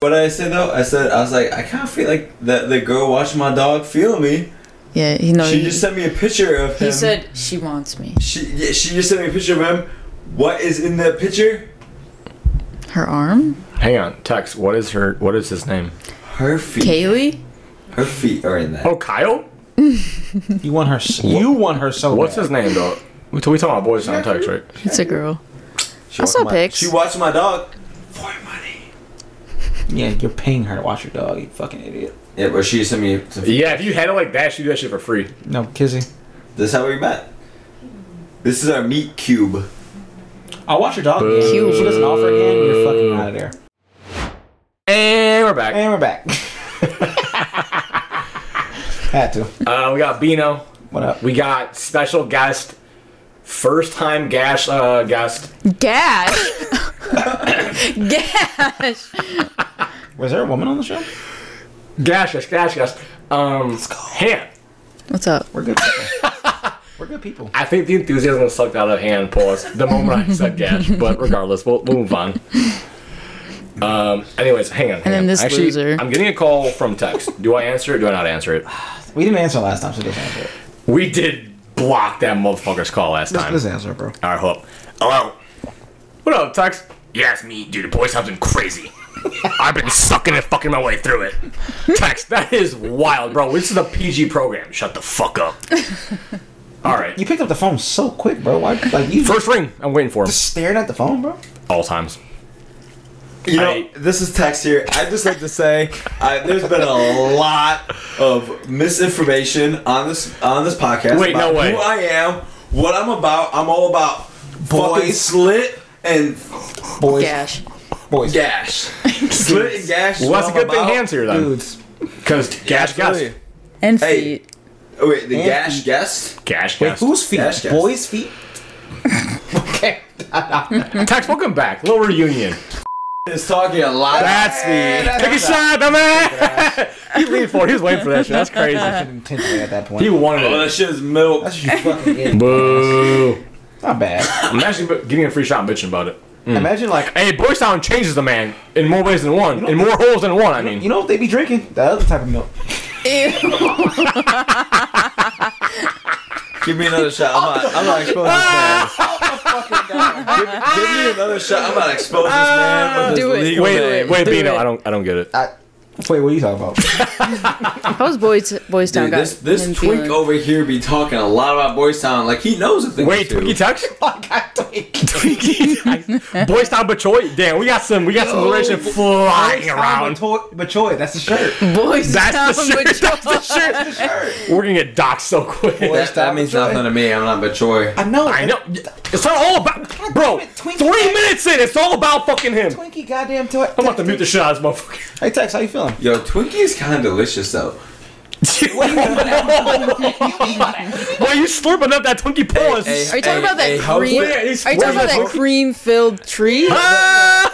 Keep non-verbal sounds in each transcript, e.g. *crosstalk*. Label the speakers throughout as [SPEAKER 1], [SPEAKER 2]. [SPEAKER 1] What did I say though? I said I was like I kind of feel like that the girl watching my dog feel me.
[SPEAKER 2] Yeah, he knows.
[SPEAKER 1] she just sent me a picture of him.
[SPEAKER 2] he said she wants me.
[SPEAKER 1] she yeah, she just sent me a picture of him. What is in that picture?
[SPEAKER 2] Her arm,
[SPEAKER 3] Hang on, Tex. What is her? What is his name?
[SPEAKER 1] Her feet.
[SPEAKER 2] Kaylee.
[SPEAKER 1] Her feet are in that.
[SPEAKER 3] Oh, Kyle.
[SPEAKER 4] You want her. s You want her so
[SPEAKER 3] What's
[SPEAKER 4] bad.
[SPEAKER 3] his name though? We we talking about boys, not Tex, right?
[SPEAKER 2] It's a girl.
[SPEAKER 1] She
[SPEAKER 2] I
[SPEAKER 1] watching
[SPEAKER 2] saw
[SPEAKER 1] my-
[SPEAKER 2] pics.
[SPEAKER 1] She watched my dog for money.
[SPEAKER 4] Yeah, you're paying her to watch your dog. You fucking idiot.
[SPEAKER 1] Yeah, but she sent me. Some,
[SPEAKER 3] Yeah, if you had it like that, she'd do that shit for free.
[SPEAKER 4] No, Kizzy.
[SPEAKER 1] This is how we met. This is our meat cube.
[SPEAKER 4] I'll watch your dog.
[SPEAKER 3] Boo.
[SPEAKER 4] If she doesn't offer again, you're fucking out of there.
[SPEAKER 3] And we're back.
[SPEAKER 4] And we're back. Had to.
[SPEAKER 3] Uh, we got Bino.
[SPEAKER 4] What up?
[SPEAKER 3] We got special guest, first time gash uh, guest.
[SPEAKER 2] Gash. Gash.
[SPEAKER 4] Was there a woman on the show?
[SPEAKER 3] Gash, gash, gash, guest. Um, Han.
[SPEAKER 2] What's up?
[SPEAKER 4] We're good. People. we're good people.
[SPEAKER 3] I think the enthusiasm was sucked out of hand, pause, the moment I said *laughs* gash. But regardless, we'll, we'll move on. Um, anyways, hang on. hang
[SPEAKER 2] then
[SPEAKER 3] on.
[SPEAKER 2] this loser.
[SPEAKER 3] I'm getting a call from text. Do I answer it? Do I not answer it?
[SPEAKER 4] We didn't answer last time, so just answer it.
[SPEAKER 3] We did block that motherfucker's call last time.
[SPEAKER 4] Just answer, bro.
[SPEAKER 3] All right, hold up. Hello. What up, Tex? You asked me, dude. The boy's something crazy. *laughs* I've been sucking and fucking my way through it. Tex, that is wild, bro. This is a PG program. Shut the fuck up. *laughs* All right.
[SPEAKER 4] You picked up the phone so quick, bro. Why? Like you
[SPEAKER 3] First ring. I'm waiting for him.
[SPEAKER 4] staring at the phone, bro.
[SPEAKER 3] All times.
[SPEAKER 1] You know,
[SPEAKER 3] I-
[SPEAKER 1] this is Tex here. I'd just like to say I, there's been a lot of misinformation on this on this podcast.
[SPEAKER 3] Wait, no
[SPEAKER 1] about
[SPEAKER 3] way.
[SPEAKER 1] Who I am, what I'm about. I'm all about fucking
[SPEAKER 4] Boys.
[SPEAKER 1] slit and
[SPEAKER 4] Boys,
[SPEAKER 2] Gash.
[SPEAKER 4] boys,
[SPEAKER 1] gash, slit and gash.
[SPEAKER 3] Well, that's
[SPEAKER 1] what
[SPEAKER 3] a
[SPEAKER 1] I'm
[SPEAKER 3] good thing
[SPEAKER 1] about.
[SPEAKER 3] hands here, then.
[SPEAKER 4] dudes.
[SPEAKER 3] Because gash, gash.
[SPEAKER 1] Absolutely.
[SPEAKER 2] And
[SPEAKER 1] Hey.
[SPEAKER 2] feet.
[SPEAKER 1] Oh, wait, the
[SPEAKER 4] And-
[SPEAKER 1] gash guest.
[SPEAKER 3] Gash,
[SPEAKER 4] Wait,
[SPEAKER 3] gash.
[SPEAKER 4] whose feet?
[SPEAKER 1] Yes, yes.
[SPEAKER 4] Boys' feet. *laughs* okay.
[SPEAKER 3] Tex, welcome back. Little reunion.
[SPEAKER 1] is talking a lot.
[SPEAKER 3] That's the. Take a shot, man. *laughs* he leaned forward. He was waiting for that shit. That's
[SPEAKER 4] *laughs*
[SPEAKER 3] crazy.
[SPEAKER 4] Intentionally at that point.
[SPEAKER 3] He wanted
[SPEAKER 1] Oh,
[SPEAKER 3] it.
[SPEAKER 1] that shit is milk.
[SPEAKER 4] That's what you fucking in.
[SPEAKER 3] Boo.
[SPEAKER 4] Not bad.
[SPEAKER 3] I'm actually giving a free shot and bitching about it.
[SPEAKER 4] Imagine like
[SPEAKER 3] Hey, boy sound changes the man in more ways than one. in more holes than one, I mean.
[SPEAKER 4] *laughs* you know what they be drinking? That other type of milk.
[SPEAKER 2] Ew.
[SPEAKER 1] Give me another shot. I'm not, I'm
[SPEAKER 3] *laughs*
[SPEAKER 1] not exposing this man. give, give me another shot. I'm not exposing this man. With
[SPEAKER 2] Do
[SPEAKER 1] his
[SPEAKER 2] it.
[SPEAKER 1] legal
[SPEAKER 3] Ah, wait,
[SPEAKER 1] name.
[SPEAKER 3] wait,
[SPEAKER 2] Do
[SPEAKER 3] Bino,
[SPEAKER 2] it. Ah,
[SPEAKER 3] I don't I don't get it.
[SPEAKER 4] I, wait, what are you talking about? *laughs*
[SPEAKER 2] How's boys boys town
[SPEAKER 1] Dude,
[SPEAKER 2] got
[SPEAKER 1] this this
[SPEAKER 2] him
[SPEAKER 1] twink
[SPEAKER 2] feeling?
[SPEAKER 1] over here be talking a lot about boy sound. Like he knows a thing
[SPEAKER 3] Wait,
[SPEAKER 1] or two.
[SPEAKER 3] Twinkie *laughs* Tex?
[SPEAKER 4] I got to-
[SPEAKER 3] Twinkie Boy sound Bachoy? Damn, we got some we got some relation *laughs* flying around. Mm.
[SPEAKER 4] Matoy, Matoy, that's the shirt.
[SPEAKER 1] *laughs*
[SPEAKER 2] Boys
[SPEAKER 3] That's the
[SPEAKER 2] town, but
[SPEAKER 3] shirt. That's the *laughs* shirt. We're gonna get docked so quick.
[SPEAKER 1] that, that means nothing to me. I'm not but Troy.
[SPEAKER 4] I know.
[SPEAKER 3] I know. It's not all about bro.
[SPEAKER 4] damn it, Twinkie
[SPEAKER 3] Three
[SPEAKER 4] Tex.
[SPEAKER 3] minutes in, it's all about fucking him.
[SPEAKER 4] Twinkie, goddamn toy.
[SPEAKER 3] I'm about to mute the shit out of this motherfucker.
[SPEAKER 4] Hey, Tex, how you feeling?
[SPEAKER 1] Yo, Twinkie is kind of delicious though.
[SPEAKER 3] *laughs* Boy, you slurping up that Twinkie pause.
[SPEAKER 2] Are you talking about that
[SPEAKER 1] hey, how's
[SPEAKER 2] cream?
[SPEAKER 1] your-
[SPEAKER 3] Yeah, he's-
[SPEAKER 2] Are you talking about that
[SPEAKER 3] where's my-
[SPEAKER 2] cream filled tree?
[SPEAKER 3] *laughs*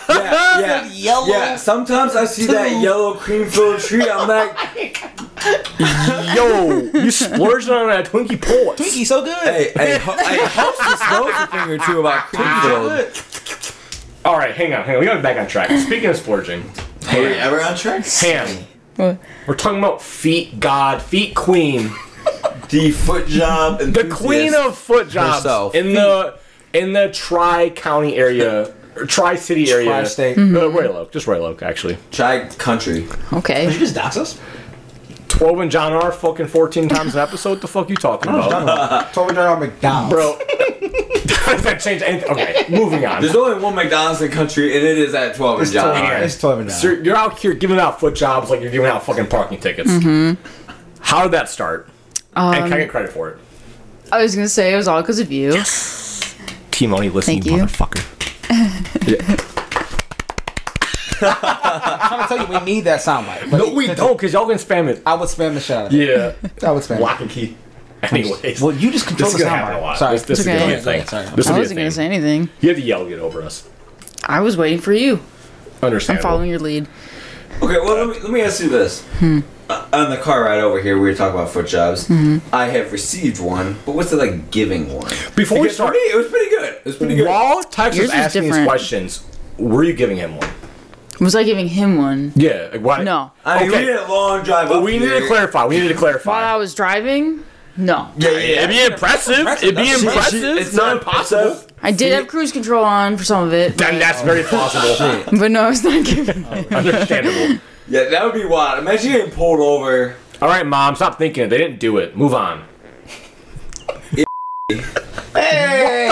[SPEAKER 1] Yeah, yeah,
[SPEAKER 4] yellow
[SPEAKER 1] yeah. Sometimes I see that yellow cream filled tree. I'm like,
[SPEAKER 3] Yo, you splurging on that Twinkie pause.
[SPEAKER 4] Twinkie, so good.
[SPEAKER 1] hey, hey, ho- *laughs* hey, hostess knows a thing or two about cream filled.
[SPEAKER 3] All right, hang on, hang on. We got to back on track. Speaking of splurging,
[SPEAKER 1] Hey, ever on track?
[SPEAKER 3] Ham.
[SPEAKER 2] What?
[SPEAKER 3] We're talking about feet god, feet queen,
[SPEAKER 1] The foot job and
[SPEAKER 3] *laughs* the queen of foot jobs
[SPEAKER 1] Herself.
[SPEAKER 3] in the in the Tri County area, Tri City area,
[SPEAKER 4] Tri-state.
[SPEAKER 3] uh, Royal Oak, just Royal Oak actually.
[SPEAKER 1] Try country.
[SPEAKER 4] Did
[SPEAKER 2] Okay.
[SPEAKER 4] you just dox us?
[SPEAKER 3] Twelve and John are fucking fourteen times an episode. What the fuck you talking about,
[SPEAKER 4] Told me on McDonald's.
[SPEAKER 3] bro? *laughs* Does that change anything? Okay, moving on.
[SPEAKER 1] There's only one McDonald's in country, and it is at 12
[SPEAKER 4] it's
[SPEAKER 1] and John.
[SPEAKER 4] Toy, it's Toy McDonald's.
[SPEAKER 3] So you're out here giving out foot jobs like you're giving out fucking parking tickets.
[SPEAKER 2] Mm-hmm.
[SPEAKER 3] How did that start? and can
[SPEAKER 2] Um,
[SPEAKER 3] I get credit for it?
[SPEAKER 2] I was gonna say it was all because of you.
[SPEAKER 3] Team only listening,
[SPEAKER 2] Thank you.
[SPEAKER 3] motherfucker.
[SPEAKER 4] I'm trying to tell you, we need that sound bite. but
[SPEAKER 3] No, we don't, because y'all can spam it.
[SPEAKER 4] I would spam the shit out of it.
[SPEAKER 3] Yeah.
[SPEAKER 4] I would spam
[SPEAKER 3] Lock and key. Anyways.
[SPEAKER 4] it. Well, you just control
[SPEAKER 3] this is
[SPEAKER 4] the
[SPEAKER 3] going to
[SPEAKER 4] sound
[SPEAKER 3] happen
[SPEAKER 4] bite.
[SPEAKER 3] a lot.
[SPEAKER 4] Sorry.
[SPEAKER 3] This, this
[SPEAKER 2] It's
[SPEAKER 3] is going to
[SPEAKER 2] okay.
[SPEAKER 3] be a thing.
[SPEAKER 4] Sorry, sorry.
[SPEAKER 3] This
[SPEAKER 2] I
[SPEAKER 3] will be a
[SPEAKER 2] wasn't
[SPEAKER 3] thing.
[SPEAKER 2] gonna say anything.
[SPEAKER 3] You have to yell to get over us.
[SPEAKER 2] I was waiting for you. I'm
[SPEAKER 3] Understandable.
[SPEAKER 2] following your lead.
[SPEAKER 1] Okay, well, let me, let me ask you this.
[SPEAKER 2] Hmm.
[SPEAKER 1] Uh, on the car ride over here, we were talking about foot jobs.
[SPEAKER 2] Mm-hmm.
[SPEAKER 1] I have received one, but what's it like giving one?
[SPEAKER 3] Before we
[SPEAKER 1] It was,
[SPEAKER 3] start,
[SPEAKER 1] pretty, it was pretty good. It was pretty good.
[SPEAKER 3] while Tex
[SPEAKER 2] Yours
[SPEAKER 3] was
[SPEAKER 2] is
[SPEAKER 3] asking these
[SPEAKER 2] different.
[SPEAKER 3] questions, were you giving him one?
[SPEAKER 2] Was I giving him one?
[SPEAKER 3] Yeah, like why?
[SPEAKER 2] No.
[SPEAKER 1] I mean, we
[SPEAKER 3] okay.
[SPEAKER 1] did a long drive
[SPEAKER 3] But
[SPEAKER 1] up
[SPEAKER 3] we need
[SPEAKER 1] here.
[SPEAKER 3] to clarify. We need to
[SPEAKER 2] While I
[SPEAKER 3] clarify.
[SPEAKER 2] was driving? No.
[SPEAKER 1] Yeah, yeah, yeah.
[SPEAKER 3] It'd be impressive. It'd be
[SPEAKER 1] She- she-
[SPEAKER 3] impressive. it's not impossible.
[SPEAKER 1] impressive.
[SPEAKER 2] I did have cruise control on for some of it,
[SPEAKER 3] Then that's very *laughs* possible.
[SPEAKER 2] but no, I was not giving it.
[SPEAKER 3] Understandable.
[SPEAKER 1] Yeah, that would be wild. Imagine getting pulled over.
[SPEAKER 3] All right, mom, stop thinking. They didn't do it. Move
[SPEAKER 4] *laughs*
[SPEAKER 3] on.
[SPEAKER 1] Hey,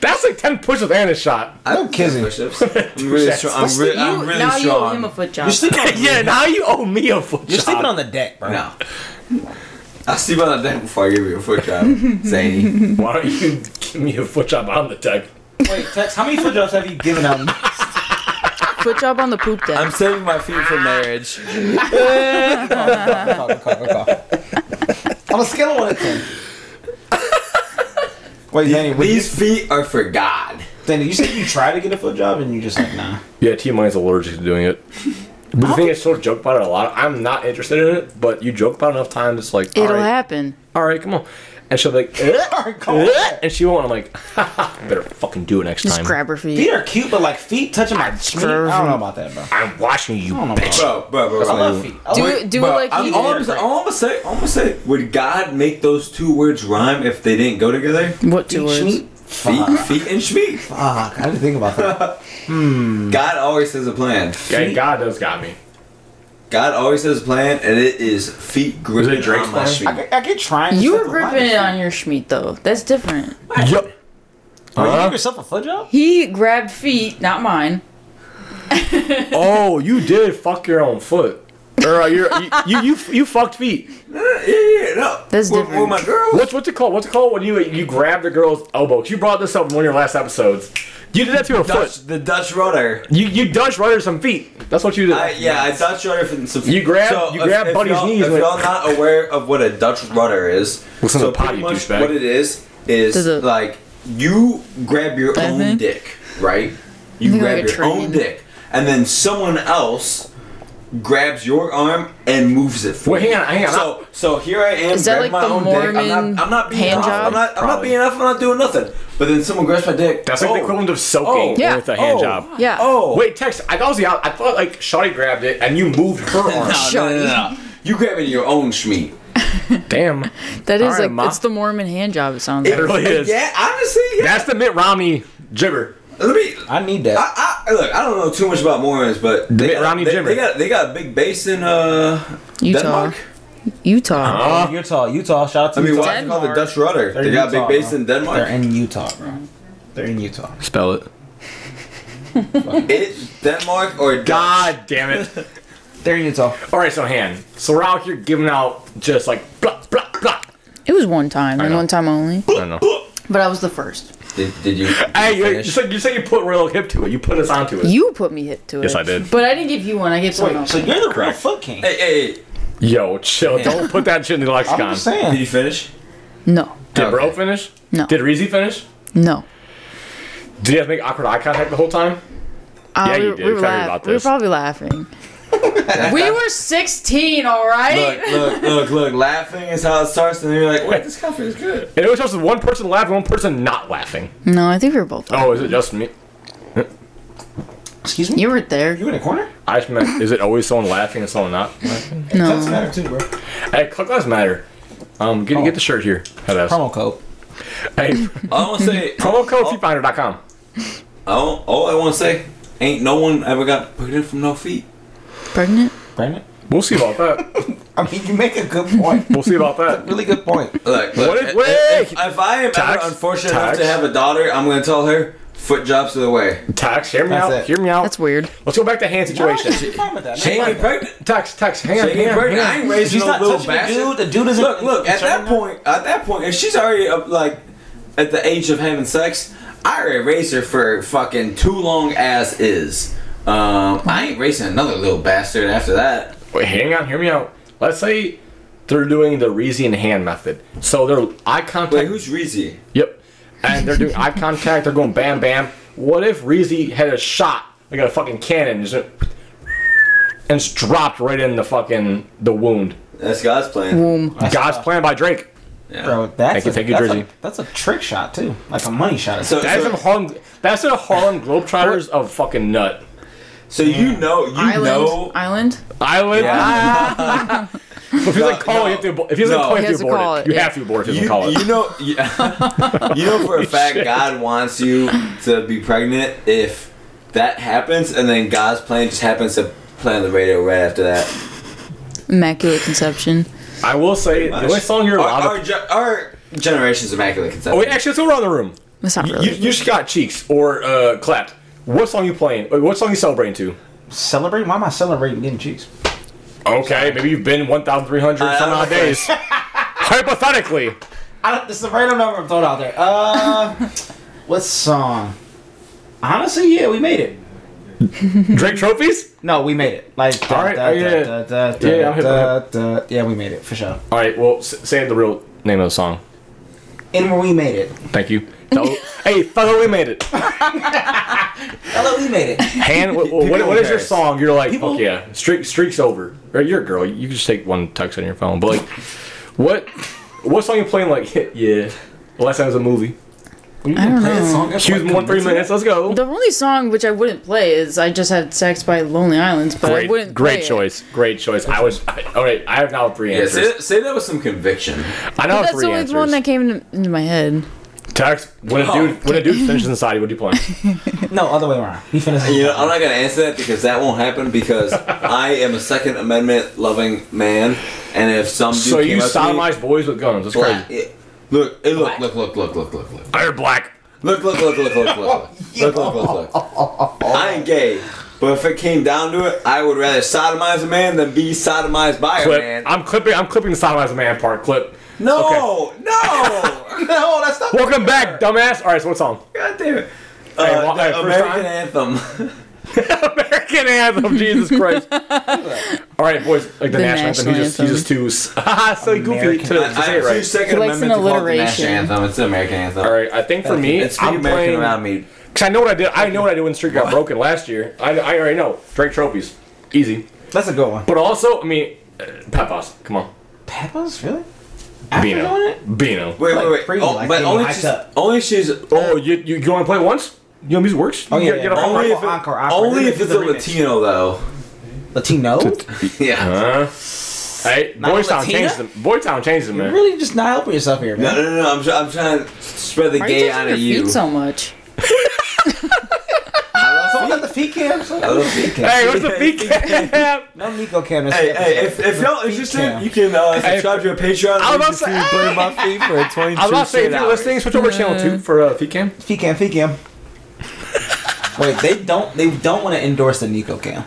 [SPEAKER 3] That's like ten push-ups and a shot.
[SPEAKER 1] I don't kiss
[SPEAKER 3] *laughs*
[SPEAKER 1] push-ups. I'm really strong. I'm, re- I'm really
[SPEAKER 2] now you owe
[SPEAKER 1] strong.
[SPEAKER 2] him a foot job.
[SPEAKER 3] *laughs*
[SPEAKER 4] You're sleeping on,
[SPEAKER 3] yeah, now you owe me a foot
[SPEAKER 4] you're
[SPEAKER 3] job.
[SPEAKER 4] sleeping on the deck, bro.
[SPEAKER 1] no. I sleep on the deck before I give you a foot
[SPEAKER 2] *laughs*
[SPEAKER 1] job. Zany.
[SPEAKER 3] Why don't you give me a foot job on the deck?
[SPEAKER 4] Wait, Tex, how many foot jobs have you given out?
[SPEAKER 2] foot job on the poop deck.
[SPEAKER 1] I'm saving my feet for marriage.
[SPEAKER 4] On a scale of one to ten. Wait, Danny, would you,
[SPEAKER 1] These feet are for God.
[SPEAKER 4] Danny, you said you tried to get a foot job and you just like nah.
[SPEAKER 3] Yeah, T mine's allergic to doing it. But the thing is, sort of joke about it a lot. I'm not interested in it, but you joke about it enough times, it's like, all
[SPEAKER 2] It'll
[SPEAKER 3] right,
[SPEAKER 2] happen.
[SPEAKER 3] all right, come on. And she'll be like,
[SPEAKER 4] *laughs*
[SPEAKER 3] eh,
[SPEAKER 4] Come
[SPEAKER 3] eh, and she won't. I'm like, better fucking do it next
[SPEAKER 2] Just
[SPEAKER 3] time.
[SPEAKER 2] grab her
[SPEAKER 4] Feet
[SPEAKER 2] feet.
[SPEAKER 4] are cute, but like feet touching my feet. I don't know about that, bro.
[SPEAKER 3] I'm watching you,
[SPEAKER 4] don't know
[SPEAKER 3] bitch.
[SPEAKER 1] Bro, bro, bro.
[SPEAKER 4] I
[SPEAKER 1] bro.
[SPEAKER 4] love feet. I
[SPEAKER 2] Do
[SPEAKER 4] love-
[SPEAKER 2] it, do
[SPEAKER 1] Bro,
[SPEAKER 2] it like
[SPEAKER 1] I'm,
[SPEAKER 2] he
[SPEAKER 1] all, I'm,
[SPEAKER 2] did.
[SPEAKER 1] all I'm gonna say, all I'm gonna say, would God make those two words rhyme if they didn't go together?
[SPEAKER 2] What two words?
[SPEAKER 4] Feet?
[SPEAKER 1] Feet, feet, and schmeet.
[SPEAKER 4] Fuck, I didn't think about *laughs* that.
[SPEAKER 1] God always has a plan.
[SPEAKER 3] Yeah, God does got me.
[SPEAKER 1] God always has a plan, and it is feet gripping
[SPEAKER 3] Is it Drake's
[SPEAKER 1] on my
[SPEAKER 3] plan?
[SPEAKER 4] I,
[SPEAKER 1] schmeat.
[SPEAKER 4] could- I get trying. to
[SPEAKER 2] You
[SPEAKER 4] set
[SPEAKER 2] were
[SPEAKER 4] the line.
[SPEAKER 2] gripping it on your schmeat though. That's different.
[SPEAKER 3] Yup.
[SPEAKER 4] Bro, You
[SPEAKER 3] Huh?
[SPEAKER 4] give yourself a foot job?
[SPEAKER 2] He grabbed feet, not mine.
[SPEAKER 3] Oh, you did fuck your own foot. Or uh, you're, you, you you you fucked feet.
[SPEAKER 1] Yeah, yeah, no.
[SPEAKER 2] That's
[SPEAKER 1] With-
[SPEAKER 2] different.
[SPEAKER 1] With my girl.
[SPEAKER 3] What's what's it called? What's it called when you you grab the girl's elbow? 'Cause You brought this up in one of your last episodes. You did that to her
[SPEAKER 1] Dutch,
[SPEAKER 3] foot.
[SPEAKER 1] the Dutch rudder.
[SPEAKER 3] You you Dutch rudder some feet. That's what you did.
[SPEAKER 1] I, yeah, I Dutch rudder for some.
[SPEAKER 3] You grab- you grab Buddy's
[SPEAKER 1] y'all,
[SPEAKER 3] knees
[SPEAKER 1] If
[SPEAKER 3] with-
[SPEAKER 1] y'all not aware of what a Dutch rudder is,
[SPEAKER 3] Listen to
[SPEAKER 1] so
[SPEAKER 3] the potty,
[SPEAKER 1] pretty much
[SPEAKER 3] douchebag.
[SPEAKER 1] what it is is
[SPEAKER 2] Does it-
[SPEAKER 1] like you grab your own
[SPEAKER 2] Mhm.
[SPEAKER 1] dick, right? You
[SPEAKER 2] Like
[SPEAKER 1] grab
[SPEAKER 2] a
[SPEAKER 1] your own
[SPEAKER 2] train.
[SPEAKER 1] dick, and then someone else grabs your arm and moves it. For
[SPEAKER 3] Wait,
[SPEAKER 1] you.
[SPEAKER 3] hang on, hang on.
[SPEAKER 1] So so here I am.
[SPEAKER 2] Is that
[SPEAKER 1] grabbing
[SPEAKER 2] like
[SPEAKER 1] my
[SPEAKER 2] the
[SPEAKER 1] own dick. I'm
[SPEAKER 2] Mormon
[SPEAKER 1] not, I'm not being
[SPEAKER 2] hand
[SPEAKER 1] off.
[SPEAKER 2] job?
[SPEAKER 1] I'm not, I'm not
[SPEAKER 3] Probably.
[SPEAKER 1] being off. I'm not doing nothing. But then someone grabs my dick.
[SPEAKER 3] That's like
[SPEAKER 1] Oh.
[SPEAKER 3] the equivalent of
[SPEAKER 1] Oh.
[SPEAKER 3] soaking
[SPEAKER 2] Yeah.
[SPEAKER 3] with a hand
[SPEAKER 1] Oh.
[SPEAKER 3] job.
[SPEAKER 2] Yeah.
[SPEAKER 1] Oh
[SPEAKER 3] Wait, Tex, I thought it was the op- I thought like Shotty grabbed it and you moved *laughs* her arm.
[SPEAKER 1] No, no, no, no, no. You grabbing your own schmeat.
[SPEAKER 3] Damn.
[SPEAKER 2] That
[SPEAKER 3] All
[SPEAKER 2] is
[SPEAKER 3] right,
[SPEAKER 2] like
[SPEAKER 3] Ma.
[SPEAKER 2] it's the Mormon hand job. It sounds like.
[SPEAKER 3] It really is.
[SPEAKER 1] Yeah, honestly, yeah.
[SPEAKER 3] That's the Mitt Romney jibber.
[SPEAKER 1] Let me.
[SPEAKER 4] I need that.
[SPEAKER 1] I, I, look, I don't know too much about Mormons, but they
[SPEAKER 3] Mitt
[SPEAKER 1] got,
[SPEAKER 3] Romney
[SPEAKER 1] they,
[SPEAKER 3] Jimmer.
[SPEAKER 1] they got they got a big base in uh,
[SPEAKER 2] Utah.
[SPEAKER 1] Denmark.
[SPEAKER 2] Utah.
[SPEAKER 4] Oh, Utah, Utah, shout out to
[SPEAKER 1] I mean,
[SPEAKER 4] Utah.
[SPEAKER 1] why is it called the
[SPEAKER 2] Denmark.
[SPEAKER 1] Dutch rudder?
[SPEAKER 4] They're
[SPEAKER 1] they got a
[SPEAKER 4] Utah,
[SPEAKER 1] big base
[SPEAKER 4] bro.
[SPEAKER 1] in Denmark.
[SPEAKER 4] They're in Utah, bro. They're in Utah.
[SPEAKER 3] Spell it.
[SPEAKER 1] it Denmark or Dutch?
[SPEAKER 3] God damn it.
[SPEAKER 4] They're in Utah.
[SPEAKER 3] All right, so hand. So we're out here giving out just like blah blah blah.
[SPEAKER 2] It was one time and
[SPEAKER 3] know.
[SPEAKER 2] one time only.
[SPEAKER 3] I don't know.
[SPEAKER 2] But I was the first.
[SPEAKER 1] Did, did you?
[SPEAKER 3] Hey, you, you
[SPEAKER 1] finish?
[SPEAKER 3] said you said you put royal hip to it. You put us onto it.
[SPEAKER 2] You put me hip to it.
[SPEAKER 3] Yes, I did.
[SPEAKER 2] But I didn't give you one. I gave someone
[SPEAKER 4] Wait,
[SPEAKER 2] else.
[SPEAKER 4] so you're the real
[SPEAKER 3] Correct.
[SPEAKER 4] foot king.
[SPEAKER 1] Hey, hey, hey,
[SPEAKER 3] Yo, chill. Don't put that shit in the
[SPEAKER 4] I'm
[SPEAKER 3] lexicon.
[SPEAKER 4] just
[SPEAKER 1] did
[SPEAKER 4] saying.
[SPEAKER 1] you finish?
[SPEAKER 2] No.
[SPEAKER 3] Did
[SPEAKER 1] Okay.
[SPEAKER 3] Bro finish?
[SPEAKER 2] No.
[SPEAKER 3] Did Reezy finish?
[SPEAKER 2] No.
[SPEAKER 3] Did you guys make awkward eye contact the whole time?
[SPEAKER 2] Uh,
[SPEAKER 3] Yeah,
[SPEAKER 2] we,
[SPEAKER 3] you
[SPEAKER 2] were-
[SPEAKER 3] did.
[SPEAKER 2] We were,
[SPEAKER 3] Tell me
[SPEAKER 2] laugh-
[SPEAKER 3] about
[SPEAKER 2] we were
[SPEAKER 3] this.
[SPEAKER 2] probably laughing. *laughs* we were 16, all right?
[SPEAKER 1] Look, look, look, look. Laughing is how it starts, and then you're like, wait, this coffee is
[SPEAKER 3] *laughs*
[SPEAKER 1] good.
[SPEAKER 3] And it was just one person laughing, one person not laughing.
[SPEAKER 2] No, I think we were both.
[SPEAKER 3] Oh, is it just me?
[SPEAKER 4] Excuse me?
[SPEAKER 2] You weren't there.
[SPEAKER 4] You in a corner?
[SPEAKER 3] I just meant, is it always someone laughing and someone not?
[SPEAKER 4] That's
[SPEAKER 2] No.
[SPEAKER 4] matter too, bro.
[SPEAKER 3] Hey, Click Lives Matter. Um, get, get the shirt here. Head ass.
[SPEAKER 4] Oh. Promo code.
[SPEAKER 3] Hey,
[SPEAKER 1] I want to say.
[SPEAKER 3] promo code feetfinder.com.
[SPEAKER 1] I don't, all I want to say, ain't no one ever got pregnant from no feet.
[SPEAKER 2] Pregnant?
[SPEAKER 4] Brandon?
[SPEAKER 3] We'll see about that.
[SPEAKER 4] I mean, you make a good point. *laughs*
[SPEAKER 3] We'll see about that.
[SPEAKER 4] really good point.
[SPEAKER 1] Look, look,
[SPEAKER 3] What if-
[SPEAKER 1] if,
[SPEAKER 3] wait,
[SPEAKER 1] if, if I am
[SPEAKER 3] Tax,
[SPEAKER 1] ever unfortunate enough
[SPEAKER 3] tax.
[SPEAKER 1] to have a daughter, I'm going to tell her foot jobs to the way.
[SPEAKER 3] Tax, hear me
[SPEAKER 4] That's
[SPEAKER 3] out.
[SPEAKER 4] it.
[SPEAKER 3] Hear me out.
[SPEAKER 2] That's weird.
[SPEAKER 3] Let's go back to hand situation.
[SPEAKER 4] She's fine with that.
[SPEAKER 1] She ain't get pregnant.
[SPEAKER 3] Tax, tax,
[SPEAKER 1] She
[SPEAKER 3] hand,
[SPEAKER 1] ain't get
[SPEAKER 3] hand,
[SPEAKER 1] pregnant. I
[SPEAKER 3] hand.
[SPEAKER 1] ain't raising
[SPEAKER 4] She's
[SPEAKER 1] no
[SPEAKER 4] not
[SPEAKER 1] little
[SPEAKER 4] touching the
[SPEAKER 1] bastard.
[SPEAKER 4] dude. The dude isn't.
[SPEAKER 1] Look, look. At that
[SPEAKER 4] concerned.
[SPEAKER 1] point, at that point, if she's already up, like at the age of having sex, I already raised her for fucking too long as is. Um, I ain't raising another little bastard after that.
[SPEAKER 3] Wait, hang on, hear me out. Let's say they're doing the Reezy hand method. So they're eye contact.
[SPEAKER 1] Wait, who's Reezy?
[SPEAKER 3] Yep. And they're doing eye contact. They're going bam, bam. What if Reezy had a shot like a fucking cannon, just went and just dropped right in the fucking the wound?
[SPEAKER 1] That's God's plan.
[SPEAKER 2] Boom.
[SPEAKER 3] God's plan by Drake.
[SPEAKER 1] Yeah.
[SPEAKER 4] Bro,
[SPEAKER 3] Thank
[SPEAKER 4] that's
[SPEAKER 3] you,
[SPEAKER 4] a,
[SPEAKER 3] thank you,
[SPEAKER 4] that's
[SPEAKER 3] Jersey.
[SPEAKER 4] A, that's a trick shot too, like a money shot.
[SPEAKER 1] So-
[SPEAKER 3] That's some Harlem. That's a Harlem Globetrotters of fucking nut.
[SPEAKER 1] So you know, you
[SPEAKER 2] Island.
[SPEAKER 1] know.
[SPEAKER 2] Island.
[SPEAKER 3] Island.
[SPEAKER 1] Yeah.
[SPEAKER 3] If he's like
[SPEAKER 1] No,
[SPEAKER 3] calling,
[SPEAKER 1] no.
[SPEAKER 3] you have to abo- if he's like
[SPEAKER 1] No.
[SPEAKER 3] calling,
[SPEAKER 2] He
[SPEAKER 3] you have
[SPEAKER 2] has
[SPEAKER 3] to
[SPEAKER 2] to call
[SPEAKER 3] abort it.
[SPEAKER 2] it,
[SPEAKER 3] You
[SPEAKER 2] yeah.
[SPEAKER 3] have to abort it if you
[SPEAKER 1] You,
[SPEAKER 3] call
[SPEAKER 1] you
[SPEAKER 3] it. *laughs*
[SPEAKER 1] know you, you know for a fact God wants you to be pregnant if that happens and then God's plan just happens to play on the radio right after that.
[SPEAKER 2] Immaculate Conception.
[SPEAKER 3] I will say the only song you're
[SPEAKER 1] Our,
[SPEAKER 3] allowed.
[SPEAKER 1] our,
[SPEAKER 3] to-
[SPEAKER 1] ge- our generation's immaculate conception.
[SPEAKER 3] Oh wait, actually, let's go around the room.
[SPEAKER 2] That's not
[SPEAKER 3] You,
[SPEAKER 2] really.
[SPEAKER 3] you just got cheeks or uh, clapped. What song you playing? Or What song you celebrating to?
[SPEAKER 4] Celebrate? Why am I celebrating getting cheeks?
[SPEAKER 3] Okay, maybe you've been 1,300
[SPEAKER 1] Uh,
[SPEAKER 3] some
[SPEAKER 1] I'm
[SPEAKER 3] odd
[SPEAKER 1] okay.
[SPEAKER 3] days. *laughs* Hypothetically,
[SPEAKER 4] I don't, this is a random number I'm throwing out there. Uh, *laughs* what song? Honestly, yeah, we made it.
[SPEAKER 3] Drake trophies.
[SPEAKER 4] No, we made it. Like, da,
[SPEAKER 3] All right,
[SPEAKER 4] da,
[SPEAKER 3] uh,
[SPEAKER 4] da,
[SPEAKER 3] yeah.
[SPEAKER 4] da, da, da,
[SPEAKER 3] Yeah, I'm hip,
[SPEAKER 4] da,
[SPEAKER 3] I'm
[SPEAKER 4] da. yeah, we made it for sure.
[SPEAKER 3] All right, well, s- say the real name of the song.
[SPEAKER 4] And we made it.
[SPEAKER 3] Thank you.
[SPEAKER 2] *laughs*
[SPEAKER 3] Fellow- hey, fellow, we made it.
[SPEAKER 4] Hello, we made *laughs* it.
[SPEAKER 3] Han, what, what, what is your
[SPEAKER 1] cares.
[SPEAKER 3] song? You're like,
[SPEAKER 4] People-
[SPEAKER 3] fuck yeah, streak streak's over. Or you're a girl. You can just take one text on your phone. But like, what what song you playing? Like, *laughs* yeah, last time it was a movie.
[SPEAKER 2] I don't know.
[SPEAKER 3] Choose more than three minutes. Let's go.
[SPEAKER 2] The only song which I wouldn't play is "I Just Had Sex" by Lonely Islands, but I
[SPEAKER 3] Great,
[SPEAKER 2] wouldn't.
[SPEAKER 3] great
[SPEAKER 2] play it.
[SPEAKER 3] choice. Great choice. I was I, all right. I have now three
[SPEAKER 1] yeah, say,
[SPEAKER 3] answers.
[SPEAKER 1] that- say that with some conviction.
[SPEAKER 3] I now
[SPEAKER 2] But
[SPEAKER 3] have
[SPEAKER 2] that's
[SPEAKER 3] three
[SPEAKER 2] the only
[SPEAKER 3] answers.
[SPEAKER 2] one that came into, into my head.
[SPEAKER 3] Text when a
[SPEAKER 1] Oh.
[SPEAKER 3] dude when a dude finishes in society. What do you
[SPEAKER 1] *laughs*
[SPEAKER 3] play?
[SPEAKER 4] No, other way around. He finishes.
[SPEAKER 1] You know, I'm not gonna answer that because that won't happen
[SPEAKER 3] *laughs*
[SPEAKER 1] because I am a Second Amendment loving man, and if some dude
[SPEAKER 3] so
[SPEAKER 1] came
[SPEAKER 3] you
[SPEAKER 1] up to me,
[SPEAKER 3] sodomize boys with guns. That's
[SPEAKER 1] black,
[SPEAKER 3] crazy.
[SPEAKER 1] it- look, it, look, look, look, look, look, look, look.
[SPEAKER 3] Iron black.
[SPEAKER 1] Look, look, look, look, look, look,
[SPEAKER 2] *laughs*
[SPEAKER 1] look, look, look, look, look. I ain't gay, but if it came down to it, I would rather sodomize a man than be sodomized by a
[SPEAKER 3] Clip.
[SPEAKER 1] man.
[SPEAKER 3] I'm clipping. I'm clipping the sodomize a man part. Clip.
[SPEAKER 1] no, *laughs* no, no, that's not.
[SPEAKER 3] Welcome back, dumbass. All right, so what song? *laughs*
[SPEAKER 1] God damn it. Uh,
[SPEAKER 3] Hey, well,
[SPEAKER 1] the
[SPEAKER 3] hey, first
[SPEAKER 1] American
[SPEAKER 3] time?
[SPEAKER 1] anthem.
[SPEAKER 3] American anthem, Jesus Christ.
[SPEAKER 2] *laughs*
[SPEAKER 3] All right, boys, like
[SPEAKER 2] The
[SPEAKER 3] the, national, anthem,
[SPEAKER 2] national
[SPEAKER 3] he's just, he's just too s- *laughs* ah, so goofy to,
[SPEAKER 4] American-
[SPEAKER 3] to
[SPEAKER 1] I, I
[SPEAKER 3] say it
[SPEAKER 1] refuse
[SPEAKER 3] right.
[SPEAKER 1] Second
[SPEAKER 2] He likes
[SPEAKER 1] Amendment
[SPEAKER 2] an
[SPEAKER 1] to call it the national
[SPEAKER 2] alliteration.
[SPEAKER 1] anthem. It's the American anthem.
[SPEAKER 3] All right, I think for me,
[SPEAKER 1] it's
[SPEAKER 3] I'm
[SPEAKER 1] American
[SPEAKER 3] playing
[SPEAKER 1] around me.
[SPEAKER 3] because I know what I did. I know what I did when the streak got broken last year. I, I already know Drake trophies, easy.
[SPEAKER 4] That's a good one.
[SPEAKER 3] But also, I mean, uh, Pepas, come on,
[SPEAKER 4] Peppas, really?
[SPEAKER 3] Bino, Bino.
[SPEAKER 1] Wait,
[SPEAKER 4] Like
[SPEAKER 1] wait, wait.
[SPEAKER 4] free,
[SPEAKER 1] oh,
[SPEAKER 4] like
[SPEAKER 1] but
[SPEAKER 4] they
[SPEAKER 1] only
[SPEAKER 4] hyped
[SPEAKER 1] she's,
[SPEAKER 4] up.
[SPEAKER 1] only she's
[SPEAKER 3] Oh, you you, you want to play it once? You know, music works.
[SPEAKER 4] Oh,
[SPEAKER 3] You
[SPEAKER 4] yeah,
[SPEAKER 3] gotta get
[SPEAKER 4] yeah.
[SPEAKER 3] a-
[SPEAKER 1] only if,
[SPEAKER 4] Encore, encore, encore.
[SPEAKER 1] only
[SPEAKER 4] They
[SPEAKER 1] if
[SPEAKER 4] did
[SPEAKER 1] it's a
[SPEAKER 4] the remix.
[SPEAKER 1] Latino though. *laughs*
[SPEAKER 4] Latino?
[SPEAKER 1] Yeah.
[SPEAKER 3] Huh? Hey, Boytown
[SPEAKER 4] Latina?
[SPEAKER 3] changed them. Boytown changed them,
[SPEAKER 4] You're
[SPEAKER 3] man.
[SPEAKER 4] really just not helping yourself here,
[SPEAKER 1] No,
[SPEAKER 4] man.
[SPEAKER 1] no, no, no. I'm, try- I'm trying to spread the
[SPEAKER 2] Why are you
[SPEAKER 1] gay
[SPEAKER 2] touching
[SPEAKER 1] out
[SPEAKER 2] your
[SPEAKER 1] of you.
[SPEAKER 2] feet so much?
[SPEAKER 4] Someone got the feet cam. Someone got
[SPEAKER 1] I
[SPEAKER 4] the
[SPEAKER 1] love
[SPEAKER 4] feet cam.
[SPEAKER 3] Hey, what's
[SPEAKER 4] *laughs*
[SPEAKER 3] the feet cap?
[SPEAKER 4] No Nico cam. this
[SPEAKER 1] Hey, hey, if,
[SPEAKER 4] episode.
[SPEAKER 1] if
[SPEAKER 4] The
[SPEAKER 1] y'all
[SPEAKER 4] feet
[SPEAKER 1] interested,
[SPEAKER 4] cam.
[SPEAKER 1] you can uh,
[SPEAKER 3] Hey,
[SPEAKER 1] subscribe to a Patreon.
[SPEAKER 3] I was about to
[SPEAKER 1] and
[SPEAKER 3] say,
[SPEAKER 1] you can see Burn My Feet
[SPEAKER 3] *laughs*
[SPEAKER 1] for 22
[SPEAKER 3] I was about to say, if
[SPEAKER 1] straight
[SPEAKER 3] you're
[SPEAKER 1] hours.
[SPEAKER 3] listening, switch over to channel two for uh, feet cam.
[SPEAKER 4] feet cam, feet cam. Wait, they don't. They don't want to endorse the Nico cam.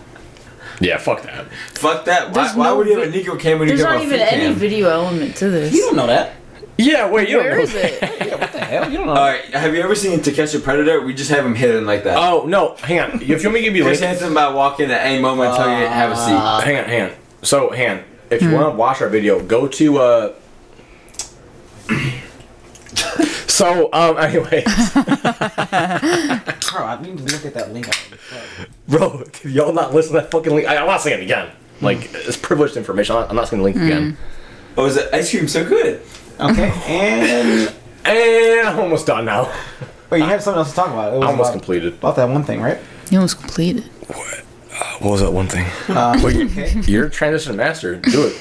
[SPEAKER 3] Yeah, fuck that.
[SPEAKER 1] Fuck that. Why,
[SPEAKER 2] There's
[SPEAKER 1] why
[SPEAKER 2] no
[SPEAKER 1] would you have a
[SPEAKER 2] vi-
[SPEAKER 1] Nico cam when you
[SPEAKER 2] There's
[SPEAKER 1] have a
[SPEAKER 2] not even
[SPEAKER 1] feet
[SPEAKER 2] any
[SPEAKER 1] cam?
[SPEAKER 2] video element to this.
[SPEAKER 4] You don't know that.
[SPEAKER 3] Yeah, wait, you
[SPEAKER 2] Where
[SPEAKER 3] don't
[SPEAKER 2] is
[SPEAKER 3] know. *laughs*
[SPEAKER 2] it?
[SPEAKER 4] Yeah, what the hell? You don't know.
[SPEAKER 1] All right, have you ever seen To Catch a Predator? We just have him hidden like that.
[SPEAKER 3] Oh no, hang on. If you want me to give you a
[SPEAKER 1] Chris
[SPEAKER 3] link, hang
[SPEAKER 1] Hansen by walking at any moment until you have a seat.
[SPEAKER 3] on, hang on. So, hang on. If you
[SPEAKER 2] Hmm.
[SPEAKER 3] want to watch our video, go to. uh *clears throat* So, um, *laughs* anyway,
[SPEAKER 4] Bro, I need to look at that link.
[SPEAKER 3] *laughs* bro, can y'all not listen to that fucking link? I, I'm not saying it again. Like it's privileged information. I'm not, I'm not saying the link
[SPEAKER 2] Hmm.
[SPEAKER 3] again.
[SPEAKER 1] Oh, is it ice cream so good?
[SPEAKER 4] Okay, and
[SPEAKER 3] And Eh, I'm almost done now.
[SPEAKER 4] wait, you have something else to talk about. It was
[SPEAKER 3] Almost
[SPEAKER 4] about,
[SPEAKER 3] completed.
[SPEAKER 4] about that one thing, right?
[SPEAKER 2] You almost completed.
[SPEAKER 3] What was that one thing? *laughs* Wait, you're a transition master. Do it.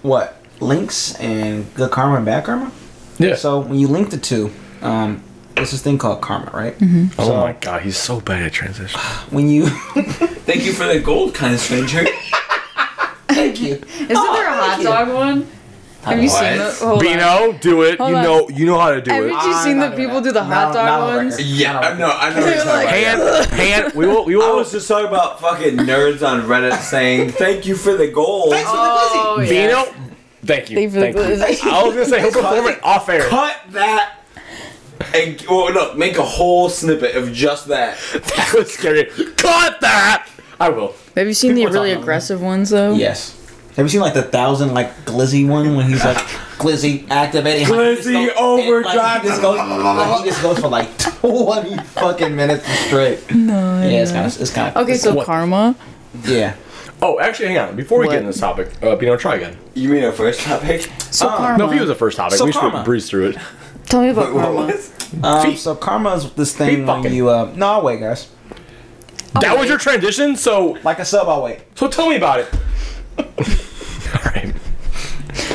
[SPEAKER 4] What links and good karma and bad karma.
[SPEAKER 3] Yeah.
[SPEAKER 4] So when you link the two, um, there's this thing called karma, right? Mm-hmm.
[SPEAKER 3] oh my god, he's so bad at transition.
[SPEAKER 4] When you *laughs*
[SPEAKER 1] Thank you for the gold, kind
[SPEAKER 3] *laughs*
[SPEAKER 1] stranger.
[SPEAKER 4] thank you.
[SPEAKER 2] Isn't there a hot
[SPEAKER 4] Oh, you.
[SPEAKER 2] dog one? Have you
[SPEAKER 1] What?
[SPEAKER 2] seen the? Hold on.
[SPEAKER 3] Bino, do it.
[SPEAKER 2] Hold
[SPEAKER 3] you
[SPEAKER 2] on.
[SPEAKER 3] know, you know how to do
[SPEAKER 2] Haven't
[SPEAKER 3] it.
[SPEAKER 2] you
[SPEAKER 4] I'm
[SPEAKER 2] seen
[SPEAKER 4] not
[SPEAKER 2] the
[SPEAKER 4] doing
[SPEAKER 2] people
[SPEAKER 4] that.
[SPEAKER 2] do the hot
[SPEAKER 4] Not- not
[SPEAKER 2] dog
[SPEAKER 4] on
[SPEAKER 2] ones?
[SPEAKER 4] record.
[SPEAKER 1] yeah, I know. I know. what you're
[SPEAKER 2] They're
[SPEAKER 3] *laughs*
[SPEAKER 1] talking about.
[SPEAKER 2] like-
[SPEAKER 3] Hand, hand. We will, we
[SPEAKER 1] I
[SPEAKER 3] will.
[SPEAKER 1] was just talking about fucking nerds on Reddit saying thank you for the gold.
[SPEAKER 2] Oh, yeah.
[SPEAKER 3] Vino, thank you.
[SPEAKER 2] Leave
[SPEAKER 3] Thank
[SPEAKER 2] it
[SPEAKER 3] you.
[SPEAKER 2] glizzy.
[SPEAKER 3] I was gonna say he'll perform it off air.
[SPEAKER 1] Cut that. And well, no, make a whole snippet of just that.
[SPEAKER 3] That was scary. Cut that. I will.
[SPEAKER 2] Have you seen
[SPEAKER 3] People
[SPEAKER 2] the
[SPEAKER 3] are
[SPEAKER 2] really
[SPEAKER 3] talking about
[SPEAKER 2] aggressive ones though?
[SPEAKER 4] Yes. Have you seen like the thousand like glizzy one when he's like *laughs* glizzy activating like, he just
[SPEAKER 1] Glizzy
[SPEAKER 4] goes- Like,
[SPEAKER 1] overdrive.
[SPEAKER 4] he, just goes, like, he just goes for like *laughs* twenty
[SPEAKER 2] Oh.
[SPEAKER 4] fucking minutes straight. No. Yeah, it's kind of it's kind of
[SPEAKER 2] Okay, so
[SPEAKER 3] What?
[SPEAKER 2] karma.
[SPEAKER 4] yeah.
[SPEAKER 3] Oh, actually, hang on. Before we
[SPEAKER 2] What?
[SPEAKER 3] get into this topic, uh, Pino, try again.
[SPEAKER 1] You mean our first topic?
[SPEAKER 2] So karma.
[SPEAKER 3] Ah, No, if he was the first topic,
[SPEAKER 4] So
[SPEAKER 3] we should
[SPEAKER 4] karma.
[SPEAKER 3] breeze through it.
[SPEAKER 2] Tell me about
[SPEAKER 1] What
[SPEAKER 2] karma.
[SPEAKER 1] was?
[SPEAKER 4] Um,
[SPEAKER 3] Feet.
[SPEAKER 4] so karma is this
[SPEAKER 3] Feet
[SPEAKER 4] thing when
[SPEAKER 3] fucking.
[SPEAKER 4] you. Uh, no, I'll wait, guys.
[SPEAKER 3] that was your transition, so
[SPEAKER 4] Like a sub, I'll wait.
[SPEAKER 3] so tell me about it. All right,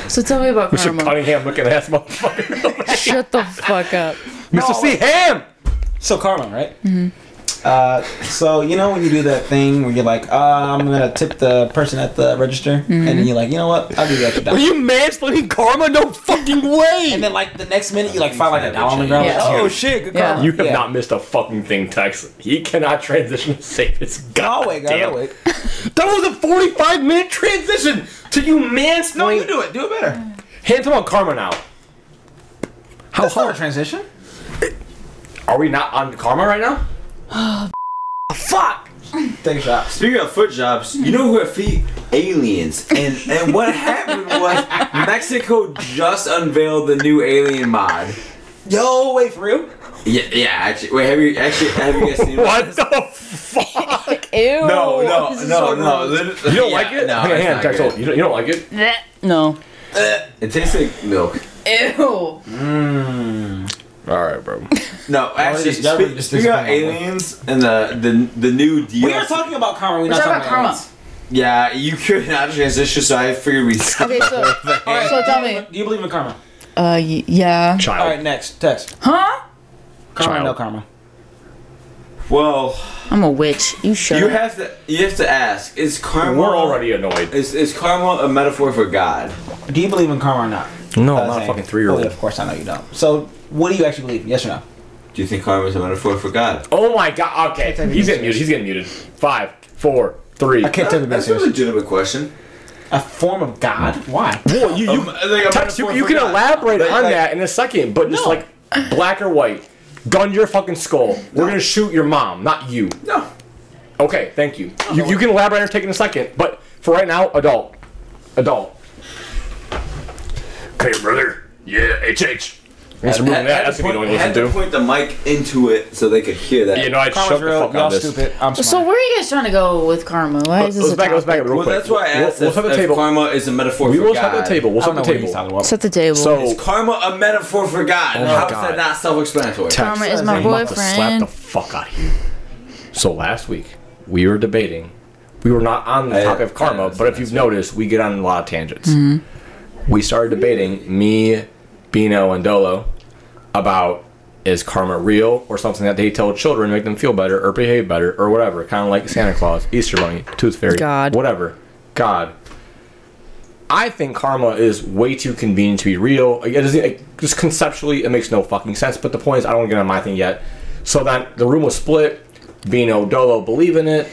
[SPEAKER 2] So tell me about
[SPEAKER 3] Mr.
[SPEAKER 2] karma.
[SPEAKER 3] Cunningham looking ass motherfucker.
[SPEAKER 2] Shut the fuck up.
[SPEAKER 3] *laughs* Mr. C. Ham.
[SPEAKER 4] So karma, right? Mm-hmm. Uh, so you know when you do that thing where you're like, uh, I'm gonna tip the person at the register, and then you're like, you know what? I'll do that.
[SPEAKER 3] Are
[SPEAKER 4] dollar.
[SPEAKER 3] you mansplaining karma? No fucking way.
[SPEAKER 4] And then like the next minute, you like find like a dollar on the ground.
[SPEAKER 2] Yeah.
[SPEAKER 4] Like, oh shit! Good
[SPEAKER 2] Yeah.
[SPEAKER 4] karma.
[SPEAKER 3] You have
[SPEAKER 4] yeah.
[SPEAKER 3] not missed a fucking thing, Tex. He cannot transition to save his god.
[SPEAKER 4] I'll wait, guys. I'll wait.
[SPEAKER 3] That was a 45 minute transition to you mansplaining.
[SPEAKER 4] No, you do it. Do it better.
[SPEAKER 3] Hand him on karma now. How
[SPEAKER 4] That's not Oh, a
[SPEAKER 3] hard?
[SPEAKER 4] transition.
[SPEAKER 3] Are we not on karma right now?
[SPEAKER 4] Fuck. Take a shot.
[SPEAKER 1] *laughs* Speaking of foot jobs, you know who have feet? Aliens. And and what happened was Mexico just unveiled the new alien mod.
[SPEAKER 4] Yo, wait for real.
[SPEAKER 1] Yeah, yeah. Actually, wait. Have you actually have you guys seen
[SPEAKER 3] What the *laughs* fuck?
[SPEAKER 2] Ew.
[SPEAKER 1] No, no,
[SPEAKER 2] This
[SPEAKER 1] no,
[SPEAKER 2] is
[SPEAKER 1] no.
[SPEAKER 2] so gross.
[SPEAKER 1] lit-
[SPEAKER 3] You don't
[SPEAKER 1] yeah,
[SPEAKER 3] like it?
[SPEAKER 1] No,
[SPEAKER 3] Hang on,
[SPEAKER 1] it's
[SPEAKER 3] hang on,
[SPEAKER 1] not
[SPEAKER 3] Tex,
[SPEAKER 1] good.
[SPEAKER 3] hold. You don't, you don't like it?
[SPEAKER 2] No.
[SPEAKER 1] It tastes like milk.
[SPEAKER 2] Ew.
[SPEAKER 3] All right, bro.
[SPEAKER 1] No, actually,
[SPEAKER 4] just- that really
[SPEAKER 1] spe-
[SPEAKER 4] just
[SPEAKER 1] speaking about
[SPEAKER 4] disappointed.
[SPEAKER 1] aliens and the the the new DLC.
[SPEAKER 4] We are talking about karma. We're
[SPEAKER 2] We're
[SPEAKER 4] not
[SPEAKER 2] talking about karma.
[SPEAKER 4] aliens.
[SPEAKER 1] Yeah, you could not transition, so I figured we.
[SPEAKER 2] Okay, so so tell me. Uh,
[SPEAKER 4] Do you believe in karma?
[SPEAKER 2] y- yeah.
[SPEAKER 3] Child.
[SPEAKER 4] All right, next text.
[SPEAKER 2] Huh?
[SPEAKER 4] Karma,
[SPEAKER 3] Child.
[SPEAKER 4] no karma.
[SPEAKER 1] Well,
[SPEAKER 2] I'm a witch. You shut
[SPEAKER 1] you
[SPEAKER 2] up.
[SPEAKER 1] have to you have to ask. Is karma
[SPEAKER 3] We're already annoyed.
[SPEAKER 1] is is karma a metaphor for God?
[SPEAKER 4] Do you believe in karma or not?
[SPEAKER 3] No,
[SPEAKER 4] Uh, Zane. Oh, Of course, I know you don't. So, what do you actually believe? Yes or no?
[SPEAKER 1] Do you think karma is a metaphor for God?
[SPEAKER 3] Oh my god. Okay,
[SPEAKER 4] take
[SPEAKER 3] he's
[SPEAKER 4] this
[SPEAKER 3] getting muted. He's getting muted. Five, four, three.
[SPEAKER 4] I can't take it back
[SPEAKER 1] That's a
[SPEAKER 4] seriously.
[SPEAKER 1] legitimate question.
[SPEAKER 4] A form of God?
[SPEAKER 3] Mm.
[SPEAKER 4] Why?
[SPEAKER 3] Well, you, you,
[SPEAKER 1] Um, like a
[SPEAKER 3] Tex, you,
[SPEAKER 1] metaphor
[SPEAKER 3] you
[SPEAKER 1] for
[SPEAKER 3] can
[SPEAKER 1] God.
[SPEAKER 3] elaborate
[SPEAKER 1] Like-
[SPEAKER 3] on
[SPEAKER 1] like-
[SPEAKER 3] that in a second, but just
[SPEAKER 4] No.
[SPEAKER 3] like black or white. Gun to your fucking skull. We're gonna shoot your mom, not you.
[SPEAKER 1] No.
[SPEAKER 3] Okay, thank
[SPEAKER 4] Oh,
[SPEAKER 3] you. You, you can elaborate or take in a second, but for right now, adult. Adult. Okay, brother. Yeah, HH. Mr. Moon,
[SPEAKER 1] Had- had
[SPEAKER 3] that- That's
[SPEAKER 1] to
[SPEAKER 3] what you
[SPEAKER 1] point-
[SPEAKER 3] don't
[SPEAKER 1] had
[SPEAKER 3] listen
[SPEAKER 1] to
[SPEAKER 3] to.
[SPEAKER 1] point the mic into it so they could hear that.
[SPEAKER 3] You know, I shut
[SPEAKER 4] Karma's
[SPEAKER 3] the
[SPEAKER 4] real.
[SPEAKER 3] fuck
[SPEAKER 4] Y'all
[SPEAKER 3] on this.
[SPEAKER 4] stupid. I'm smart.
[SPEAKER 2] So where are you guys trying to go with karma? Why is this
[SPEAKER 3] Let's
[SPEAKER 2] a
[SPEAKER 3] back, up, let's back
[SPEAKER 2] topic?
[SPEAKER 3] up real
[SPEAKER 1] well,
[SPEAKER 3] quick.
[SPEAKER 1] that's why I asked
[SPEAKER 3] We'll,
[SPEAKER 1] if,
[SPEAKER 3] we'll set the
[SPEAKER 1] if
[SPEAKER 3] table.
[SPEAKER 1] karma is a metaphor
[SPEAKER 3] we
[SPEAKER 1] for
[SPEAKER 3] will
[SPEAKER 1] God.
[SPEAKER 3] set the table. We'll
[SPEAKER 4] I
[SPEAKER 3] set
[SPEAKER 4] don't
[SPEAKER 3] the
[SPEAKER 4] know what he's
[SPEAKER 3] table.
[SPEAKER 4] talking about.
[SPEAKER 2] Set the table.
[SPEAKER 3] So,
[SPEAKER 1] Karma a metaphor for God.
[SPEAKER 3] my
[SPEAKER 1] How is
[SPEAKER 3] Oh, God.
[SPEAKER 1] that not self-explanatory?
[SPEAKER 2] Karma is my
[SPEAKER 3] I'm about to slap the
[SPEAKER 2] boyfriend.
[SPEAKER 3] fuck out of you. So last week we were debating. We were not on the
[SPEAKER 1] I-
[SPEAKER 3] topic of
[SPEAKER 1] I
[SPEAKER 3] karma,
[SPEAKER 1] understand
[SPEAKER 3] but if you've noticed, we get on a lot of tangents. We started debating me, Bino, and Dolo about is karma real or something that they tell children to make them feel better or behave better or whatever, kind of like Santa Claus, Easter Bunny, Tooth Fairy,
[SPEAKER 2] God.
[SPEAKER 3] whatever, God. I think karma is way too convenient to be real. Like, It doesn't, like, just conceptually, it makes no fucking sense. But the point is, I don't wanna get on my thing yet. So then the room was split. Bino Dolo believe in it.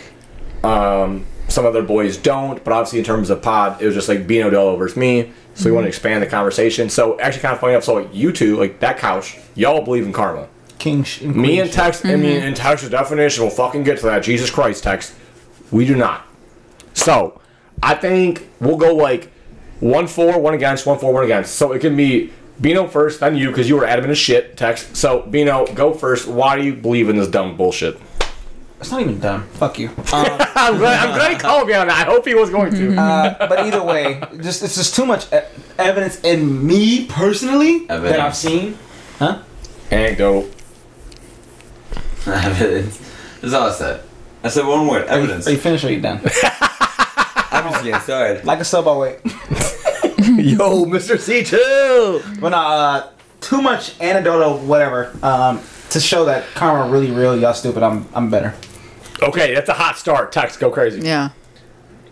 [SPEAKER 3] Um, some other boys don't. But obviously, in terms of pod, it was just like Bino Dolo versus me. So we want to expand the conversation. So actually, kind of funny enough. So like, you two, like that couch, y'all believe in karma.
[SPEAKER 4] King sh- and
[SPEAKER 3] Me
[SPEAKER 4] queen
[SPEAKER 3] and
[SPEAKER 4] sh-
[SPEAKER 3] Tex, I mean, and Tex's definition, we'll fucking get to that. Jesus Christ, Tex. We do not. So, I think we'll go like one for, one against, one for, one against. So it can be Bino first, then you, because you were adamant as shit, Tex. So, Bino, go first. Why do you believe in this dumb bullshit?
[SPEAKER 4] It's not even dumb. Fuck you. Um,
[SPEAKER 3] I'm glad, I'm glad *laughs* he called me on that. I hope he was going to.
[SPEAKER 4] uh, but either way, just it's just too much e- evidence in me personally that
[SPEAKER 1] Evidence.
[SPEAKER 4] I've seen. Huh?
[SPEAKER 3] Anecdote.
[SPEAKER 1] Evidence. *laughs* That's all I said. I said one word.
[SPEAKER 4] Are you,
[SPEAKER 1] Evidence.
[SPEAKER 4] are you finished or are you done?
[SPEAKER 1] I'm just getting started.
[SPEAKER 4] like a sub, I'll wait.
[SPEAKER 3] Yo, Mr. C2.
[SPEAKER 4] But not uh, too much anecdotal whatever um, to show that karma really real. Y'all stupid. I'm I'm better.
[SPEAKER 3] Okay, that's a hot start. Tex, go crazy.
[SPEAKER 2] yeah.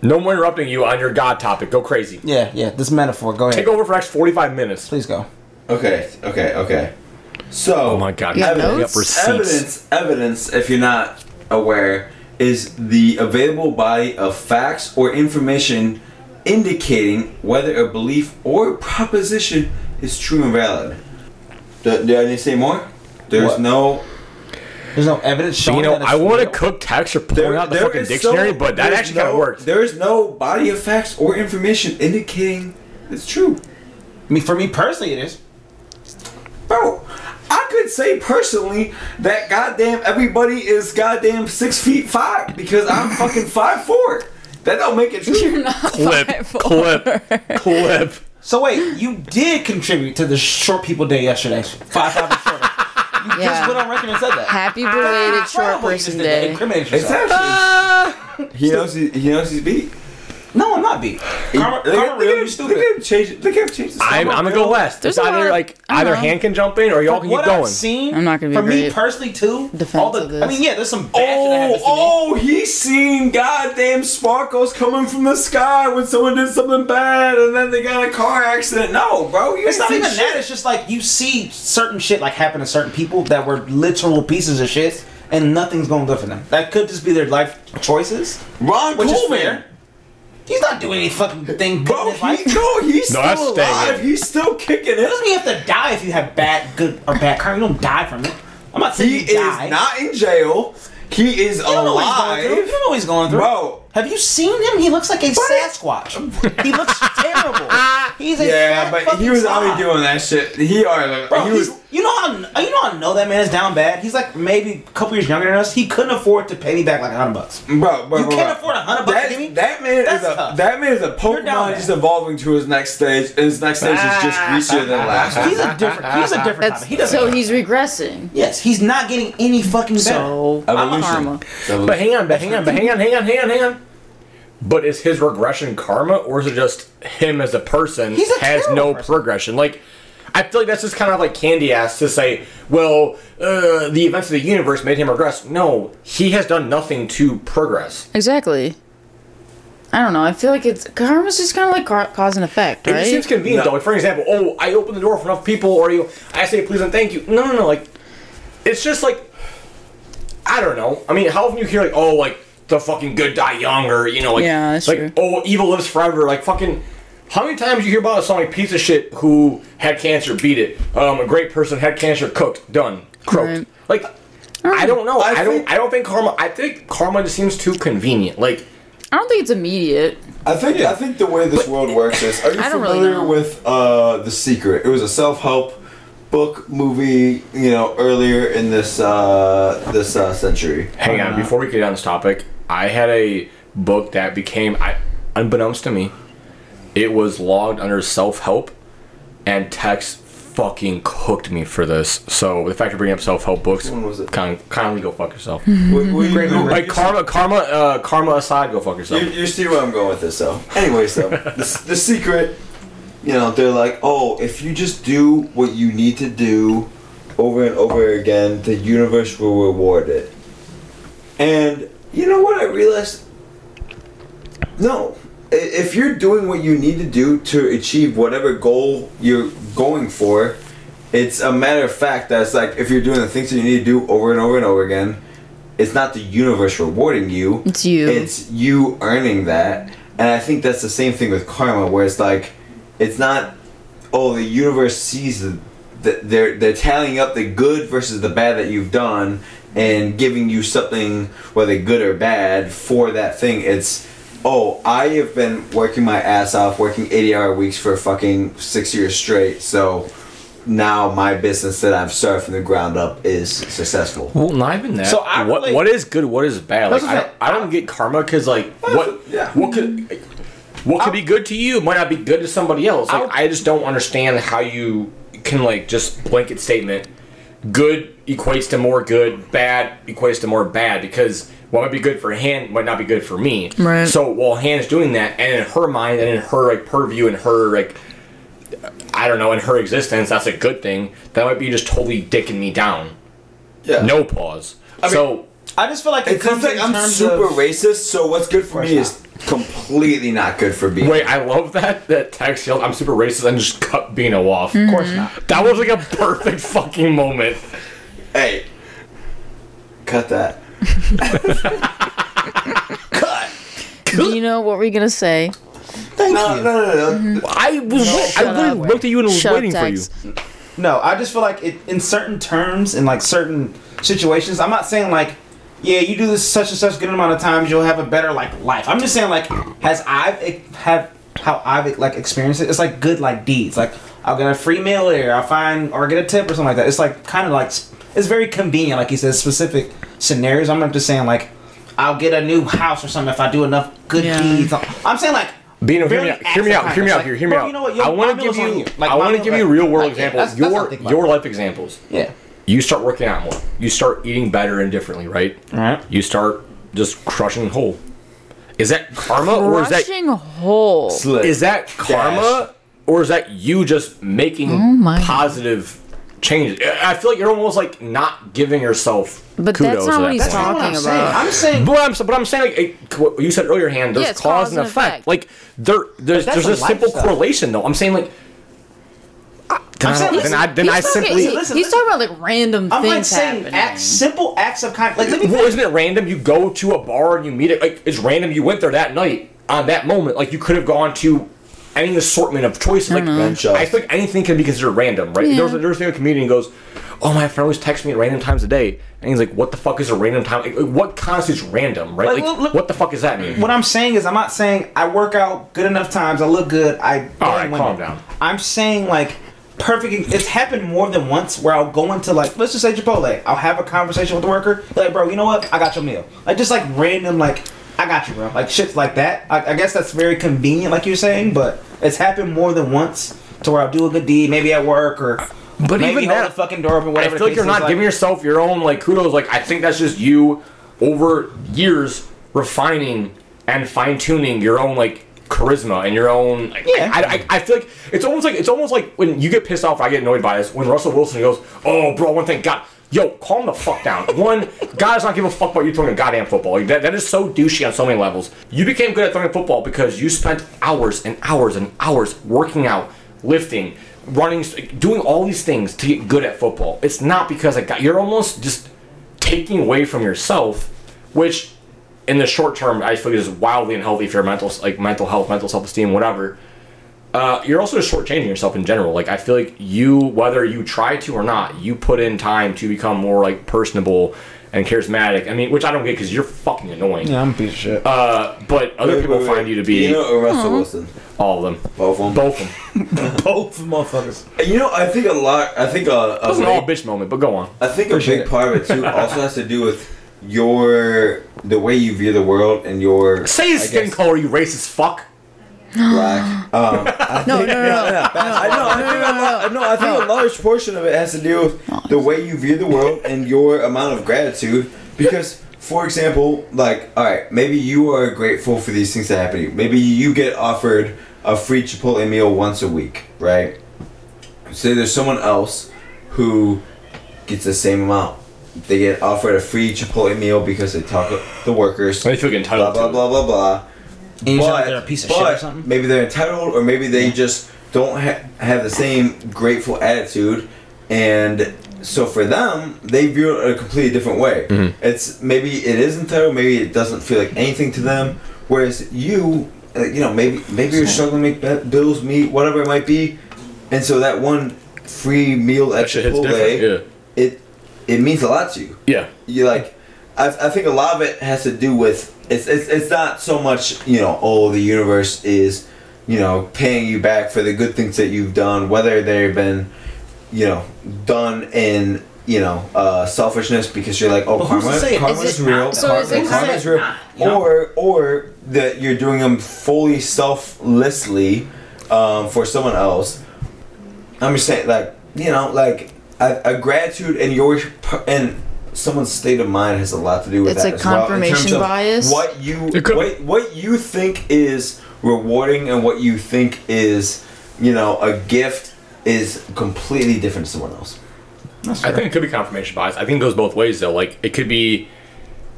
[SPEAKER 3] No more interrupting you on your God topic. Go crazy.
[SPEAKER 4] Yeah, yeah. This metaphor. Go ahead.
[SPEAKER 3] Take over for next 45 minutes.
[SPEAKER 4] Please go.
[SPEAKER 1] Okay. Okay. Okay. So.
[SPEAKER 3] Oh my god,
[SPEAKER 2] You got
[SPEAKER 3] we
[SPEAKER 2] notes?
[SPEAKER 3] got receipts.
[SPEAKER 1] Evidence, evidence, if you're not aware, is the available body of facts or information indicating whether a belief or proposition is true and valid. Do, do I need to say more? There's
[SPEAKER 4] What?
[SPEAKER 1] no.
[SPEAKER 4] There's no evidence showing
[SPEAKER 3] You know,
[SPEAKER 4] that it's
[SPEAKER 3] I want to
[SPEAKER 4] real.
[SPEAKER 3] cook text or pulling out the fucking
[SPEAKER 1] is
[SPEAKER 3] dictionary,
[SPEAKER 1] no-
[SPEAKER 3] but that
[SPEAKER 1] there's
[SPEAKER 3] actually
[SPEAKER 1] no,
[SPEAKER 3] kind of works.
[SPEAKER 1] There is no body of facts or information indicating it's true.
[SPEAKER 4] I mean, for me personally, it is.
[SPEAKER 1] Bro, I could say personally that
[SPEAKER 2] *laughs*
[SPEAKER 1] goddamn everybody is goddamn six feet five because I'm fucking five four. That don't make it true.
[SPEAKER 2] You're not
[SPEAKER 3] Clip, clip, clip.
[SPEAKER 4] So wait, you did contribute to the short people day yesterday. Five thousand short. You just
[SPEAKER 2] *laughs* Yeah.
[SPEAKER 4] went on record and said that.
[SPEAKER 2] Happy
[SPEAKER 3] Ah,
[SPEAKER 2] belated short
[SPEAKER 4] Probably you
[SPEAKER 2] person
[SPEAKER 4] just did that.
[SPEAKER 2] day.
[SPEAKER 4] Incriminate
[SPEAKER 1] It's
[SPEAKER 4] yourself.
[SPEAKER 1] actually.
[SPEAKER 2] Uh,
[SPEAKER 1] He knows. He, he knows he's beat.
[SPEAKER 4] No, I'm not beat. Karma,
[SPEAKER 1] Look at- look
[SPEAKER 4] karma
[SPEAKER 1] at
[SPEAKER 4] real,
[SPEAKER 1] him-
[SPEAKER 4] you stupid.
[SPEAKER 1] Look at him change. Look at him change the
[SPEAKER 3] I'm,
[SPEAKER 1] song.
[SPEAKER 3] I'm gonna go last.
[SPEAKER 2] There's
[SPEAKER 3] It's
[SPEAKER 2] a lot
[SPEAKER 3] either
[SPEAKER 2] of-
[SPEAKER 3] like
[SPEAKER 2] I don't
[SPEAKER 3] either
[SPEAKER 2] know.
[SPEAKER 3] hand can jump in or y'all can
[SPEAKER 4] What
[SPEAKER 3] keep going.
[SPEAKER 4] I've seen,
[SPEAKER 2] I'm not gonna be
[SPEAKER 4] for me
[SPEAKER 2] great
[SPEAKER 4] personally too. all
[SPEAKER 2] defense
[SPEAKER 4] the,
[SPEAKER 2] of this.
[SPEAKER 4] I mean, yeah, there's some bad shit that
[SPEAKER 1] Oh,
[SPEAKER 4] happens to me.
[SPEAKER 1] oh, he's seen goddamn sparkles coming from the sky when someone did something bad and then they got a car accident. No, bro, you
[SPEAKER 4] It's not even that.
[SPEAKER 1] oh, shit.
[SPEAKER 4] It's just like you see certain shit like happen to certain people that were literal pieces of shit, and nothing's going good for them. That could just be their life choices,
[SPEAKER 1] Ron
[SPEAKER 4] which
[SPEAKER 1] Coleman.
[SPEAKER 4] is fair. He's not doing any fucking thing. good in
[SPEAKER 1] Bro,
[SPEAKER 4] his life.
[SPEAKER 1] he, no, he's
[SPEAKER 3] No, that's
[SPEAKER 1] still
[SPEAKER 3] staying
[SPEAKER 1] alive.
[SPEAKER 3] in.
[SPEAKER 1] He's still kicking it.
[SPEAKER 4] doesn't mean you have to die if you have bad, good, or bad karma. You don't die from it. I'm not saying
[SPEAKER 1] He
[SPEAKER 4] you die.
[SPEAKER 1] is not in jail. He is
[SPEAKER 4] You don't know what he's going through. You
[SPEAKER 1] alive.
[SPEAKER 4] don't know what he's going through.
[SPEAKER 1] Bro.
[SPEAKER 4] have you seen him? He looks like a Sasquatch.
[SPEAKER 1] *laughs*
[SPEAKER 4] he looks terrible. He's a
[SPEAKER 1] Yeah,
[SPEAKER 4] fat
[SPEAKER 1] but
[SPEAKER 4] fucking
[SPEAKER 1] he was
[SPEAKER 4] slob.
[SPEAKER 1] already doing that shit. He already.
[SPEAKER 4] Bro,
[SPEAKER 1] he was.
[SPEAKER 4] he's- you know how you know how I know that man is down bad. He's like maybe a couple years younger than us. He couldn't afford to pay me back like hundred bucks.
[SPEAKER 1] Bro, bro,
[SPEAKER 4] You
[SPEAKER 1] bro,
[SPEAKER 4] can't
[SPEAKER 1] bro.
[SPEAKER 4] afford a hundred bucks,
[SPEAKER 1] That,
[SPEAKER 4] Jimmy?
[SPEAKER 1] that man
[SPEAKER 4] That's
[SPEAKER 1] is a
[SPEAKER 4] tough.
[SPEAKER 1] that man is a
[SPEAKER 4] down
[SPEAKER 1] Pokemon
[SPEAKER 4] there.
[SPEAKER 1] just evolving to his next stage, and his next stage is
[SPEAKER 4] *laughs*
[SPEAKER 1] just greasier than last.
[SPEAKER 4] He's a different. He's a different.
[SPEAKER 2] That's
[SPEAKER 4] topic. He doesn't.
[SPEAKER 2] so he's regressing.
[SPEAKER 4] yes, he's not getting any fucking better.
[SPEAKER 2] So I'm a
[SPEAKER 1] Evolution.
[SPEAKER 2] karma.
[SPEAKER 3] But hang on, but hang on, but hang on, hang on, hang on, hang on. But is his regression karma, or is it just him as a person
[SPEAKER 4] He's a
[SPEAKER 3] has
[SPEAKER 4] terrible
[SPEAKER 3] no
[SPEAKER 4] person.
[SPEAKER 3] progression? Like, I feel like that's just kind of like candy ass to say, well, uh, the events of the universe made him regress. No, he has done nothing to progress.
[SPEAKER 2] Exactly. I don't know. I feel like it's karma's just kind of like ca- cause and effect,
[SPEAKER 3] It
[SPEAKER 2] right?
[SPEAKER 3] just seems convenient, though. Like, for example, oh, I open the door for enough people, or you, I say please and thank you. No, no, no. Like, it's just like, I don't know. I mean, how often you hear like, oh, like the fucking good die young, or you know, like,
[SPEAKER 2] Yeah, that's
[SPEAKER 3] like,
[SPEAKER 2] true.
[SPEAKER 3] oh, evil lives forever. Like, fucking, how many times you hear about a song like piece of shit who had cancer, beat it. Um, a great person had cancer, cooked, done, croaked.
[SPEAKER 2] Right.
[SPEAKER 3] Like, I don't know. I,
[SPEAKER 1] I
[SPEAKER 3] don't.
[SPEAKER 1] think-
[SPEAKER 3] I don't think karma. I think karma just seems too convenient. Like,
[SPEAKER 2] I don't think it's immediate.
[SPEAKER 1] I think I think the way this world works is. Are you
[SPEAKER 2] I don't really
[SPEAKER 1] familiar
[SPEAKER 2] know.
[SPEAKER 1] with uh, the Secret? It was a self help book movie. You know, earlier in this uh, this uh,
[SPEAKER 2] *laughs*
[SPEAKER 1] century.
[SPEAKER 3] Hang on, before we get on this topic, I had a book that became, I, unbeknownst to me, it was logged under self help, and Tex fucking cooked me for this. So the fact of bringing up self help books,
[SPEAKER 1] one was it?
[SPEAKER 3] kind kindly go fuck yourself.
[SPEAKER 1] Wait, wait, wait, wait,
[SPEAKER 3] like karma, karma, uh, karma aside, go fuck yourself.
[SPEAKER 1] You, you see where I'm going with this, though. Anyway, so the, the secret, you know, they're like, oh, if you just do what you need to do over and over again, the universe will reward it. And you know what? I realized, no, I- if you're doing what you need to do to achieve whatever goal you're going for, it's a matter of fact that it's like if you're doing the things that you need to do over and over and over again, it's not the universe rewarding you.
[SPEAKER 2] It's you.
[SPEAKER 1] It's you earning that. And I think that's the same thing with karma, where it's like, it's not, oh, the universe sees the, the they're they're tallying up the good versus the bad that you've done and giving you something, whether good or bad, for that thing. It's, oh, I have been working my ass off, working eighty hour weeks for fucking six years straight, so. Now my business that I've started from the ground up is successful.
[SPEAKER 3] Well, not even that.
[SPEAKER 4] So I
[SPEAKER 3] what
[SPEAKER 4] relate-
[SPEAKER 3] what is good? What is bad? Like,
[SPEAKER 4] That's
[SPEAKER 3] I,
[SPEAKER 4] what I'm
[SPEAKER 3] don't, I don't get karma because like what
[SPEAKER 1] yeah.
[SPEAKER 3] what could what could be good to you might not be good to somebody else. Like I, just don't understand how you can like just blanket statement. Good equates to more good. Bad equates to more bad because what might be good for Han might not be good for me.
[SPEAKER 2] Right.
[SPEAKER 3] So while Han's doing that, and in her mind, and in her like purview, and her like I don't know, in her existence, that's a good thing. That might be just totally dicking me down
[SPEAKER 1] Yeah.
[SPEAKER 3] no pause. so
[SPEAKER 4] I just feel like it
[SPEAKER 1] It's
[SPEAKER 4] comes
[SPEAKER 1] just like
[SPEAKER 4] in
[SPEAKER 1] I'm
[SPEAKER 4] terms
[SPEAKER 1] super
[SPEAKER 4] of-
[SPEAKER 1] racist, so what's good for me is completely not good for me.
[SPEAKER 3] wait, I love that that text yelled, "I'm super racist" and just cut Bino off.
[SPEAKER 2] Mm.
[SPEAKER 4] Of course not.
[SPEAKER 3] That was like a perfect fucking moment.
[SPEAKER 1] Hey, cut that.
[SPEAKER 2] Do you know what we're gonna say?
[SPEAKER 4] Thank
[SPEAKER 1] No,
[SPEAKER 4] you.
[SPEAKER 1] no, no, no.
[SPEAKER 3] I was,
[SPEAKER 2] shut
[SPEAKER 3] I literally
[SPEAKER 2] up.
[SPEAKER 3] looked at you and was
[SPEAKER 2] Shut up,
[SPEAKER 3] waiting for you.
[SPEAKER 2] Tex.
[SPEAKER 4] No, I just feel like it, in certain terms, in like certain situations, I'm not saying like, yeah, you do this such and such good amount of times, you'll have a better like life. I'm just saying like, has I've ex- have how I've e, like experienced it. It's like good like deeds. Like I'll get a free meal here, I'll find or get a tip or something like that. It's like kind of like s- it's very convenient. Like he says, specific scenarios. I'm not just saying like. I'll get a new house or something if I do enough good
[SPEAKER 2] Yeah.
[SPEAKER 4] deeds. I'm saying like.
[SPEAKER 3] Beano, hear
[SPEAKER 4] barely
[SPEAKER 3] me out. Hear me out. Hear me
[SPEAKER 4] action
[SPEAKER 3] out here. Hear me
[SPEAKER 4] Like, bro,
[SPEAKER 3] out.
[SPEAKER 4] you know what? Yo,
[SPEAKER 3] I want
[SPEAKER 4] my
[SPEAKER 3] to give
[SPEAKER 4] meal's on
[SPEAKER 3] you.
[SPEAKER 4] Like,
[SPEAKER 3] I
[SPEAKER 4] my
[SPEAKER 3] want to
[SPEAKER 4] meal-
[SPEAKER 3] give you
[SPEAKER 4] like-
[SPEAKER 3] real world
[SPEAKER 4] like, yeah,
[SPEAKER 3] examples.
[SPEAKER 4] that's- that's
[SPEAKER 3] Your
[SPEAKER 4] something like-
[SPEAKER 3] your life examples.
[SPEAKER 4] Yeah.
[SPEAKER 3] You start working out more. You start eating better and differently, right?
[SPEAKER 4] Right.
[SPEAKER 3] You start just crushing whole. Is that karma or is that
[SPEAKER 2] Crushing hole.
[SPEAKER 1] Slick.
[SPEAKER 3] is that karma or is that you just making
[SPEAKER 2] Oh my God.
[SPEAKER 3] positive changes? I I feel like you're almost like not giving yourself.
[SPEAKER 2] But that's
[SPEAKER 3] kudos
[SPEAKER 2] not
[SPEAKER 3] at
[SPEAKER 2] what
[SPEAKER 3] that
[SPEAKER 2] he's
[SPEAKER 3] point.
[SPEAKER 4] That's not what I'm
[SPEAKER 2] Talking
[SPEAKER 4] saying.
[SPEAKER 2] about-
[SPEAKER 4] I'm saying.
[SPEAKER 3] But I'm, but I'm saying, like, it, what you said earlier, hand. There's
[SPEAKER 2] Yeah, it's
[SPEAKER 3] cause, and effect. Like there, there's
[SPEAKER 4] But that's
[SPEAKER 3] there's a
[SPEAKER 4] a
[SPEAKER 3] simple
[SPEAKER 4] lifestyle.
[SPEAKER 3] correlation, though. I'm saying, like, I- then, I,
[SPEAKER 4] saying,
[SPEAKER 3] don't-
[SPEAKER 4] listen,
[SPEAKER 3] then I then
[SPEAKER 2] he's
[SPEAKER 3] I
[SPEAKER 2] talking-
[SPEAKER 3] simply.
[SPEAKER 2] he-
[SPEAKER 4] Listen,
[SPEAKER 2] he's
[SPEAKER 4] listen.
[SPEAKER 2] talking about like random
[SPEAKER 4] I'm
[SPEAKER 2] things
[SPEAKER 4] like saying
[SPEAKER 2] happening.
[SPEAKER 4] acts, simple acts of kind. Like let me.
[SPEAKER 3] well, isn't it random? You go to a bar and you meet it. Like it's random. You went there that night on that moment. Like you could have gone to any assortment of choices. Like
[SPEAKER 4] Mm-hmm.
[SPEAKER 1] know.
[SPEAKER 3] I think anything can be considered random, right? There was there's a comedian who goes, "Oh, my friend always texts me at random times a day," and he's like, "What the fuck is a random time? Like, what constitutes random, right?
[SPEAKER 4] Like,
[SPEAKER 3] Like,
[SPEAKER 4] look- look-
[SPEAKER 3] what the fuck does that mean?"
[SPEAKER 4] What I'm saying is, I'm not saying I work out good enough times. I look good. I
[SPEAKER 3] All
[SPEAKER 4] bang
[SPEAKER 3] right,
[SPEAKER 4] women.
[SPEAKER 3] calm down.
[SPEAKER 4] I'm saying like perfect. It's happened more than once where I'll go into like let's just say Chipotle. I'll have a conversation with the worker. Like, bro, you know what? I got your meal. Like just like random like I got you, bro. Like shit like that. I, I guess that's very convenient, like you're saying, but it's happened more than once to where I'll do a good deed, maybe at work or.
[SPEAKER 3] But
[SPEAKER 4] maybe
[SPEAKER 3] even
[SPEAKER 4] hold
[SPEAKER 3] that-
[SPEAKER 4] the fucking door open.
[SPEAKER 3] I
[SPEAKER 4] Whatever.
[SPEAKER 3] feel like you're not giving yourself your own like kudos. Like I think that's just you over years refining and fine tuning your own like charisma and your own. Like,
[SPEAKER 4] Yeah.
[SPEAKER 3] I, I, I feel like it's almost like it's almost like when you get pissed off. I get annoyed by this when Russell Wilson goes, "Oh, bro, one thing, God." Yo, calm the fuck down. *laughs* One, God does not give a fuck about you throwing a goddamn football. Like, that, that is so douchey on so many levels. You became good at throwing a football because you spent hours and hours and hours working out, lifting, running, doing all these things to get good at football. It's not because a guy. You're almost just taking away from yourself, which in the short term I feel is wildly unhealthy for your mental like mental health, mental self esteem, whatever. Uh, you're also just shortchanging yourself in general. Like I feel like you, whether you try to or not, you put in time to become more like personable and charismatic. I mean, which I don't get because you're fucking annoying.
[SPEAKER 4] I'm a piece of shit.
[SPEAKER 3] Uh, but other people find you to be
[SPEAKER 1] You know, or Russell Wilson.
[SPEAKER 3] all of them,
[SPEAKER 1] Both of them.
[SPEAKER 3] both of them.
[SPEAKER 4] Both motherfuckers.
[SPEAKER 1] You know, I think a lot. I think a, a
[SPEAKER 3] That was an
[SPEAKER 1] big-
[SPEAKER 3] all bitch moment, but go on.
[SPEAKER 1] I think a
[SPEAKER 4] Appreciate
[SPEAKER 1] big
[SPEAKER 4] it.
[SPEAKER 1] part of it
[SPEAKER 3] *laughs*
[SPEAKER 1] too also has to do with your the way you view the world and your
[SPEAKER 3] Say his
[SPEAKER 1] I
[SPEAKER 3] skin
[SPEAKER 1] guess,
[SPEAKER 3] color, you racist fuck.
[SPEAKER 1] black. Um, I
[SPEAKER 2] No,
[SPEAKER 1] think,
[SPEAKER 2] no, no, no.
[SPEAKER 1] *laughs* I know. I think a lot. No, I think a large portion of it has to do with the way you view the world and your amount of gratitude. Because, for example, like, all right, maybe you are grateful for these things that happen to you. Maybe you get offered a free Chipotle meal once a week, right? Say there's someone else who gets the same amount. They get offered a free Chipotle meal because they talk to the workers.
[SPEAKER 3] I feel
[SPEAKER 1] Blah
[SPEAKER 3] entitled.
[SPEAKER 1] blah blah blah blah
[SPEAKER 4] And you sound
[SPEAKER 1] but,
[SPEAKER 4] like they're a piece of
[SPEAKER 1] but
[SPEAKER 4] shit or something.
[SPEAKER 1] maybe they're entitled or maybe they just don't ha- have the same grateful attitude and so for them they view it a completely different way
[SPEAKER 3] Mm-hmm.
[SPEAKER 1] it's maybe it is entitled maybe it doesn't feel like anything to them whereas you uh, you know maybe maybe you're struggling to make bet- bills meet whatever it might be and so that one free meal at
[SPEAKER 3] That shit hits
[SPEAKER 1] Chipotle
[SPEAKER 3] different,
[SPEAKER 1] it it means a lot to you
[SPEAKER 3] Yeah.
[SPEAKER 1] you like I, I think a lot of it has to do with it's, it's it's not so much you know oh the universe is you know paying you back for the good things that you've done whether they've been you know done in you know uh, selfishness because you're like oh
[SPEAKER 4] But who's to
[SPEAKER 1] karma
[SPEAKER 4] say it?
[SPEAKER 1] karma
[SPEAKER 4] Is
[SPEAKER 1] is
[SPEAKER 4] it
[SPEAKER 1] real
[SPEAKER 4] not?
[SPEAKER 2] So
[SPEAKER 1] karma,
[SPEAKER 2] is it
[SPEAKER 1] karma
[SPEAKER 4] not?
[SPEAKER 1] is real
[SPEAKER 4] Nah, you know?
[SPEAKER 1] or or that you're doing them fully selflessly um, for someone else I'm just saying, like you know, like a, a gratitude and your per- and someone's state of mind has a lot to do with
[SPEAKER 2] It's
[SPEAKER 1] that.
[SPEAKER 2] like
[SPEAKER 1] as well, in terms
[SPEAKER 2] confirmation
[SPEAKER 1] of
[SPEAKER 2] bias.
[SPEAKER 1] What you
[SPEAKER 3] It could-
[SPEAKER 1] what, what you think is rewarding and what you think is you know a gift is completely different to someone else.
[SPEAKER 3] I think it could be confirmation bias. I think it goes both ways though. Like it could be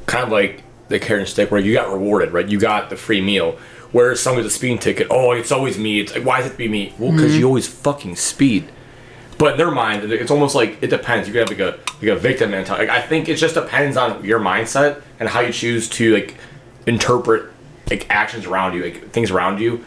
[SPEAKER 3] kind of like the carrot and stick where you got rewarded, right? You got the free meal. Whereas some get a speeding ticket. Oh, it's always me. It's like, why does it be me? Well,
[SPEAKER 1] Mm-hmm.
[SPEAKER 3] because you always fucking speed. But in their mind, it's almost like it depends. You could have like a like a victim mentality. Like, I think it just depends on your mindset and how you choose to like interpret like actions around you, like things around you.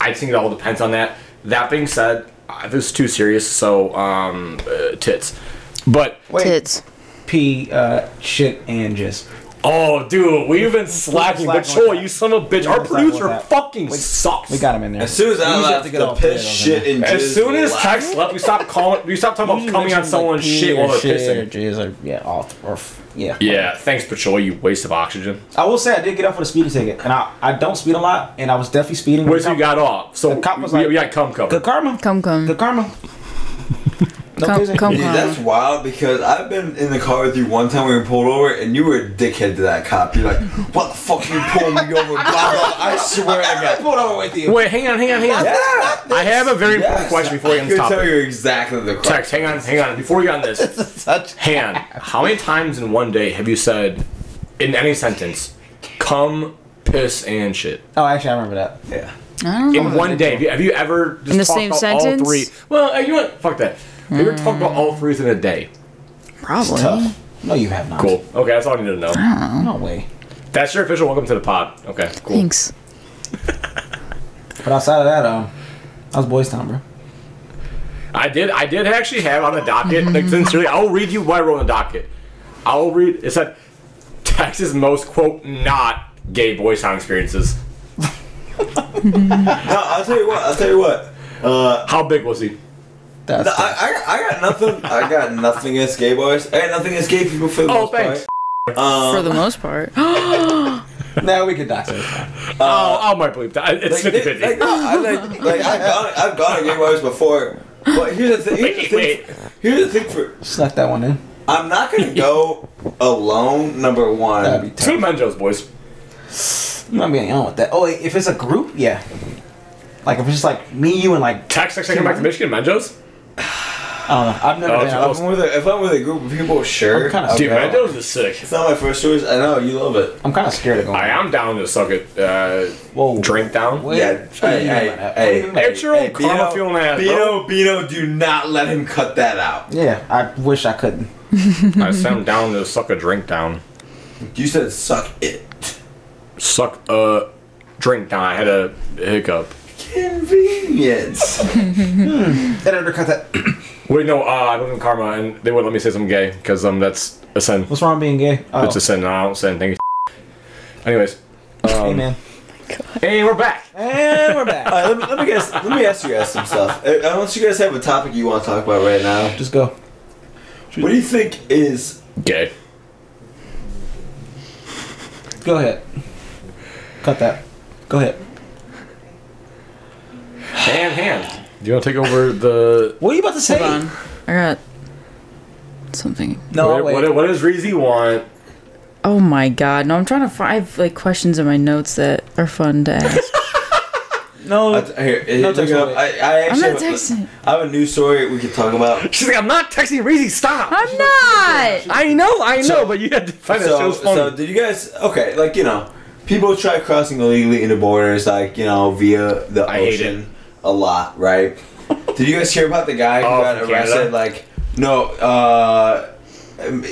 [SPEAKER 3] I think it all depends on that. That being said, uh, this is too serious. So um, uh, tits, but
[SPEAKER 4] Wait.
[SPEAKER 2] Tits.
[SPEAKER 4] P uh, shit and just.
[SPEAKER 3] Oh, dude, we've been slacking. But
[SPEAKER 4] slacking like
[SPEAKER 3] Choi,
[SPEAKER 4] that.
[SPEAKER 3] you son of a bitch,
[SPEAKER 4] We've
[SPEAKER 3] our
[SPEAKER 4] been slacking
[SPEAKER 3] producer
[SPEAKER 4] like that.
[SPEAKER 3] fucking sucks.
[SPEAKER 4] We got him in there.
[SPEAKER 1] As soon as I
[SPEAKER 4] Usually have
[SPEAKER 1] left,
[SPEAKER 4] to
[SPEAKER 1] the
[SPEAKER 4] get off
[SPEAKER 1] piss,
[SPEAKER 4] there,
[SPEAKER 1] shit, and
[SPEAKER 3] As
[SPEAKER 1] jizz
[SPEAKER 3] soon as
[SPEAKER 1] laughed.
[SPEAKER 3] Tex left, we stopped calling. We stopped talking about
[SPEAKER 4] Usually
[SPEAKER 3] coming on
[SPEAKER 4] mentions,
[SPEAKER 3] someone's
[SPEAKER 4] pee
[SPEAKER 3] shit
[SPEAKER 4] or
[SPEAKER 3] while they're
[SPEAKER 4] shit
[SPEAKER 3] pissing.
[SPEAKER 4] Or jizz or, yeah, off, or, f- yeah.
[SPEAKER 3] Yeah, thanks, Pachoy, you waste of oxygen.
[SPEAKER 4] I will say I did get off with a speeding ticket, and I, I don't speed a lot, and I was definitely speeding.
[SPEAKER 3] Where's you got off? So
[SPEAKER 4] The cop was
[SPEAKER 3] we,
[SPEAKER 4] like-
[SPEAKER 3] we got cum covered.
[SPEAKER 4] Good karma.
[SPEAKER 2] Come, come. *laughs*
[SPEAKER 4] Good karma. No
[SPEAKER 2] Come-
[SPEAKER 4] kidding.
[SPEAKER 2] come.
[SPEAKER 1] Dude, that's wild because I've been in the car with you one time we were pulled over and you were a dickhead to that cop. You're like, what the fuck you pulling me over? Blah, blah. I swear to
[SPEAKER 4] I
[SPEAKER 1] God.
[SPEAKER 4] pulled over with you.
[SPEAKER 3] Wait, hang on, hang on, hang on. I have a very important
[SPEAKER 1] Yes.
[SPEAKER 3] question before we
[SPEAKER 1] I
[SPEAKER 3] get on
[SPEAKER 1] could
[SPEAKER 3] this
[SPEAKER 1] tell
[SPEAKER 3] topic.
[SPEAKER 1] you exactly the crime.
[SPEAKER 3] Tex, hang on, hang on. Before we get on this,
[SPEAKER 4] *laughs* Such
[SPEAKER 3] hang on. How many times in one day have you said, in any sentence, cum, piss, and shit?
[SPEAKER 4] Oh, actually, I remember that.
[SPEAKER 1] Yeah.
[SPEAKER 2] I don't know.
[SPEAKER 3] in one day. Have you, have you ever just
[SPEAKER 2] Oh. In the
[SPEAKER 3] talked
[SPEAKER 2] same
[SPEAKER 3] about all
[SPEAKER 2] sentence?
[SPEAKER 3] three? Well, uh, you know what? Fuck that. Have you ever talked about all three in a day?
[SPEAKER 2] Probably.
[SPEAKER 4] Tough. No, you have not.
[SPEAKER 3] Cool. Okay, that's all I needed to know.
[SPEAKER 4] No way.
[SPEAKER 3] That's your official welcome to the pod. Okay, cool.
[SPEAKER 2] Thanks.
[SPEAKER 4] But outside of that, um, I was boys town, bro.
[SPEAKER 3] I did. I did actually have on the docket. Like sincerely, I'll read you what I wrote on the docket. I'll read. It said Texas most quote not gay boy sound experiences.
[SPEAKER 1] No, I'll tell you what. I'll tell you what. Uh,
[SPEAKER 3] How big was he?
[SPEAKER 4] That's
[SPEAKER 1] no, I, I, I got nothing. I got nothing against gay boys. I got nothing against gay people for the
[SPEAKER 3] Oh,
[SPEAKER 1] most
[SPEAKER 3] thanks.
[SPEAKER 1] part. Um,
[SPEAKER 2] For the most part.
[SPEAKER 4] now we could dox it.
[SPEAKER 3] oh, I might believe that. It's
[SPEAKER 1] Uh, like,
[SPEAKER 3] 50
[SPEAKER 1] they-
[SPEAKER 3] 50.
[SPEAKER 1] like, no, I, like, like I've gone, I've gone to gay boys before. But here's the thing. Here's the
[SPEAKER 3] Wait,
[SPEAKER 1] thing,
[SPEAKER 3] wait.
[SPEAKER 1] Here's the thing for
[SPEAKER 4] Snuck that one in.
[SPEAKER 1] I'm not gonna go alone. Number one.
[SPEAKER 4] That'd be
[SPEAKER 3] It's good
[SPEAKER 4] tough.
[SPEAKER 3] Menjo's boys.
[SPEAKER 4] You might be on with that. Oh, if it's a group, yeah. Like if it's just like me, you, and like
[SPEAKER 3] Tex, next time I come back to Michigan, Menjo's?
[SPEAKER 4] I don't know. I've never
[SPEAKER 3] Oh,
[SPEAKER 4] been.
[SPEAKER 3] it's
[SPEAKER 4] I
[SPEAKER 1] If I'm with a, if I'm with a group of people, sure.
[SPEAKER 4] I'm kinda
[SPEAKER 1] I'll
[SPEAKER 3] Dude,
[SPEAKER 1] go.
[SPEAKER 4] Okay.
[SPEAKER 3] Menjo's is sick.
[SPEAKER 1] It's not my first choice. I know you love it.
[SPEAKER 4] I'm kind of scared of going.
[SPEAKER 3] I am down to suck it. Uh,
[SPEAKER 4] Whoa.
[SPEAKER 3] drink down.
[SPEAKER 4] What?
[SPEAKER 1] Yeah.
[SPEAKER 4] What do you
[SPEAKER 1] Hey,
[SPEAKER 4] mean by
[SPEAKER 1] hey,
[SPEAKER 4] that? What do you
[SPEAKER 1] hey.
[SPEAKER 4] mean by
[SPEAKER 3] It's your own karma feeling ass,
[SPEAKER 1] Bino, Bino, do not let him cut that out.
[SPEAKER 4] Yeah, I wish I couldn't.
[SPEAKER 3] I said I'm down to suck a drink down.
[SPEAKER 1] You said suck it.
[SPEAKER 3] Suck a drink down. I had a hiccup.
[SPEAKER 1] Convenience.
[SPEAKER 4] That undercut that.
[SPEAKER 3] Wait, no, uh, I live in karma, and they wouldn't let me say something gay because um, that's a sin.
[SPEAKER 4] What's wrong with being gay? Oh,
[SPEAKER 3] It's a sin. and I don't sin. Thank you. *laughs* Anyways,
[SPEAKER 4] hey man.
[SPEAKER 3] and we're back.
[SPEAKER 4] And we're
[SPEAKER 1] All
[SPEAKER 3] *laughs*
[SPEAKER 4] back.
[SPEAKER 1] right, let me, let me guess. Let me ask you guys some stuff. Uh, I, I want you guys to have a topic you want to talk about right now.
[SPEAKER 4] Just go.
[SPEAKER 1] What do you think is
[SPEAKER 3] Gay.
[SPEAKER 4] Go ahead. Cut that. Go ahead.
[SPEAKER 3] Hand, hand. Do you want to take over the?
[SPEAKER 4] What are you about to say?
[SPEAKER 2] Hold on. I got something.
[SPEAKER 4] No,
[SPEAKER 3] what,
[SPEAKER 4] wait.
[SPEAKER 3] what, what does Reezy want?
[SPEAKER 2] Oh my god. No, I'm trying to find I have, like questions in my notes that are fun to ask.
[SPEAKER 4] no.
[SPEAKER 1] I, here, here,
[SPEAKER 4] No
[SPEAKER 1] look
[SPEAKER 4] text
[SPEAKER 1] it up.
[SPEAKER 4] away.
[SPEAKER 1] I, I actually
[SPEAKER 2] not
[SPEAKER 1] have,
[SPEAKER 2] texting.
[SPEAKER 1] I have a news story we could talk about.
[SPEAKER 3] She's like, I'm not texting Reezy.
[SPEAKER 2] *laughs*
[SPEAKER 3] Stop.
[SPEAKER 2] I'm
[SPEAKER 3] *laughs*
[SPEAKER 2] not.
[SPEAKER 3] I know, I know, but you had to find
[SPEAKER 1] so,
[SPEAKER 3] it. funny.
[SPEAKER 1] so did you guys? Okay, like you know, people try crossing illegally into borders, like you know, via the
[SPEAKER 3] I hate it.
[SPEAKER 1] ocean a lot,
[SPEAKER 3] *laughs*
[SPEAKER 1] right? did you guys hear about the guy who
[SPEAKER 3] Oh,
[SPEAKER 1] got
[SPEAKER 3] from
[SPEAKER 1] arrested?
[SPEAKER 3] Canada?
[SPEAKER 1] Like, no, uh, um,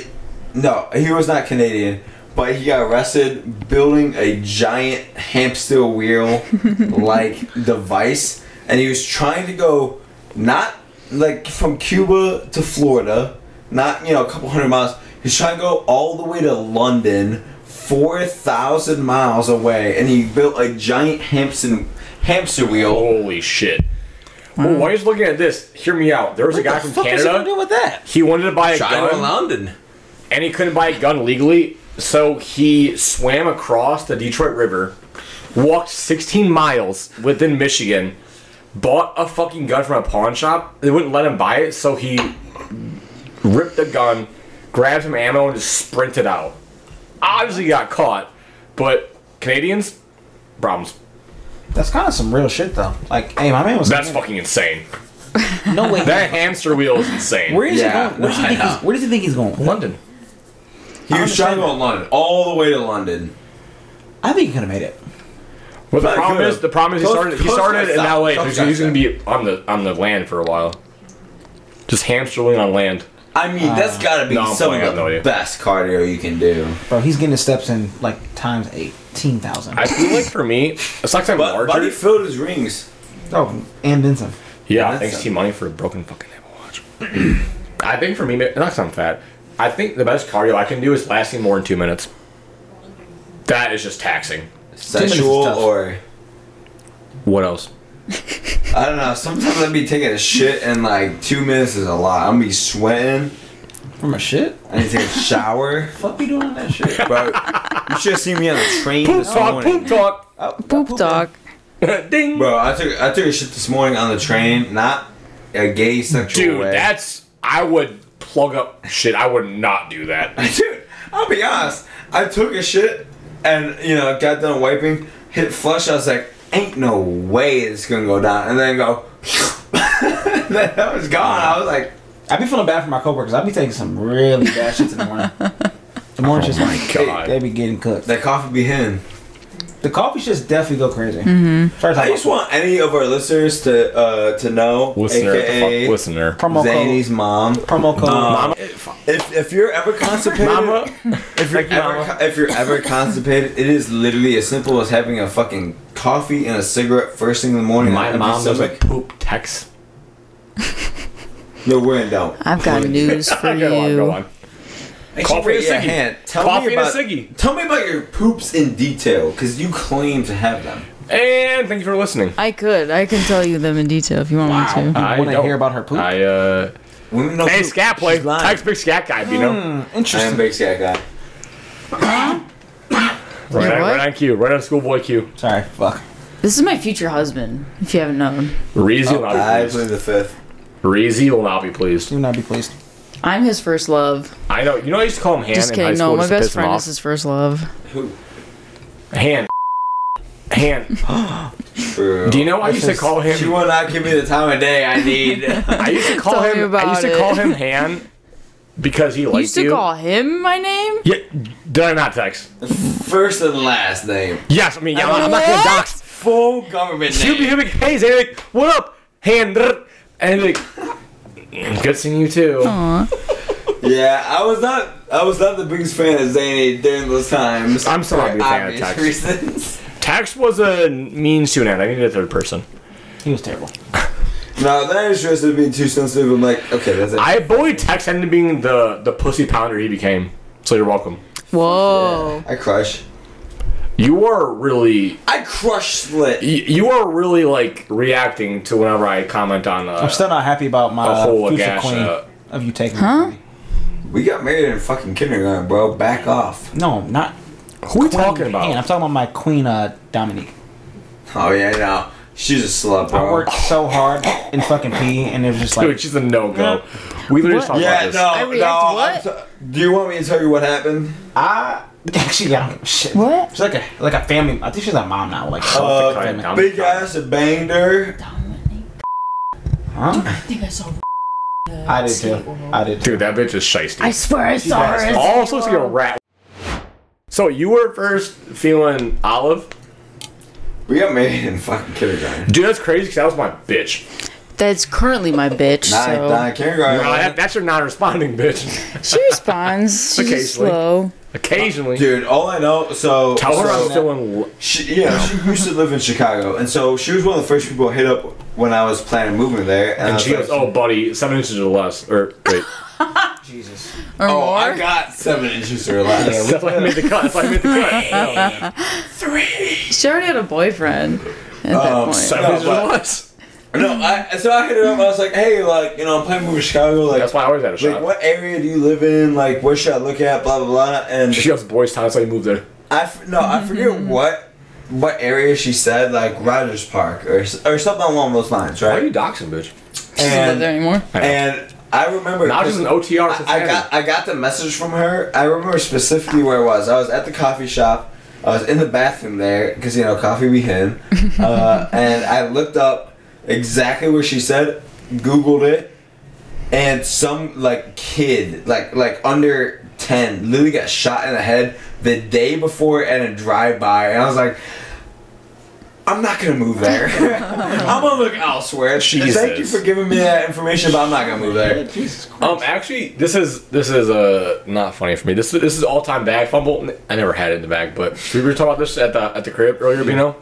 [SPEAKER 1] no, he was not Canadian. But he got arrested building a giant hamster wheel like device, and he was trying to go not like from Cuba to Florida, not you know a couple hundred miles. He's trying to go all the way to London, four thousand miles away, and he built a giant hamster hamster wheel.
[SPEAKER 3] Holy shit. Well, while you're looking at this, hear me out. There was a guy
[SPEAKER 4] Hmm. What the
[SPEAKER 3] from
[SPEAKER 4] fuck is he gonna do
[SPEAKER 3] Canada.
[SPEAKER 4] with that?
[SPEAKER 3] He wanted to buy a gun,
[SPEAKER 1] London.
[SPEAKER 3] and he couldn't buy a gun legally, so he swam across the Detroit River, walked 16 miles within Michigan, bought a fucking gun from a pawn shop. They wouldn't let him buy it, so he ripped the gun, grabbed some ammo, and just sprinted out. Obviously, got caught, but Canadians, problems.
[SPEAKER 4] That's kind of some real shit, though. Like, hey, my man was.
[SPEAKER 3] That's fucking insane.
[SPEAKER 4] No way.
[SPEAKER 3] That hamster wheel is insane.
[SPEAKER 4] Where is
[SPEAKER 1] Yeah,
[SPEAKER 4] he going? Where *laughs* does he,
[SPEAKER 1] no,
[SPEAKER 4] think
[SPEAKER 1] I
[SPEAKER 4] he's, where does he think he's going?
[SPEAKER 3] London.
[SPEAKER 1] He was trying to go to London, all the way to London.
[SPEAKER 4] I think he could have made it.
[SPEAKER 3] Well, the
[SPEAKER 1] Not
[SPEAKER 3] problem
[SPEAKER 1] good.
[SPEAKER 3] is the problem is he
[SPEAKER 1] Coast-
[SPEAKER 3] started he
[SPEAKER 1] coast
[SPEAKER 3] started in
[SPEAKER 1] south-
[SPEAKER 3] LA. so
[SPEAKER 1] coast
[SPEAKER 3] He's, he's
[SPEAKER 1] south.
[SPEAKER 3] gonna be on the on the land for a while. Just hamstering on land.
[SPEAKER 1] I mean, that's got to be
[SPEAKER 3] no, I'm
[SPEAKER 1] some
[SPEAKER 3] playing, I
[SPEAKER 1] of
[SPEAKER 3] have no
[SPEAKER 1] the
[SPEAKER 3] idea.
[SPEAKER 1] best cardio you can do.
[SPEAKER 4] Bro, he's getting his steps in like times eighteen thousand.
[SPEAKER 3] I feel like for me, it's like I'm
[SPEAKER 1] But
[SPEAKER 3] larger.
[SPEAKER 1] Buddy filled his rings.
[SPEAKER 4] Oh, and then some.
[SPEAKER 3] yeah,
[SPEAKER 1] that's
[SPEAKER 3] thanks
[SPEAKER 1] a-
[SPEAKER 3] T Money for a broken fucking Apple Watch. *clears throat* I think for me, not because I'm fat. I think the best cardio I can do is lasting more than two minutes. That is just taxing.
[SPEAKER 4] minutes is
[SPEAKER 1] Sexual
[SPEAKER 4] tough.
[SPEAKER 1] or
[SPEAKER 3] What else?
[SPEAKER 1] I don't know. Sometimes I'd be taking a shit and like two minutes is a lot. I'm be sweating.
[SPEAKER 4] From a shit?
[SPEAKER 1] I need to take a shower.
[SPEAKER 4] Fuck you doing that shit?
[SPEAKER 1] Bro, you should have seen me on the train
[SPEAKER 3] Poop
[SPEAKER 1] this
[SPEAKER 3] talk, poop
[SPEAKER 1] morning.
[SPEAKER 3] talk.
[SPEAKER 2] Poop dog.
[SPEAKER 1] *laughs*
[SPEAKER 3] Ding.
[SPEAKER 1] Bro, Oh, I took I took a shit this morning on the train, not a gay sexual
[SPEAKER 3] Dude,
[SPEAKER 1] way.
[SPEAKER 3] that's I would plug up shit. I would not do that.
[SPEAKER 1] *laughs* Dude, I'll be honest. I took a shit and you know got done wiping, hit flush. I was like, ain't no way it's gonna go down, and then go. *laughs* then I was gone. I was like,
[SPEAKER 4] I be feeling bad for my coworkers. I be taking some really bad shit in the *laughs* morning. The morning shit's like,
[SPEAKER 3] God.
[SPEAKER 4] they be getting cooked.
[SPEAKER 1] that coffee be hitting.
[SPEAKER 4] The coffee shit's definitely go crazy. Mm-hmm. First
[SPEAKER 1] I just want any of our listeners to uh, to know,
[SPEAKER 3] Listener,
[SPEAKER 1] aka
[SPEAKER 3] fuck listener.
[SPEAKER 4] promo
[SPEAKER 1] Zany's mom.
[SPEAKER 4] code. Promo code.
[SPEAKER 1] Mama. If, if you're ever constipated,
[SPEAKER 3] Mama.
[SPEAKER 1] if you're ever co- if you're ever constipated, it is literally as simple as having a fucking coffee and a cigarette first thing in the morning.
[SPEAKER 3] My
[SPEAKER 1] on an empty
[SPEAKER 3] mom doesn't
[SPEAKER 1] stomach.
[SPEAKER 3] poop text.
[SPEAKER 1] No, we're in doubt.
[SPEAKER 2] I've got
[SPEAKER 3] *laughs*
[SPEAKER 2] news for
[SPEAKER 3] *laughs* Go on, go
[SPEAKER 2] you.
[SPEAKER 3] on.
[SPEAKER 1] Actually,
[SPEAKER 3] Coffee and
[SPEAKER 1] raise your
[SPEAKER 3] a ciggy.
[SPEAKER 1] hand. Tell
[SPEAKER 3] Coffee
[SPEAKER 1] me
[SPEAKER 3] and a
[SPEAKER 1] about,
[SPEAKER 3] ciggy.
[SPEAKER 1] Tell me about your poops in detail, because you claim to have them.
[SPEAKER 3] And thank you for listening.
[SPEAKER 2] I could. I can tell you them in detail if you want me to.
[SPEAKER 3] I
[SPEAKER 4] wanna
[SPEAKER 3] don't-
[SPEAKER 4] hear about her poop?
[SPEAKER 3] I uh.
[SPEAKER 1] Women know
[SPEAKER 3] Hey,
[SPEAKER 1] poop.
[SPEAKER 3] scat play.
[SPEAKER 1] She's lying.
[SPEAKER 3] Text big scat guy. You
[SPEAKER 2] Hmm.
[SPEAKER 3] know.
[SPEAKER 1] I am a
[SPEAKER 4] Interesting.
[SPEAKER 1] big scat guy.
[SPEAKER 3] Right,
[SPEAKER 2] You
[SPEAKER 3] on,
[SPEAKER 2] what?
[SPEAKER 3] right on cue. Right on schoolboy cue.
[SPEAKER 4] Sorry, fuck.
[SPEAKER 2] This is my future husband, if you haven't known.
[SPEAKER 3] Reezy will not
[SPEAKER 1] I
[SPEAKER 3] be
[SPEAKER 1] play
[SPEAKER 3] pleased.
[SPEAKER 1] the fifth.
[SPEAKER 3] Reezy will not be pleased.
[SPEAKER 4] Do not be pleased.
[SPEAKER 2] I'm his first love.
[SPEAKER 3] I know. You know I used to call him Han
[SPEAKER 2] Just
[SPEAKER 3] in high
[SPEAKER 2] kidding.
[SPEAKER 3] school.
[SPEAKER 2] No, my
[SPEAKER 3] just to
[SPEAKER 2] best
[SPEAKER 3] piss him
[SPEAKER 2] friend
[SPEAKER 3] off.
[SPEAKER 2] is his first love.
[SPEAKER 1] Who?
[SPEAKER 2] *laughs*
[SPEAKER 3] Han. Han.
[SPEAKER 1] Bro.
[SPEAKER 3] Do you know I used to
[SPEAKER 4] is-
[SPEAKER 3] call
[SPEAKER 1] She
[SPEAKER 3] him?
[SPEAKER 1] will not give me the time of day I *laughs* need.
[SPEAKER 3] I used
[SPEAKER 2] *laughs*
[SPEAKER 3] to call
[SPEAKER 2] Tell me
[SPEAKER 3] him. I used to
[SPEAKER 2] about it.
[SPEAKER 3] call him Han because
[SPEAKER 2] *laughs*
[SPEAKER 3] he liked
[SPEAKER 2] You used to
[SPEAKER 3] you.
[SPEAKER 2] call him my name?
[SPEAKER 3] Yeah, did I not text?
[SPEAKER 1] First and last name.
[SPEAKER 3] Yes, I mean, yeah, I'm, I'm not gonna
[SPEAKER 2] What?
[SPEAKER 3] dox.
[SPEAKER 1] Full government
[SPEAKER 3] She'll be
[SPEAKER 1] name.
[SPEAKER 3] he'll be like, hey, Eric, what up? Hand, and like, good seeing you too.
[SPEAKER 2] Aw.
[SPEAKER 1] Yeah, I was not. I was not the biggest fan of Zany during those
[SPEAKER 3] *laughs*
[SPEAKER 1] times.
[SPEAKER 3] I'm still not a
[SPEAKER 1] for
[SPEAKER 3] big fan of
[SPEAKER 1] obvious
[SPEAKER 3] Tex.
[SPEAKER 1] reasons. *laughs*
[SPEAKER 3] Text was a means to an end. I needed a third person.
[SPEAKER 4] *laughs* He was terrible.
[SPEAKER 1] No, that is just being too sensitive. I'm like, okay, that's it.
[SPEAKER 3] I bullied Text into being the the pussy pounder he became. So you're welcome.
[SPEAKER 2] Whoa.
[SPEAKER 1] I crush.
[SPEAKER 3] You are really,
[SPEAKER 1] I crush slit.
[SPEAKER 3] you, you are really like reacting to whenever I comment on. Uh,
[SPEAKER 4] I'm still not happy about my
[SPEAKER 3] A
[SPEAKER 4] uh,
[SPEAKER 3] whole
[SPEAKER 4] future
[SPEAKER 3] gash,
[SPEAKER 4] queen
[SPEAKER 3] uh,
[SPEAKER 4] of you taking.
[SPEAKER 2] Huh?
[SPEAKER 1] We got married in fucking kindergarten, bro. Back off.
[SPEAKER 4] No, not
[SPEAKER 3] who are we
[SPEAKER 4] queen
[SPEAKER 3] talking about?
[SPEAKER 4] Anne. I'm talking about my queen, uh, Dominique.
[SPEAKER 1] Oh yeah, no, she's a slut, bro.
[SPEAKER 4] I worked so hard in fucking pee, and it was just like
[SPEAKER 3] *laughs* Dude, she's a no go. We literally just
[SPEAKER 2] What?
[SPEAKER 3] talked
[SPEAKER 1] Yeah,
[SPEAKER 3] about this.
[SPEAKER 1] no,
[SPEAKER 2] I react
[SPEAKER 1] no. I'm
[SPEAKER 2] what?
[SPEAKER 1] so- do you want me to tell you what happened?
[SPEAKER 4] I actually I don't shit.
[SPEAKER 2] What?
[SPEAKER 4] She's like a like a family. I think she's a mom now. Like
[SPEAKER 3] Oh,
[SPEAKER 1] Uh,
[SPEAKER 3] it's a kind of-
[SPEAKER 1] Big ass banged her.
[SPEAKER 4] huh?
[SPEAKER 5] I think I saw.
[SPEAKER 4] I did too. I did too.
[SPEAKER 3] Dude, that bitch is shisty.
[SPEAKER 5] I swear I saw her.
[SPEAKER 4] does.
[SPEAKER 5] in-
[SPEAKER 3] also it's like a rat. So you were first feeling olive,
[SPEAKER 1] We got married in fucking kindergarten.
[SPEAKER 3] dude. That's crazy because that was my bitch.
[SPEAKER 2] That's currently my bitch,
[SPEAKER 1] Nah,
[SPEAKER 2] so.
[SPEAKER 1] nah, kindergarten.
[SPEAKER 3] No, that, that's your non-responding *laughs* bitch.
[SPEAKER 2] She responds. She's just
[SPEAKER 3] Occasionally.
[SPEAKER 2] slow.
[SPEAKER 3] Occasionally,
[SPEAKER 1] Dude, all I know, so
[SPEAKER 3] tell her
[SPEAKER 1] so-
[SPEAKER 3] I'm still in. Lo-
[SPEAKER 1] She, yeah, she used to live in Chicago, and so she was one of the first people I hit up when I was planning moving there. And, I
[SPEAKER 3] and
[SPEAKER 1] was
[SPEAKER 3] she goes,
[SPEAKER 1] like,
[SPEAKER 3] "Oh, buddy, seven inches or less."
[SPEAKER 1] *laughs*
[SPEAKER 3] Or wait,
[SPEAKER 4] Jesus.
[SPEAKER 2] Or
[SPEAKER 1] oh,
[SPEAKER 2] more.
[SPEAKER 1] I got seven inches or less."
[SPEAKER 3] *laughs* that's why I made the cut. That's why I made the
[SPEAKER 1] *laughs*
[SPEAKER 3] cut.
[SPEAKER 2] she already had a boyfriend at that point.
[SPEAKER 3] Seven
[SPEAKER 1] No,
[SPEAKER 3] inches
[SPEAKER 1] but-
[SPEAKER 3] or less.
[SPEAKER 1] no, I so I hit her up. I was like, "Hey, like, you know, I'm planning moving to Chicago. Like,
[SPEAKER 3] That's why I always had a
[SPEAKER 1] like,
[SPEAKER 3] shot.
[SPEAKER 1] what area do you live in? Like, what should I look at? Blah blah blah." And
[SPEAKER 3] She goes, "Boys, town, so you moved there."
[SPEAKER 1] I f- no, I forget
[SPEAKER 2] Mm-hmm.
[SPEAKER 1] what what area she said, like Rogers Park or s- or something along those lines,
[SPEAKER 3] Why are you
[SPEAKER 1] right?
[SPEAKER 3] doxing, bitch?
[SPEAKER 2] She doesn't live there
[SPEAKER 1] And,
[SPEAKER 2] anymore.
[SPEAKER 1] and I remember
[SPEAKER 3] Now she's an OTR.
[SPEAKER 1] I, I got I got the message from her. I remember specifically where I was. I was at the coffee shop. I was in the bathroom there because you know coffee we had, uh, and I looked up exactly where she said, Googled it, and some like kid like like under ten literally got shot in the head the day before at a drive by, and I was like. I'm not gonna move there. *laughs* I'm gonna look elsewhere. Thank you
[SPEAKER 3] Jesus.
[SPEAKER 1] for giving me that information, but I'm not gonna move there.
[SPEAKER 4] Jesus Christ.
[SPEAKER 3] Um, actually, this is this is uh not funny for me. This this is all time bag fumble. I never had it in the bag, but we were talking about this at the at the crib earlier, Bino.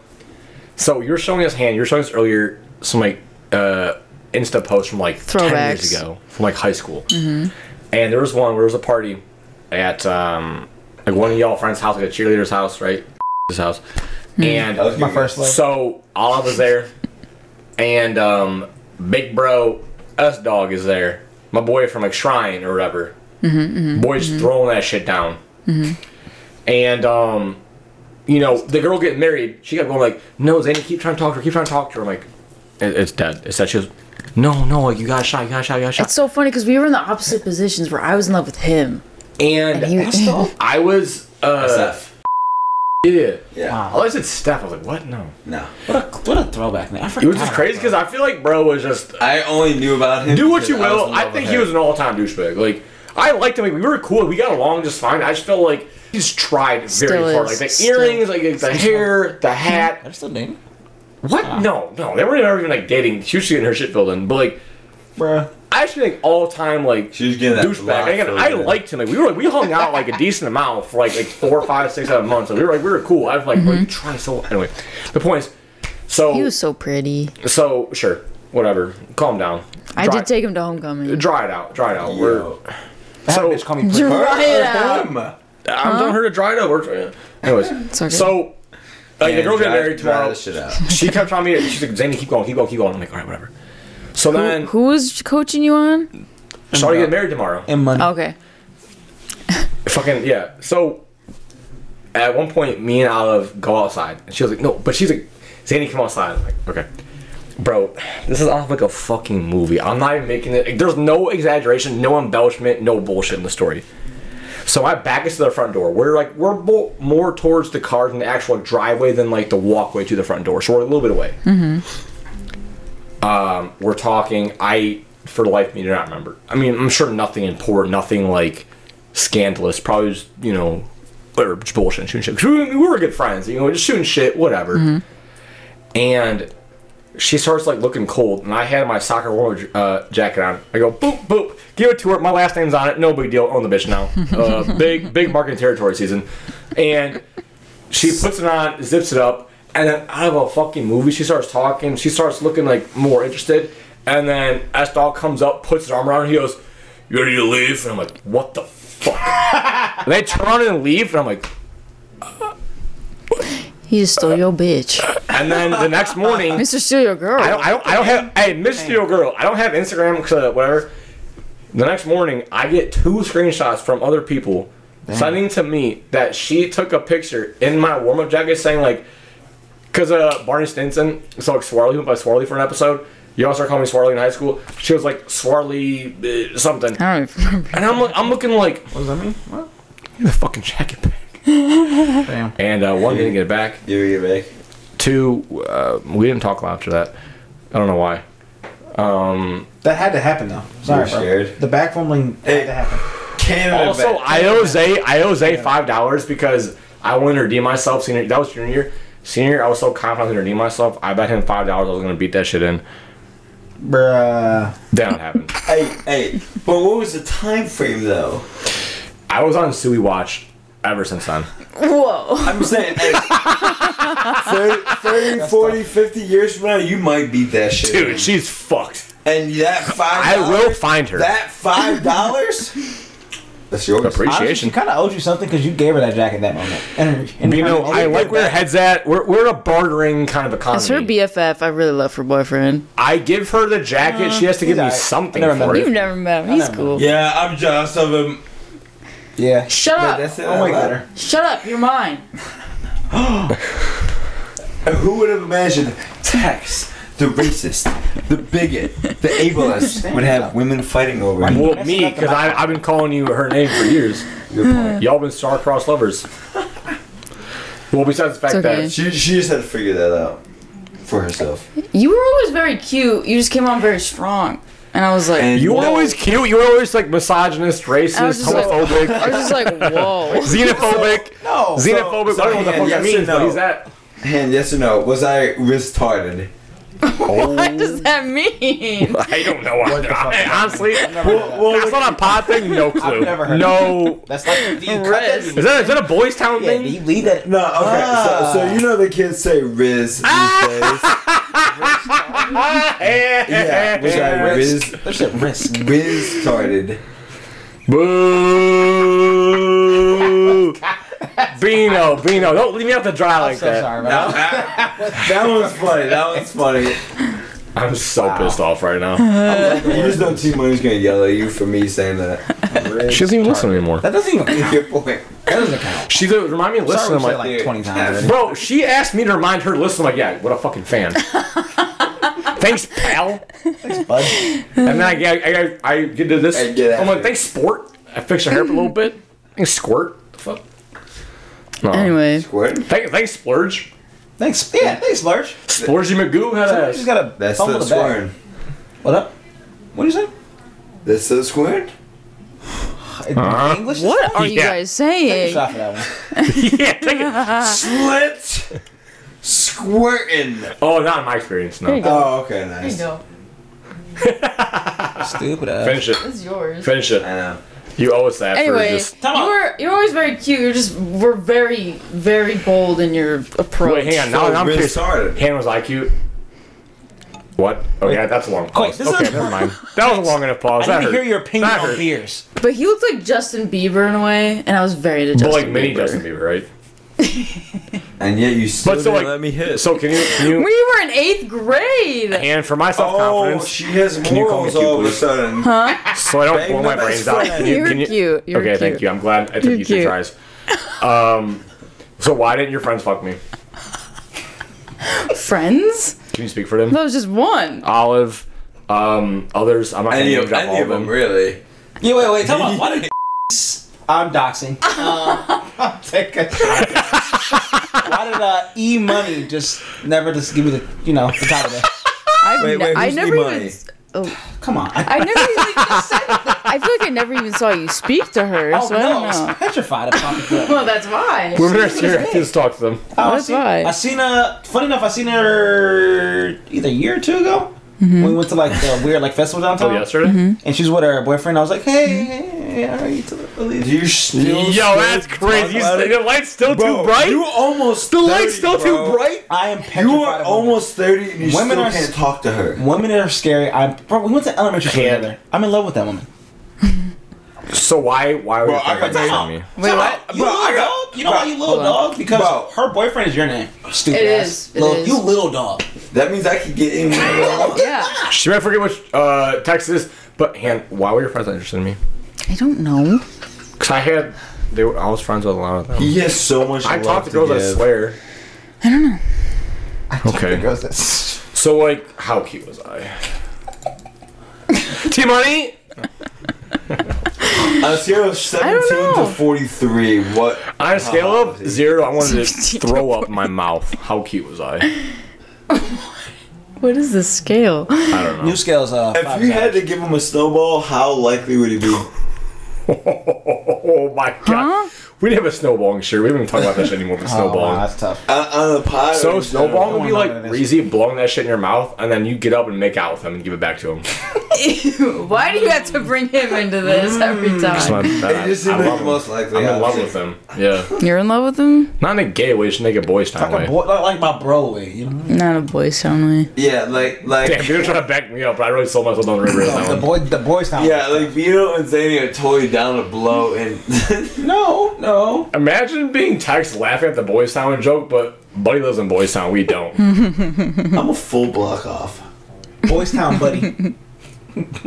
[SPEAKER 3] So you were showing us hand. You were showing us earlier some like uh Insta post from like ten years
[SPEAKER 2] Throwbacks.
[SPEAKER 3] ago from like high school, and there was one where there was a party at um like one of y'all friends' house, like a cheerleader's house, right? His house. And uh,
[SPEAKER 1] That was
[SPEAKER 4] My first *laughs* love.
[SPEAKER 3] so Olive is there, and um, Big Bro Us Dog is there. My boy from like Shrine or whatever.
[SPEAKER 2] Mm-hmm,
[SPEAKER 3] Boy's throwing that shit down. And um, you know the girl getting married. She kept going like, "No, Zane, keep trying to talk to her. Keep trying to talk to her." I'm like, "It- "It's dead." It's that she was. No, no, like you got shot. You got shot. You got
[SPEAKER 2] It's
[SPEAKER 3] shot.
[SPEAKER 2] so funny because we were in the opposite positions where I was in love with him.
[SPEAKER 3] And
[SPEAKER 2] And
[SPEAKER 4] *laughs*
[SPEAKER 2] he,
[SPEAKER 3] I was uh,
[SPEAKER 1] SF.
[SPEAKER 3] yeah.
[SPEAKER 1] Yeah.
[SPEAKER 4] Wow.
[SPEAKER 3] Oh, I said Steph. I was like, "What? No."
[SPEAKER 1] No.
[SPEAKER 4] What a, what a throwback, man. I forgot.
[SPEAKER 3] It was just crazy because I feel like bro was just
[SPEAKER 1] I only knew about him.
[SPEAKER 3] Do what
[SPEAKER 1] because
[SPEAKER 3] you
[SPEAKER 1] was
[SPEAKER 3] will.
[SPEAKER 1] in
[SPEAKER 3] I,
[SPEAKER 1] love
[SPEAKER 3] think
[SPEAKER 1] with
[SPEAKER 3] he
[SPEAKER 1] her.
[SPEAKER 3] was an all-time douchebag. Like I liked him. Like, we were cool. We got along just fine. I just felt like he's tried very
[SPEAKER 2] Still
[SPEAKER 3] hard. Like
[SPEAKER 2] is.
[SPEAKER 3] the
[SPEAKER 2] Still-
[SPEAKER 3] earrings, like the hair, the hat.
[SPEAKER 4] I'm still Ah. dating.
[SPEAKER 3] What? No, no, they weren't ever even like dating. She was getting her shit filled in, but like.
[SPEAKER 4] Bruh.
[SPEAKER 3] I actually think all time like
[SPEAKER 1] She was getting that
[SPEAKER 3] douchebag. And Again,
[SPEAKER 1] block
[SPEAKER 3] I
[SPEAKER 1] filled in.
[SPEAKER 3] liked him. Like we were like we hung out like a decent amount for like like four, five, six, seven months. And we were like we were cool. I was like, we're trying so anyway. The point is, so
[SPEAKER 2] Mm-hmm. he was so pretty.
[SPEAKER 3] so sure, whatever. Calm down.
[SPEAKER 2] I
[SPEAKER 3] Dry-
[SPEAKER 2] did take him to *laughs* homecoming.
[SPEAKER 3] dry it out. Dry it out. We're
[SPEAKER 1] Yo.
[SPEAKER 4] So, bitch call me pretty.
[SPEAKER 2] Dry it out.
[SPEAKER 1] Him.
[SPEAKER 3] I'm done her to dry it up. We're-
[SPEAKER 2] *laughs*
[SPEAKER 3] Anyways,
[SPEAKER 2] okay.
[SPEAKER 3] so like, the
[SPEAKER 1] And
[SPEAKER 3] girl getting
[SPEAKER 1] dry-
[SPEAKER 3] married
[SPEAKER 1] dry
[SPEAKER 3] tomorrow.
[SPEAKER 1] this Shit out.
[SPEAKER 3] She kept telling me, she's like, Zane, keep going, keep going, keep going. I'm like, all right, whatever. So then,
[SPEAKER 2] Who was coaching you on?
[SPEAKER 3] started getting married tomorrow.
[SPEAKER 4] And money.
[SPEAKER 2] Okay.
[SPEAKER 3] Fucking yeah. So at one point, me and Olive go outside, and she was like, "No," but she's like, "Zanny, come outside." I'm like, okay, bro, this is off like a fucking movie. I'm not even making it. Like, there's no exaggeration, no embellishment, no bullshit in the story. So my back is to the front door. We're like we're bo- more towards the car than the actual driveway than like the walkway to the front door. So we're a little bit away. Um, we're talking. I for the life of me do not remember. I mean, I'm sure nothing important, nothing like scandalous. Probably just you know, whatever, just bullshit, shooting shit. 'Cause we, we were good friends, you know, just shooting shit, whatever. And she starts like looking cold, and I had my soccer warmer uh, jacket on. I go boop boop, give it to her. My last name's on it. No big deal. Own the bitch now. Uh, big big marketing territory season, and she puts it on, zips it up, and then out of a fucking movie, she starts talking. She starts looking like more interested, and then S Dog comes up, puts his arm around, her, he goes, "You ready to leave?" And I'm like, "What the fuck?" and they turn around and leave, and I'm like,
[SPEAKER 2] He just stole your bitch.
[SPEAKER 3] and then the next morning,
[SPEAKER 2] Mr. Steal Your Girl.
[SPEAKER 3] I don't, I don't, I don't have. Hey, Miss Steel Girl, I don't have Instagram because of whatever. The next morning, I get two screenshots from other people sending to me that she took a picture in my warm up jacket saying like, because uh, Barney Stinson, so like Swarley, went by Swarley for an episode. You all started calling me Swarley in high school. She was like Swarley uh, something,
[SPEAKER 2] I don't even
[SPEAKER 3] *laughs*
[SPEAKER 2] remember.
[SPEAKER 3] and I'm like, I'm looking like,
[SPEAKER 4] What does that mean? What? *laughs*
[SPEAKER 3] give me the fucking jacket back.
[SPEAKER 4] Damn.
[SPEAKER 3] And uh, one didn't get it back.
[SPEAKER 1] You were back.
[SPEAKER 3] Two, uh, we didn't talk after that. I don't know why.
[SPEAKER 4] That had to happen though. Sorry, bro.
[SPEAKER 1] scared.
[SPEAKER 4] The back fumbling
[SPEAKER 1] Hey.
[SPEAKER 4] had to happen.
[SPEAKER 1] Canada
[SPEAKER 3] Also,
[SPEAKER 1] back.
[SPEAKER 3] I owe Zay, I owe Zay five dollars because I wanted to redeem myself. Senior, that was junior year. Senior, year, I was so confident I was gonna redeem myself. I bet him five dollars I was gonna beat that shit in.
[SPEAKER 4] Bruh.
[SPEAKER 3] That not happened.
[SPEAKER 1] hey, hey. But what was the time frame though?
[SPEAKER 3] I was on Suey watch ever since then.
[SPEAKER 2] Whoa.
[SPEAKER 1] I'm saying,
[SPEAKER 3] *laughs*
[SPEAKER 1] hey. 30, 30 40, 50 years from now, you might beat that shit.
[SPEAKER 3] Dude, she's fucked.
[SPEAKER 1] And that five.
[SPEAKER 3] I will find her.
[SPEAKER 1] That five
[SPEAKER 3] *laughs*
[SPEAKER 1] dollars. That's yours.
[SPEAKER 4] Honestly,
[SPEAKER 3] Appreciation.
[SPEAKER 4] she kind of owed you something because you gave her that jacket that moment. And, and
[SPEAKER 3] You know,
[SPEAKER 4] and-
[SPEAKER 3] I like where her head's at. We're, we're a bartering kind of economy.
[SPEAKER 2] It's her BFF. I really love her boyfriend.
[SPEAKER 3] I give her the jacket. She has to give me
[SPEAKER 4] alright.
[SPEAKER 3] something
[SPEAKER 4] I never
[SPEAKER 3] for
[SPEAKER 4] met
[SPEAKER 2] You've
[SPEAKER 3] it.
[SPEAKER 2] never met him. He's
[SPEAKER 4] never met
[SPEAKER 2] cool.
[SPEAKER 1] Yeah, I'm jealous of him.
[SPEAKER 4] *laughs* Yeah.
[SPEAKER 3] *laughs*
[SPEAKER 2] Shut
[SPEAKER 1] But
[SPEAKER 2] up.
[SPEAKER 1] that's it.
[SPEAKER 4] Oh my god.
[SPEAKER 2] Shut up. You're mine.
[SPEAKER 1] Who would have imagined Tex, the racist, the bigot, the ableist, would have women fighting over him?
[SPEAKER 3] Well, me, because I've been calling you her name for years.
[SPEAKER 1] Good point.
[SPEAKER 3] Y'all been star-crossed lovers. Well, besides the fact
[SPEAKER 2] It's okay.
[SPEAKER 3] that
[SPEAKER 1] She, she just had to figure that out for herself.
[SPEAKER 2] You were always very cute. You just came on very strong. And I was like,
[SPEAKER 1] And
[SPEAKER 3] You were
[SPEAKER 1] No.
[SPEAKER 3] always cute. You were always like misogynist,
[SPEAKER 2] I was
[SPEAKER 3] racist,
[SPEAKER 2] just like-
[SPEAKER 3] homophobic,
[SPEAKER 2] I was just like, whoa.
[SPEAKER 3] *laughs* xenophobic.
[SPEAKER 4] No.
[SPEAKER 3] Xenophobic.
[SPEAKER 1] Oh, so
[SPEAKER 3] I don't know what the
[SPEAKER 1] yeah,
[SPEAKER 3] fuck
[SPEAKER 1] yes
[SPEAKER 3] that means,
[SPEAKER 1] and
[SPEAKER 3] but
[SPEAKER 1] no.
[SPEAKER 3] he's that.
[SPEAKER 1] And yes or no, was I retarded?
[SPEAKER 2] *laughs* What does that mean?
[SPEAKER 3] I don't know. What I, honestly,
[SPEAKER 4] Well, well,
[SPEAKER 3] that's not a pod thing. No clue.
[SPEAKER 4] never heard
[SPEAKER 3] no.
[SPEAKER 4] that's like do you cut that?
[SPEAKER 2] Riz.
[SPEAKER 3] Is that is that a Boys Town
[SPEAKER 4] Yeah, do
[SPEAKER 3] *laughs*
[SPEAKER 4] you
[SPEAKER 3] thing?
[SPEAKER 4] leave that? *laughs*
[SPEAKER 1] No, okay. So, so you know the kids say Riz these days. Yeah, was I Riz?
[SPEAKER 4] There's a
[SPEAKER 3] *laughs*
[SPEAKER 4] risk.
[SPEAKER 1] *laughs* Riz started.
[SPEAKER 4] *laughs*
[SPEAKER 3] Boo! Bino, Bino, don't leave me out to dry like
[SPEAKER 4] so
[SPEAKER 3] that.
[SPEAKER 4] sorry,
[SPEAKER 1] Now,
[SPEAKER 4] about that.
[SPEAKER 1] that, that one's funny. That one's funny.
[SPEAKER 3] I'm so pissed off right now.
[SPEAKER 1] You just know T Money's gonna yell at you for me saying that. *laughs*
[SPEAKER 3] She doesn't even listen anymore.
[SPEAKER 4] That doesn't even count.
[SPEAKER 1] Good point.
[SPEAKER 4] That doesn't count.
[SPEAKER 3] She did, remind me to listen. I'm
[SPEAKER 4] Sorry, we said
[SPEAKER 3] like,
[SPEAKER 4] it like
[SPEAKER 1] dude.
[SPEAKER 4] 20 times already.
[SPEAKER 3] bro, she asked me to remind her to listen. I'm like, yeah, what a fucking fan. thanks, pal.
[SPEAKER 4] Bud.
[SPEAKER 3] And then I, I, I, I get to this.
[SPEAKER 1] Hey, get out
[SPEAKER 3] I'm
[SPEAKER 1] of
[SPEAKER 3] like,
[SPEAKER 1] here.
[SPEAKER 3] thanks, sport. I fix her hair up a little bit. Thanks, squirt. The fuck. No.
[SPEAKER 2] Anyway,
[SPEAKER 1] Squirt.
[SPEAKER 3] Thank, thanks, splurge.
[SPEAKER 4] Thanks. Yeah, thanks, Lurch.
[SPEAKER 3] Splurgy McGoo had
[SPEAKER 4] You
[SPEAKER 3] a.
[SPEAKER 4] *laughs* just gotta
[SPEAKER 1] That's
[SPEAKER 4] fumble
[SPEAKER 1] still
[SPEAKER 4] the bag.
[SPEAKER 1] squirting.
[SPEAKER 4] What up? What do you say?
[SPEAKER 1] That's still squirting.
[SPEAKER 3] Uh-huh.
[SPEAKER 4] English?
[SPEAKER 2] what are you
[SPEAKER 3] Yeah.
[SPEAKER 2] guys saying?
[SPEAKER 4] Shot for that one.
[SPEAKER 3] yeah, *laughs* take it.
[SPEAKER 1] Slit. Squirting.
[SPEAKER 3] Oh, not in my experience.
[SPEAKER 2] There
[SPEAKER 3] No.
[SPEAKER 2] you go.
[SPEAKER 1] Oh, okay,
[SPEAKER 2] There you
[SPEAKER 1] nice.
[SPEAKER 2] go.
[SPEAKER 4] Stupid ass.
[SPEAKER 3] Finish it.
[SPEAKER 2] This is yours.
[SPEAKER 3] Finish it.
[SPEAKER 1] I know.
[SPEAKER 3] You owe us that.
[SPEAKER 2] Anyway,
[SPEAKER 3] For just,
[SPEAKER 4] Time
[SPEAKER 2] you
[SPEAKER 4] out.
[SPEAKER 2] were you're always very cute. You're just we're very very bold in your approach.
[SPEAKER 3] wait, hang on. Now
[SPEAKER 1] Oh,
[SPEAKER 3] now I'm
[SPEAKER 1] Riz
[SPEAKER 3] curious.
[SPEAKER 1] started.
[SPEAKER 3] Hannah was I cute? What? Oh yeah, that's a long
[SPEAKER 4] Wait,
[SPEAKER 3] pause.
[SPEAKER 4] this is
[SPEAKER 3] okay,
[SPEAKER 4] a-
[SPEAKER 3] never
[SPEAKER 4] *laughs*
[SPEAKER 3] mind. That was a long enough pause.
[SPEAKER 4] I
[SPEAKER 3] that
[SPEAKER 4] need to hear
[SPEAKER 3] hurt.
[SPEAKER 4] your opinion
[SPEAKER 3] That
[SPEAKER 4] on
[SPEAKER 3] hurt.
[SPEAKER 4] beers.
[SPEAKER 2] But he looked like Justin Bieber in a way, and I was very to Justin
[SPEAKER 3] But like mini
[SPEAKER 2] Bieber.
[SPEAKER 3] Justin Bieber, right?
[SPEAKER 1] And yet you still
[SPEAKER 3] But so
[SPEAKER 1] didn't
[SPEAKER 3] like,
[SPEAKER 1] let me hit.
[SPEAKER 3] so can you? Can you
[SPEAKER 2] *laughs* We were in eighth grade.
[SPEAKER 3] and for my self
[SPEAKER 1] oh,
[SPEAKER 3] confidence,
[SPEAKER 1] she has
[SPEAKER 3] you call me
[SPEAKER 1] morals
[SPEAKER 3] cute,
[SPEAKER 1] all of a
[SPEAKER 3] please?
[SPEAKER 1] sudden.
[SPEAKER 3] so I don't
[SPEAKER 1] Bang
[SPEAKER 3] blow
[SPEAKER 1] the
[SPEAKER 3] my
[SPEAKER 1] best
[SPEAKER 3] brains out.
[SPEAKER 1] friend.
[SPEAKER 3] Can you,
[SPEAKER 2] You're
[SPEAKER 3] can you,
[SPEAKER 2] cute. You're
[SPEAKER 3] okay, thank
[SPEAKER 2] cute.
[SPEAKER 3] you. I'm glad I
[SPEAKER 2] You're
[SPEAKER 3] took you two
[SPEAKER 2] cute.
[SPEAKER 3] tries. *laughs* Um, so why didn't your friends fuck me?
[SPEAKER 2] Friends?
[SPEAKER 3] Can you speak for them?
[SPEAKER 2] That was just one.
[SPEAKER 3] Oh, Olive, um, others. I'm not gonna
[SPEAKER 1] Any
[SPEAKER 3] name
[SPEAKER 1] of,
[SPEAKER 3] drop
[SPEAKER 1] any
[SPEAKER 3] all
[SPEAKER 1] of
[SPEAKER 3] of
[SPEAKER 1] them,
[SPEAKER 3] them.
[SPEAKER 1] really.
[SPEAKER 4] Yeah, wait, wait. Come on. Why did I'm doxing. I'll take a shot. Why did uh, E Money just never just give me the you know the title? There?
[SPEAKER 2] I've
[SPEAKER 1] Wait,
[SPEAKER 2] ne-
[SPEAKER 1] wait,
[SPEAKER 2] I
[SPEAKER 1] who's
[SPEAKER 2] never
[SPEAKER 1] Imani?
[SPEAKER 2] even. Oh,
[SPEAKER 4] Come on. I,
[SPEAKER 2] I never even just said that. I feel like I never even saw you speak to her,
[SPEAKER 4] oh
[SPEAKER 2] so I
[SPEAKER 4] no,
[SPEAKER 2] don't
[SPEAKER 4] I was
[SPEAKER 2] know.
[SPEAKER 4] petrified of talking
[SPEAKER 2] *laughs*
[SPEAKER 4] to her.
[SPEAKER 2] Well, that's why.
[SPEAKER 3] Women are serious. Just talk to them.
[SPEAKER 4] Oh, I
[SPEAKER 2] That's
[SPEAKER 4] seen-
[SPEAKER 2] why.
[SPEAKER 4] I seen a. Funny enough, I seen her either a year or two ago.
[SPEAKER 2] Mm-hmm.
[SPEAKER 4] When we went to like the weird like festival downtown,
[SPEAKER 2] Uh-huh.
[SPEAKER 3] Oh, yesterday.
[SPEAKER 1] Mm-hmm.
[SPEAKER 4] and she was with her boyfriend. I was like, hey,
[SPEAKER 2] Mm-hmm.
[SPEAKER 4] hey, how are you doing?
[SPEAKER 1] *laughs* You still.
[SPEAKER 3] Yo, that's crazy. You,
[SPEAKER 1] about
[SPEAKER 3] st-
[SPEAKER 1] it?
[SPEAKER 3] the light's still
[SPEAKER 1] Bro,
[SPEAKER 3] too bright.
[SPEAKER 1] You almost.
[SPEAKER 3] the
[SPEAKER 1] 30,
[SPEAKER 3] light's still
[SPEAKER 1] bro.
[SPEAKER 3] too bright.
[SPEAKER 4] I am petrified.
[SPEAKER 1] You
[SPEAKER 4] of
[SPEAKER 1] are
[SPEAKER 4] women.
[SPEAKER 1] almost 30 and you
[SPEAKER 4] Women
[SPEAKER 1] still
[SPEAKER 4] are
[SPEAKER 1] can't
[SPEAKER 4] s-
[SPEAKER 1] talk to her.
[SPEAKER 4] Women are scary. I'm. Bro, we went to elementary school
[SPEAKER 3] Can't.
[SPEAKER 4] together. I'm in love with that woman.
[SPEAKER 3] So why why were
[SPEAKER 1] Bro,
[SPEAKER 3] you
[SPEAKER 1] I
[SPEAKER 3] fucking
[SPEAKER 1] got
[SPEAKER 3] texting
[SPEAKER 4] you.
[SPEAKER 3] me?
[SPEAKER 2] Wait, what?
[SPEAKER 4] You
[SPEAKER 1] Bro,
[SPEAKER 4] little
[SPEAKER 1] I got-
[SPEAKER 4] dog? You know why you little
[SPEAKER 2] Hold on.
[SPEAKER 4] dog? Because
[SPEAKER 1] Bro.
[SPEAKER 4] her boyfriend is your name. Stupid
[SPEAKER 2] It
[SPEAKER 4] ass.
[SPEAKER 2] is. It
[SPEAKER 4] Little,
[SPEAKER 2] is.
[SPEAKER 4] You little dog.
[SPEAKER 1] That means I could get
[SPEAKER 3] *laughs*
[SPEAKER 1] in. I
[SPEAKER 2] Yeah.
[SPEAKER 3] She might forget which uh, text it is, but Han, why were your friends not interested in me?
[SPEAKER 2] I don't know.
[SPEAKER 3] Because I had, they were, I was friends with a lot of them.
[SPEAKER 1] He has so much.
[SPEAKER 3] I
[SPEAKER 1] love
[SPEAKER 3] talked to girls, I
[SPEAKER 1] give.
[SPEAKER 3] swear. I don't know. Okay.
[SPEAKER 4] this.
[SPEAKER 3] So, like, how cute was I? T Money?
[SPEAKER 1] On a scale of 17
[SPEAKER 2] know.
[SPEAKER 1] to 43, what?
[SPEAKER 3] On a scale of zero, I wanted to
[SPEAKER 2] 16
[SPEAKER 3] throw up my mouth. How cute was I? *laughs*
[SPEAKER 2] What is the scale?
[SPEAKER 3] I don't know.
[SPEAKER 4] New scales. Uh,
[SPEAKER 1] If
[SPEAKER 4] five
[SPEAKER 1] you
[SPEAKER 4] is
[SPEAKER 1] had
[SPEAKER 4] average.
[SPEAKER 1] to give him a snowball, how likely would he be?
[SPEAKER 3] Oh my god. We didn't have a snowballing shirt. We haven't even talked about that shit anymore, but
[SPEAKER 4] oh, wow,
[SPEAKER 3] snowballing.
[SPEAKER 4] that's tough.
[SPEAKER 1] on, on the pod? or
[SPEAKER 3] So
[SPEAKER 1] in
[SPEAKER 3] snowball
[SPEAKER 1] general?
[SPEAKER 3] would be
[SPEAKER 4] Don't
[SPEAKER 3] like
[SPEAKER 4] wanna know what it
[SPEAKER 3] Reezy blowing that shit in your mouth, and then you get up and make out with him and give it back to him.
[SPEAKER 2] *laughs* Why do you have to bring him into this
[SPEAKER 3] Mm.
[SPEAKER 2] every *laughs* time?
[SPEAKER 1] It just seemed like the most likely.
[SPEAKER 3] I'm in love
[SPEAKER 1] option.
[SPEAKER 3] with him. Yeah,
[SPEAKER 2] You're in love with him?
[SPEAKER 3] not in a gay way, just in like a boys' time
[SPEAKER 4] Like, a
[SPEAKER 3] way.
[SPEAKER 4] boy, like, like my bro way, you know.
[SPEAKER 2] Not a boy sound way.
[SPEAKER 1] Yeah, like like
[SPEAKER 3] Damn, people are trying to back me up, but I really sold myself down the river. in that
[SPEAKER 4] The
[SPEAKER 3] one.
[SPEAKER 4] boy, the boys town.
[SPEAKER 1] yeah, like Vito and Zany are totally down to blow, and *laughs*
[SPEAKER 4] No, no.
[SPEAKER 3] Imagine being text laughing at the boys' town joke, but Buddy lives in boys' town. We
[SPEAKER 4] Hmm.
[SPEAKER 3] don't.
[SPEAKER 1] I'm a full block off. *laughs*
[SPEAKER 4] Boys town, buddy. boys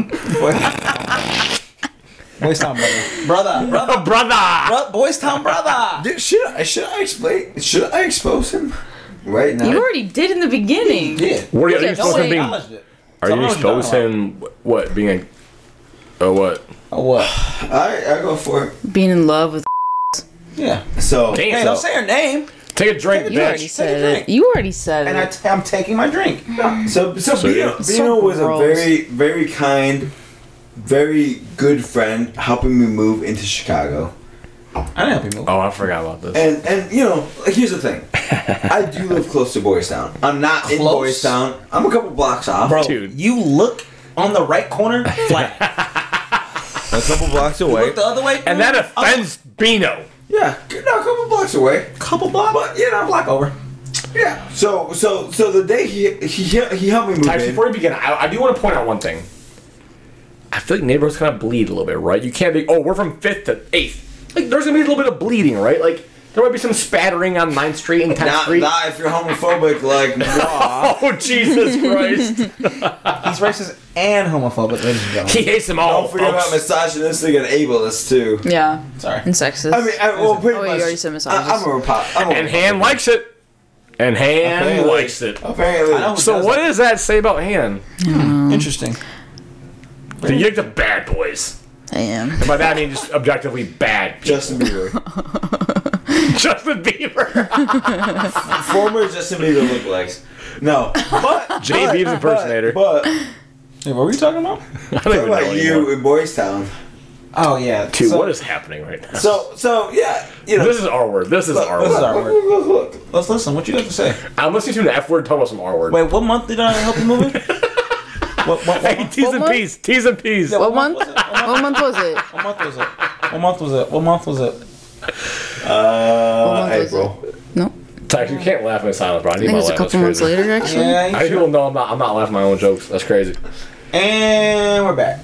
[SPEAKER 4] town, buddy. Brother, brother,
[SPEAKER 3] oh, brother!
[SPEAKER 4] bro, boys
[SPEAKER 1] *laughs*
[SPEAKER 4] town, brother.
[SPEAKER 1] Dude, should I should I explain? Should I expose him right now?
[SPEAKER 2] You already did in the beginning.
[SPEAKER 4] Yeah.
[SPEAKER 3] What are you, are you
[SPEAKER 2] Yeah,
[SPEAKER 3] gonna expose
[SPEAKER 2] no
[SPEAKER 3] him
[SPEAKER 2] way.
[SPEAKER 3] being?
[SPEAKER 4] acknowledged it.
[SPEAKER 3] Are you
[SPEAKER 4] Someone
[SPEAKER 3] gonna
[SPEAKER 4] was
[SPEAKER 3] expose
[SPEAKER 4] done.
[SPEAKER 3] him? wh- What being a? Oh what?
[SPEAKER 4] Oh what?
[SPEAKER 1] I I go for it.
[SPEAKER 2] Being in love with.
[SPEAKER 4] Yeah.
[SPEAKER 1] So
[SPEAKER 3] Damn.
[SPEAKER 4] Hey,
[SPEAKER 3] So-
[SPEAKER 4] don't say her name.
[SPEAKER 3] Take a drink,
[SPEAKER 2] You already
[SPEAKER 3] bitch.
[SPEAKER 2] said
[SPEAKER 4] drink.
[SPEAKER 2] it. You already said
[SPEAKER 4] And I
[SPEAKER 2] it.
[SPEAKER 4] t- I'm taking my drink.
[SPEAKER 1] So, so,
[SPEAKER 3] So,
[SPEAKER 1] Bino,
[SPEAKER 3] yeah.
[SPEAKER 1] Bino
[SPEAKER 2] So
[SPEAKER 1] was a
[SPEAKER 2] gross.
[SPEAKER 1] very, very kind, very good friend, helping me move into Chicago.
[SPEAKER 4] I didn't help you move.
[SPEAKER 3] Oh, I forgot about this.
[SPEAKER 1] And and you know, like, here's the thing, I do live close to Boys Town. I'm not in
[SPEAKER 4] Close?
[SPEAKER 1] Boys Town. I'm a couple blocks off.
[SPEAKER 4] Bro,
[SPEAKER 3] Dude.
[SPEAKER 4] you look on the right corner, flat.
[SPEAKER 1] a couple blocks away.
[SPEAKER 4] look the other way,
[SPEAKER 3] And that offends Bino.
[SPEAKER 1] Yeah, no, a couple blocks away.
[SPEAKER 4] a couple blocks.
[SPEAKER 1] But you know,
[SPEAKER 4] block
[SPEAKER 1] block.
[SPEAKER 4] over.
[SPEAKER 1] Yeah. So so so the day he he he helped me move
[SPEAKER 3] Actually,
[SPEAKER 1] in.
[SPEAKER 3] before you begin, I, I do want to point out one thing. I feel like neighborhoods kind of bleed a little bit, right? You can't be, oh, we're from fifth to eighth. Like, there's gonna be a little bit of bleeding, right? Like, There might be some spattering on 9th Street and 10th
[SPEAKER 1] Not,
[SPEAKER 3] Street.
[SPEAKER 1] not if you're homophobic, like, nah.
[SPEAKER 3] *laughs* Oh, Jesus Christ.
[SPEAKER 4] He's racist and homophobic, ladies and
[SPEAKER 3] *laughs*
[SPEAKER 4] gentlemen.
[SPEAKER 3] he hates them all.
[SPEAKER 1] Don't forget about
[SPEAKER 3] folks.
[SPEAKER 1] misogynistic and ableist, too.
[SPEAKER 2] Yeah.
[SPEAKER 4] Sorry.
[SPEAKER 2] And sexist.
[SPEAKER 1] I mean, I, well, pretty
[SPEAKER 2] Oh, you
[SPEAKER 1] much.
[SPEAKER 2] already said misogynist.
[SPEAKER 1] I, am a repop. I'm a
[SPEAKER 3] *laughs* And Han likes it. And Han
[SPEAKER 1] Apparently.
[SPEAKER 3] likes it.
[SPEAKER 1] Apparently.
[SPEAKER 4] I know.
[SPEAKER 3] So what does that say about Han?
[SPEAKER 4] Interesting.
[SPEAKER 3] Dude, you like the bad boys.
[SPEAKER 2] I am.
[SPEAKER 3] And by that I mean just objectively bad.
[SPEAKER 1] Justin Bieber.
[SPEAKER 3] *laughs* Justin Bieber.
[SPEAKER 1] Former Justin Bieber lookalikes. No, but
[SPEAKER 3] Jay
[SPEAKER 1] but-
[SPEAKER 3] Biebs *laughs* impersonator.
[SPEAKER 1] But,
[SPEAKER 4] Hey, what were you talking about?
[SPEAKER 3] I don't
[SPEAKER 1] but
[SPEAKER 3] even know
[SPEAKER 1] like you
[SPEAKER 3] anymore.
[SPEAKER 1] in Boys Town.
[SPEAKER 4] Oh yeah.
[SPEAKER 3] Dude,
[SPEAKER 4] so,
[SPEAKER 3] what is happening right now?
[SPEAKER 1] So so yeah, you know.
[SPEAKER 3] this is our word. This is our
[SPEAKER 1] This
[SPEAKER 3] word.
[SPEAKER 1] is our word.
[SPEAKER 4] Let's listen. What you have to say?
[SPEAKER 3] I'm listening to an F word talking about some R word.
[SPEAKER 4] Wait, what month did I help you move it? What, what, what,
[SPEAKER 3] hey,
[SPEAKER 4] month?
[SPEAKER 3] T's and
[SPEAKER 2] month?
[SPEAKER 3] P's. T's and P's.
[SPEAKER 2] What month?
[SPEAKER 4] was it? What month-
[SPEAKER 2] What month was it?
[SPEAKER 4] What month was it? What month was it? What month was it?
[SPEAKER 1] Uh,
[SPEAKER 2] month was
[SPEAKER 1] April.
[SPEAKER 2] No.
[SPEAKER 3] Tax, you can't laugh in silence, bro. I need
[SPEAKER 2] I think
[SPEAKER 3] my
[SPEAKER 2] it was a
[SPEAKER 3] laugh. That's
[SPEAKER 2] couple months
[SPEAKER 3] crazy.
[SPEAKER 2] later, actually.
[SPEAKER 4] Yeah. you
[SPEAKER 3] I need
[SPEAKER 4] sure?
[SPEAKER 3] people to know I'm not, I'm not laughing at my own jokes. That's crazy.
[SPEAKER 4] And we're back.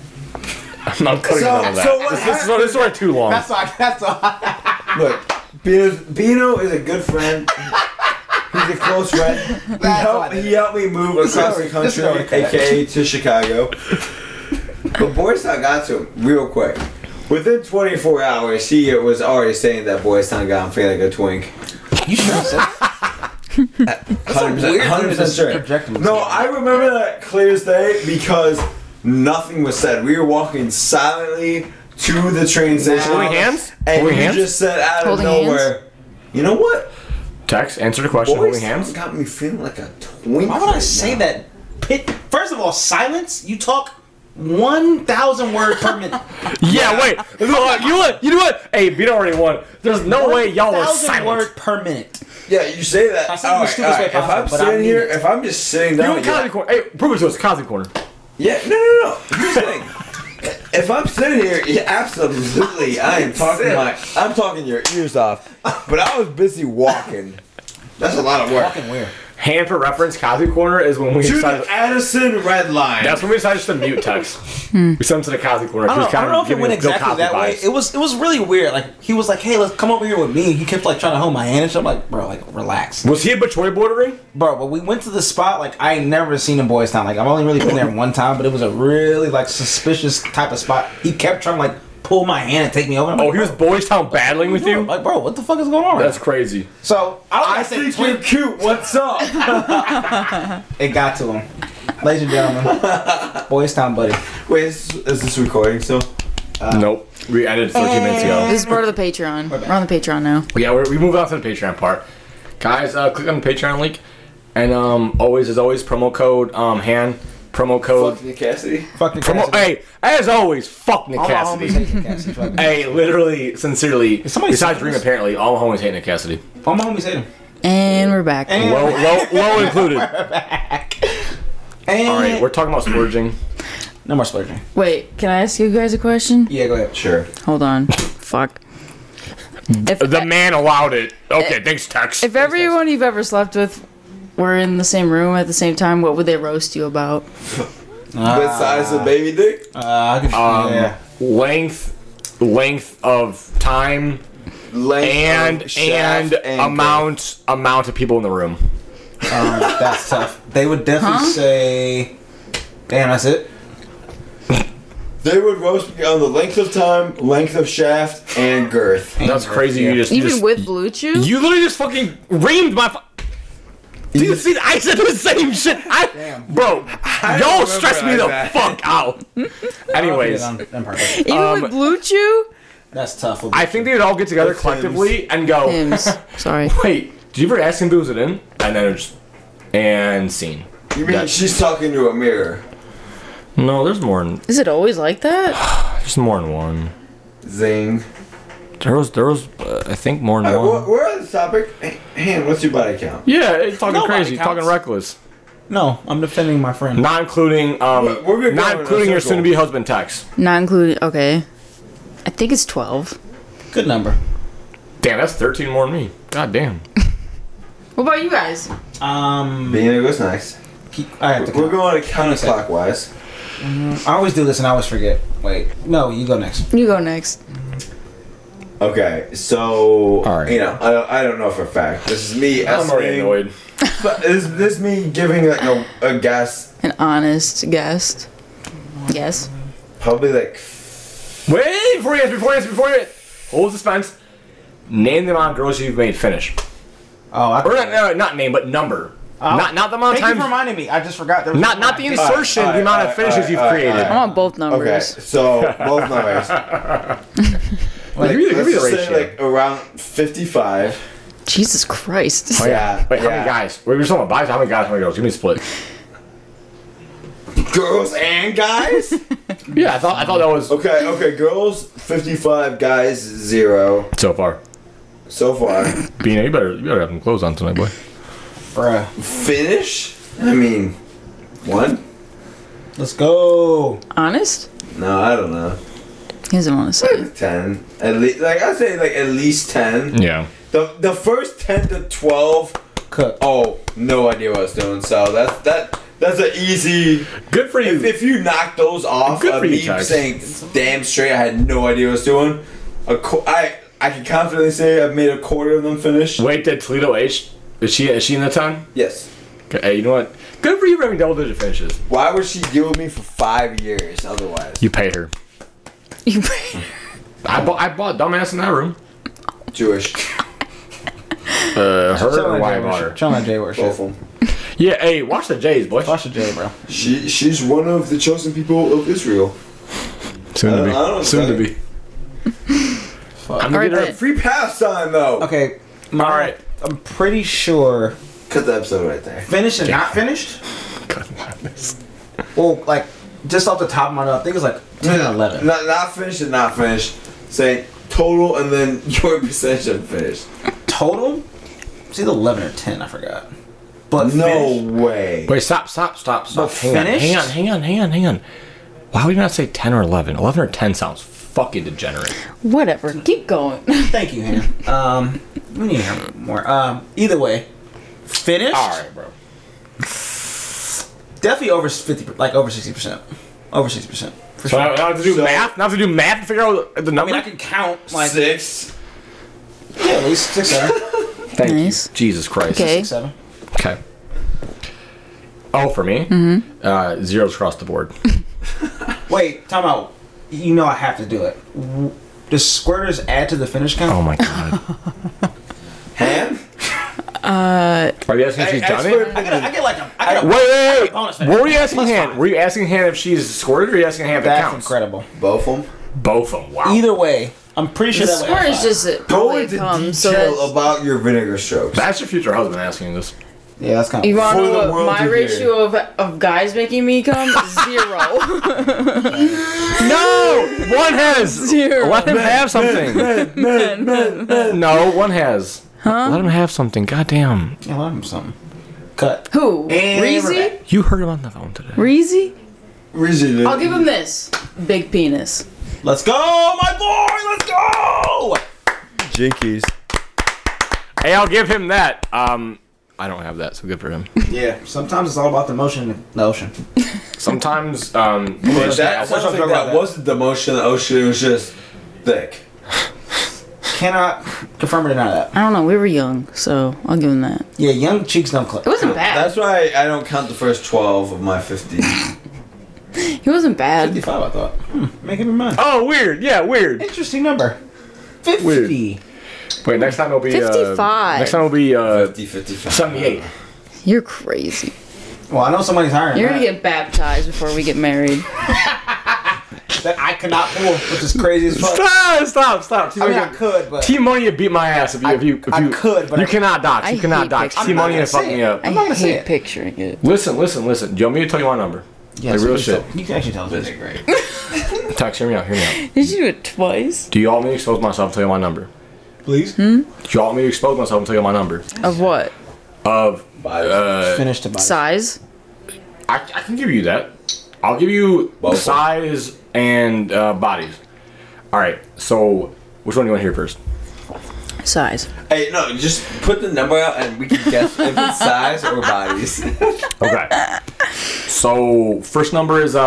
[SPEAKER 3] I'm not cutting
[SPEAKER 1] So-
[SPEAKER 3] none of that.
[SPEAKER 1] so what
[SPEAKER 3] this, this, is- this went too long.
[SPEAKER 4] all. That's all.
[SPEAKER 1] Look, Pino's, Pino is a good friend. He's a close friend. He helped, he helped me move across the
[SPEAKER 4] is- this is already
[SPEAKER 1] country,
[SPEAKER 4] correct.
[SPEAKER 1] aka to Chicago. But Boys Town got to him real quick. Within 24 hours, he was already saying that Boys Town got him feeling like a twink.
[SPEAKER 4] You sure said?
[SPEAKER 1] 100%,
[SPEAKER 4] weird
[SPEAKER 1] 100%
[SPEAKER 4] thing to subject him
[SPEAKER 1] sure.
[SPEAKER 4] to.
[SPEAKER 1] No, I remember that clear as day because nothing was said. We were walking silently to the train station.
[SPEAKER 3] Holding hands?
[SPEAKER 1] And
[SPEAKER 3] Holding
[SPEAKER 1] you
[SPEAKER 3] hands?
[SPEAKER 1] just said out of
[SPEAKER 2] Holding
[SPEAKER 1] nowhere, you know what?
[SPEAKER 3] Tax, answer the question.
[SPEAKER 1] Boys
[SPEAKER 3] Holding
[SPEAKER 1] Town
[SPEAKER 3] hands.
[SPEAKER 1] got me feeling like a twink.
[SPEAKER 4] Why would I
[SPEAKER 1] right
[SPEAKER 4] say
[SPEAKER 1] now.
[SPEAKER 4] that? Pit. First of all, silence. You talk one thousand words per
[SPEAKER 3] *laughs*
[SPEAKER 4] minute.
[SPEAKER 3] Yeah, wait. Look, you what? You know what? Hey, beat already won. There's no way y'all were
[SPEAKER 4] 1,000
[SPEAKER 3] silent.
[SPEAKER 4] word per minute.
[SPEAKER 1] Yeah, you say that.
[SPEAKER 4] I said it in the
[SPEAKER 1] Alright,
[SPEAKER 4] stupidest way
[SPEAKER 1] alright, If
[SPEAKER 4] possible,
[SPEAKER 1] I'm
[SPEAKER 4] but I
[SPEAKER 1] sitting
[SPEAKER 4] mean
[SPEAKER 1] here,
[SPEAKER 4] it.
[SPEAKER 1] if I'm just sitting
[SPEAKER 3] You
[SPEAKER 1] down,
[SPEAKER 3] in Cosby
[SPEAKER 1] yeah,
[SPEAKER 3] Corner. Hey, prove it to us. Cosby Corner.
[SPEAKER 1] yeah, no, no, no. Here's the thing. If I'm sitting here, yeah, absolutely, I am talking my, I'm talking your ears off. But I was busy walking. That's a lot of work.
[SPEAKER 4] Fucking weird.
[SPEAKER 3] Hand for reference, Cosby Corner is when we
[SPEAKER 1] To
[SPEAKER 3] decided.
[SPEAKER 1] the Addison Red Line.
[SPEAKER 3] That's when we decided to mute Tex.
[SPEAKER 2] Hmm.
[SPEAKER 3] we sent him to the Cosby Corner.
[SPEAKER 4] I
[SPEAKER 3] He was
[SPEAKER 4] don't, know, I
[SPEAKER 3] kind
[SPEAKER 4] don't
[SPEAKER 3] of
[SPEAKER 4] know if it
[SPEAKER 3] giving
[SPEAKER 4] went
[SPEAKER 3] us Bill
[SPEAKER 4] exactly
[SPEAKER 3] Cosby
[SPEAKER 4] that way.
[SPEAKER 3] vibes.
[SPEAKER 4] It was it was really weird. Like he was like, "Hey, let's come over here with me." He kept like trying to hold my hand and shit. I'm like, "Bro, like relax,
[SPEAKER 3] Was he a Batoy bordering?
[SPEAKER 4] bro." But we went to the spot. Like I ain't never seen a boys' town. Like I've only really been there one time, but it was a really like suspicious type of spot. He kept trying to like pull my hand and take me over. I'm
[SPEAKER 3] Oh,
[SPEAKER 4] like,
[SPEAKER 3] he was
[SPEAKER 4] "Bro,
[SPEAKER 3] Boys Town battling with you?
[SPEAKER 4] Like, bro, what the fuck is going on?
[SPEAKER 3] That's crazy.
[SPEAKER 4] so I, don't
[SPEAKER 1] I
[SPEAKER 4] think I
[SPEAKER 1] think
[SPEAKER 4] said
[SPEAKER 1] you're
[SPEAKER 4] twink.
[SPEAKER 1] cute. What's up?
[SPEAKER 4] It got to him, ladies and gentlemen. *laughs* boys' town, buddy.
[SPEAKER 1] Wait, is, is this recording still?
[SPEAKER 3] nope. We ended 14 minutes ago.
[SPEAKER 4] Eh.
[SPEAKER 2] This is part of the Patreon. We're on the Patreon now.
[SPEAKER 3] But yeah, we're, we move on to the Patreon part. Guys, uh, click on the Patreon link. And um, always, as always, promo code um, HAN. Promo code.
[SPEAKER 1] Fuck Nick Cassidy.
[SPEAKER 4] Fuck the
[SPEAKER 3] Promo,
[SPEAKER 4] Cassidy.
[SPEAKER 3] hey, as always, fuck Nick
[SPEAKER 4] All my homies
[SPEAKER 3] Cassidy.
[SPEAKER 4] hate Nick Cassidy. Fuck him.
[SPEAKER 3] Hey, literally, sincerely,
[SPEAKER 4] somebody
[SPEAKER 3] besides
[SPEAKER 4] saying
[SPEAKER 3] Dream,
[SPEAKER 4] this?
[SPEAKER 3] apparently, all my homies hate Nick Cassidy.
[SPEAKER 4] All my homies hate him.
[SPEAKER 2] And we're back.
[SPEAKER 4] And-
[SPEAKER 3] Low, low,
[SPEAKER 4] *laughs*
[SPEAKER 3] low included.
[SPEAKER 4] And
[SPEAKER 3] All right, we're talking about splurging.
[SPEAKER 4] no more splurging.
[SPEAKER 2] Wait, can I ask you guys a question?
[SPEAKER 4] Yeah, go ahead.
[SPEAKER 1] Sure.
[SPEAKER 2] Hold on.
[SPEAKER 3] *laughs*
[SPEAKER 2] Fuck. If,
[SPEAKER 3] The man allowed it. Okay, thanks, Tex.
[SPEAKER 2] if everyone you've ever slept with were in the same room at the same time, what would they roast you about?
[SPEAKER 1] Besides
[SPEAKER 3] Ah.
[SPEAKER 1] the baby dick.
[SPEAKER 4] Uh, I could,
[SPEAKER 3] Um,
[SPEAKER 4] yeah.
[SPEAKER 3] Length, length of time,
[SPEAKER 1] Length
[SPEAKER 3] and
[SPEAKER 1] of shaft
[SPEAKER 3] and, amount amount of people in the room.
[SPEAKER 4] Um, that's tough. They would definitely say, "Damn, that's it."
[SPEAKER 1] They would roast me on the length of time, length of shaft, and girth.
[SPEAKER 3] That's crazy. You just
[SPEAKER 2] Even
[SPEAKER 3] just-
[SPEAKER 2] with blue chew?
[SPEAKER 3] you literally just fucking reamed my. Fu- Do you see? I said the same shit. I,
[SPEAKER 4] Damn.
[SPEAKER 3] bro, y'all
[SPEAKER 1] remember
[SPEAKER 3] stress me
[SPEAKER 1] like
[SPEAKER 3] the
[SPEAKER 1] that.
[SPEAKER 3] fuck out. Anyways,
[SPEAKER 4] Yeah, I'm- I'm perfect.
[SPEAKER 2] Even with blue chew?
[SPEAKER 4] that's tough.
[SPEAKER 3] I think they would all get together
[SPEAKER 1] Sims.
[SPEAKER 3] collectively and go.
[SPEAKER 2] Hims. *laughs* Sorry.
[SPEAKER 3] Wait, did you ever ask him to was it in? And then just and scene.
[SPEAKER 1] You mean
[SPEAKER 3] That-
[SPEAKER 1] she's talking to a mirror?
[SPEAKER 3] No, there's more. Than,
[SPEAKER 2] Is it always like that?
[SPEAKER 3] there's more than one.
[SPEAKER 1] Zing.
[SPEAKER 3] There was there was uh, I think more than
[SPEAKER 1] Alright,
[SPEAKER 3] one.
[SPEAKER 1] we're, we're on the topic. Hand, what's your body count?
[SPEAKER 3] Yeah, it's talking
[SPEAKER 4] Nobody
[SPEAKER 3] crazy,
[SPEAKER 4] counts.
[SPEAKER 3] talking reckless,
[SPEAKER 4] no, I'm defending my friend.
[SPEAKER 3] not including um,
[SPEAKER 1] We're- we're gonna go
[SPEAKER 3] not
[SPEAKER 1] in a
[SPEAKER 3] including your
[SPEAKER 1] circle.
[SPEAKER 3] soon-to-be husband Tex.
[SPEAKER 2] Not included. Okay. I think it's 12.
[SPEAKER 4] Good number.
[SPEAKER 3] Damn, that's 13 more than me. God damn.
[SPEAKER 2] What about you guys?
[SPEAKER 4] Um,
[SPEAKER 1] Bino goes next.
[SPEAKER 4] keep, I have to.
[SPEAKER 1] We're
[SPEAKER 4] Count.
[SPEAKER 1] going counterclockwise.
[SPEAKER 4] I always do this and I always forget. Wait, no, you go next.
[SPEAKER 2] You go next.
[SPEAKER 1] Okay, so
[SPEAKER 5] All right.
[SPEAKER 1] you know, I, don't- I don't know for a fact. This is me.
[SPEAKER 3] I'm already
[SPEAKER 1] estimating-
[SPEAKER 3] annoyed.
[SPEAKER 1] But *laughs* this this is me giving like a, a guess,
[SPEAKER 2] An honest guess. Yes.
[SPEAKER 1] probably like
[SPEAKER 3] Wait, before you answer, before you answer, before you answer. Hold suspense. Name the amount of girls you've made finish.
[SPEAKER 4] Oh, I
[SPEAKER 3] Or not, no, not name, but number. not, not the amount
[SPEAKER 4] Thank
[SPEAKER 3] of times.
[SPEAKER 4] you for reminding me. I just forgot. There was
[SPEAKER 3] Not, not the
[SPEAKER 4] Thank-
[SPEAKER 3] insertion,
[SPEAKER 1] Alright,
[SPEAKER 3] the amount of
[SPEAKER 1] alright,
[SPEAKER 3] finishes
[SPEAKER 1] alright,
[SPEAKER 3] you've
[SPEAKER 1] alright,
[SPEAKER 3] created.
[SPEAKER 2] I want both
[SPEAKER 1] okay.
[SPEAKER 2] numbers.
[SPEAKER 1] So both
[SPEAKER 3] *laughs*
[SPEAKER 1] numbers. like,
[SPEAKER 3] Like, give me the- give
[SPEAKER 1] let's
[SPEAKER 3] me the
[SPEAKER 1] just say
[SPEAKER 3] ratio.
[SPEAKER 1] like around fifty-five.
[SPEAKER 2] Jesus Christ.
[SPEAKER 3] Oh, yeah. Wait, how
[SPEAKER 1] Yeah.
[SPEAKER 3] many guys? Wait, we're talking about guys. How many guys? How many girls? Give me a split.
[SPEAKER 1] Girls and *laughs* guys.
[SPEAKER 3] Yeah, I thought I thought that was
[SPEAKER 1] okay, okay. Girls fifty-five, guys zero
[SPEAKER 3] so far.
[SPEAKER 1] so far.
[SPEAKER 3] Being you better you better have some clothes on tonight, boy.
[SPEAKER 4] Bruh.
[SPEAKER 1] Finish? I mean, one?
[SPEAKER 4] Let's go.
[SPEAKER 2] honest?
[SPEAKER 1] No, I don't know.
[SPEAKER 2] He doesn't want to say.
[SPEAKER 1] Ten. At least, like I say, like at least ten.
[SPEAKER 3] Yeah.
[SPEAKER 1] The the first ten to twelve.
[SPEAKER 4] Cook.
[SPEAKER 1] Oh, no idea what I was doing. So that's that. That's an easy.
[SPEAKER 3] Good for
[SPEAKER 1] If,
[SPEAKER 3] you.
[SPEAKER 1] if you knock those off
[SPEAKER 3] Good
[SPEAKER 1] of
[SPEAKER 3] for you,
[SPEAKER 1] me
[SPEAKER 3] Taj.
[SPEAKER 1] saying damn straight, I had no idea what I was doing. A qu- I I can confidently say I've made a quarter of them finish.
[SPEAKER 3] Wait, did Toledo H? Is she is she in the town?
[SPEAKER 1] Yes.
[SPEAKER 3] Okay, hey, you know what? Good for you for having double digit finishes.
[SPEAKER 1] Why would she deal with me for five years otherwise?
[SPEAKER 3] You pay her.
[SPEAKER 2] *laughs* You
[SPEAKER 3] I bought I bought dumbass in that room. *laughs*
[SPEAKER 1] Jewish.
[SPEAKER 3] Uh, her or why I bought her?
[SPEAKER 4] Challenge J worship.
[SPEAKER 1] Both of them.
[SPEAKER 3] Yeah, hey, watch the Jays, boy.
[SPEAKER 4] Watch the J, bro.
[SPEAKER 1] She she's one of the chosen people of Israel.
[SPEAKER 3] Soon
[SPEAKER 1] I don't know, son.
[SPEAKER 3] I'm gonna
[SPEAKER 2] Alright,
[SPEAKER 3] get her.
[SPEAKER 2] then.
[SPEAKER 1] Free pass time though.
[SPEAKER 4] Okay. my-
[SPEAKER 3] All right.
[SPEAKER 4] I'm pretty sure.
[SPEAKER 1] Cut the episode right there.
[SPEAKER 4] Finished and not finished? Well, like, just off the top of my head, I think it's like
[SPEAKER 1] *laughs*
[SPEAKER 4] 10 and 11.
[SPEAKER 1] Not not finished and not finished. Say total and then *laughs* your percentage of finished.
[SPEAKER 4] Total? It's either 11 or 10, I forgot. But
[SPEAKER 1] No
[SPEAKER 4] finished?
[SPEAKER 1] way.
[SPEAKER 3] Wait, stop, stop, stop, stop.
[SPEAKER 4] But
[SPEAKER 3] Hang on, hang on,
[SPEAKER 4] finished?
[SPEAKER 3] hang on, hang on, hang on. Why would you not say 10 or 11? 11 or 10 sounds fucking degenerate.
[SPEAKER 2] Whatever. Keep going.
[SPEAKER 4] Thank you, Hannah. Um, we need to have more. Um, either way, finished?
[SPEAKER 3] Alright, bro.
[SPEAKER 4] Definitely over 50, like over 60%. Over 60%.
[SPEAKER 3] So
[SPEAKER 4] For sure.
[SPEAKER 3] I I have to do
[SPEAKER 1] So-
[SPEAKER 3] math? Now I have to do math to figure out the
[SPEAKER 4] I
[SPEAKER 3] number?
[SPEAKER 4] mean, I can count, like,
[SPEAKER 1] Six.
[SPEAKER 4] yeah, at least six, seven.
[SPEAKER 3] Thank
[SPEAKER 2] Nice.
[SPEAKER 3] you. Jesus Christ.
[SPEAKER 2] Okay.
[SPEAKER 4] six, seven.
[SPEAKER 3] Okay. Oh, for me? Mm-hmm. Uh, zeros across the board.
[SPEAKER 4] Wait, time out. You know I have to do it. W- Does squirters add to the finish count?
[SPEAKER 3] Oh my god.
[SPEAKER 1] Ham?
[SPEAKER 3] *laughs* Are you asking if she's done
[SPEAKER 1] Expert
[SPEAKER 3] it?
[SPEAKER 4] I get, a, I get like a, I get a
[SPEAKER 3] Wait, wait, wait.
[SPEAKER 4] Bonus
[SPEAKER 3] What were you asking
[SPEAKER 4] Plus
[SPEAKER 3] Han?
[SPEAKER 4] five.
[SPEAKER 3] Were you asking Han if she's squirted or were you asking Han if
[SPEAKER 4] That's
[SPEAKER 3] it counts?
[SPEAKER 4] incredible.
[SPEAKER 1] Both of them.
[SPEAKER 3] Both of them. Wow.
[SPEAKER 4] Either way, I'm pretty sure
[SPEAKER 2] The
[SPEAKER 4] that
[SPEAKER 2] squirt
[SPEAKER 4] way.
[SPEAKER 2] is just it.
[SPEAKER 1] Go
[SPEAKER 2] really
[SPEAKER 1] into detail
[SPEAKER 2] comes, so that's-
[SPEAKER 1] about your vinegar strokes.
[SPEAKER 3] That's your future husband asking this.
[SPEAKER 4] Yeah, that's kind
[SPEAKER 2] You
[SPEAKER 4] of.
[SPEAKER 2] want
[SPEAKER 1] For
[SPEAKER 2] to
[SPEAKER 1] the
[SPEAKER 2] know
[SPEAKER 1] world
[SPEAKER 2] what my
[SPEAKER 1] to
[SPEAKER 2] ratio of, of guys making me *laughs* come? Zero.
[SPEAKER 3] No, one has.
[SPEAKER 2] Zero.
[SPEAKER 3] Let him have something.
[SPEAKER 1] *laughs*
[SPEAKER 3] No, one has. Let him have something. Goddamn.
[SPEAKER 4] Yeah, let him something. Cut.
[SPEAKER 2] Who?
[SPEAKER 4] And we're
[SPEAKER 2] Reezy?
[SPEAKER 3] You heard him on the phone today.
[SPEAKER 2] Reezy?
[SPEAKER 1] Rigid.
[SPEAKER 2] I'll give him this. Big penis.
[SPEAKER 4] Let's go, my boy. Let's go.
[SPEAKER 1] jinkies.
[SPEAKER 3] Hey, I'll give him that. Um, I don't have that, so good *laughs* for him.
[SPEAKER 4] Yeah. Sometimes it's all about the motion in the ocean.
[SPEAKER 3] Sometimes, um,
[SPEAKER 1] But that
[SPEAKER 4] Let's not
[SPEAKER 1] sounds like
[SPEAKER 4] talk about
[SPEAKER 1] that
[SPEAKER 4] that.
[SPEAKER 1] wasn't the motion of the ocean. It was just thick.
[SPEAKER 4] Cannot confirm or deny that.
[SPEAKER 2] I don't know. We were young, so I'll give him that.
[SPEAKER 4] Yeah, young cheeks don't click.
[SPEAKER 2] It wasn't bad.
[SPEAKER 1] That's why I don't count the first twelve of my fifty.
[SPEAKER 2] He wasn't bad.
[SPEAKER 4] 55, I thought. Hmm, make up your mind.
[SPEAKER 3] oh, weird. Yeah, weird.
[SPEAKER 4] Interesting number. 50.
[SPEAKER 3] Wait, next time it'll be uh,
[SPEAKER 2] 55.
[SPEAKER 3] next time it'll be uh,
[SPEAKER 1] 50, 55.
[SPEAKER 3] seventy-eight.
[SPEAKER 2] You're crazy.
[SPEAKER 4] Well, I know somebody's hiring.
[SPEAKER 2] You're
[SPEAKER 4] that.
[SPEAKER 2] gonna get baptized before we get married.
[SPEAKER 4] that I cannot pull, which is crazy as fuck.
[SPEAKER 3] Stop! Ah, Stop! Stop!
[SPEAKER 4] I mean, I could, but
[SPEAKER 3] T Money beat my ass if you if you if
[SPEAKER 4] I
[SPEAKER 3] you
[SPEAKER 4] could, but
[SPEAKER 3] you
[SPEAKER 4] I-
[SPEAKER 3] cannot dodge.
[SPEAKER 2] I
[SPEAKER 3] you cannot
[SPEAKER 2] hate
[SPEAKER 3] dodge.
[SPEAKER 2] pictures.
[SPEAKER 3] T Money
[SPEAKER 4] I'm not
[SPEAKER 3] and fuck me
[SPEAKER 4] gonna say
[SPEAKER 3] up.
[SPEAKER 4] it.
[SPEAKER 2] I
[SPEAKER 4] I'm not gonna say
[SPEAKER 2] hate
[SPEAKER 4] it.
[SPEAKER 2] picturing it.
[SPEAKER 3] Listen, listen, listen. Do you want me to tell you my number?
[SPEAKER 4] yeah,
[SPEAKER 3] like
[SPEAKER 4] so
[SPEAKER 3] real
[SPEAKER 4] you
[SPEAKER 3] shit.
[SPEAKER 4] still- You can actually tell us. great.
[SPEAKER 3] Text. Hear me out. Hear me out.
[SPEAKER 2] Did you do it twice?
[SPEAKER 3] Do you want me to expose myself and tell you my number?
[SPEAKER 4] Please.
[SPEAKER 3] Do you want me to expose myself and tell you my number?
[SPEAKER 2] Of what?
[SPEAKER 3] Of
[SPEAKER 4] Finish the body.
[SPEAKER 2] Size?
[SPEAKER 3] I, I can give you that. I'll give you
[SPEAKER 1] Both.
[SPEAKER 3] size and uh, bodies. All right. So which one do you want to hear first?
[SPEAKER 2] Size.
[SPEAKER 1] Hey, no, just put the number out and we can guess
[SPEAKER 2] *laughs*
[SPEAKER 1] if it's size or bodies.
[SPEAKER 3] Okay. so first number is uh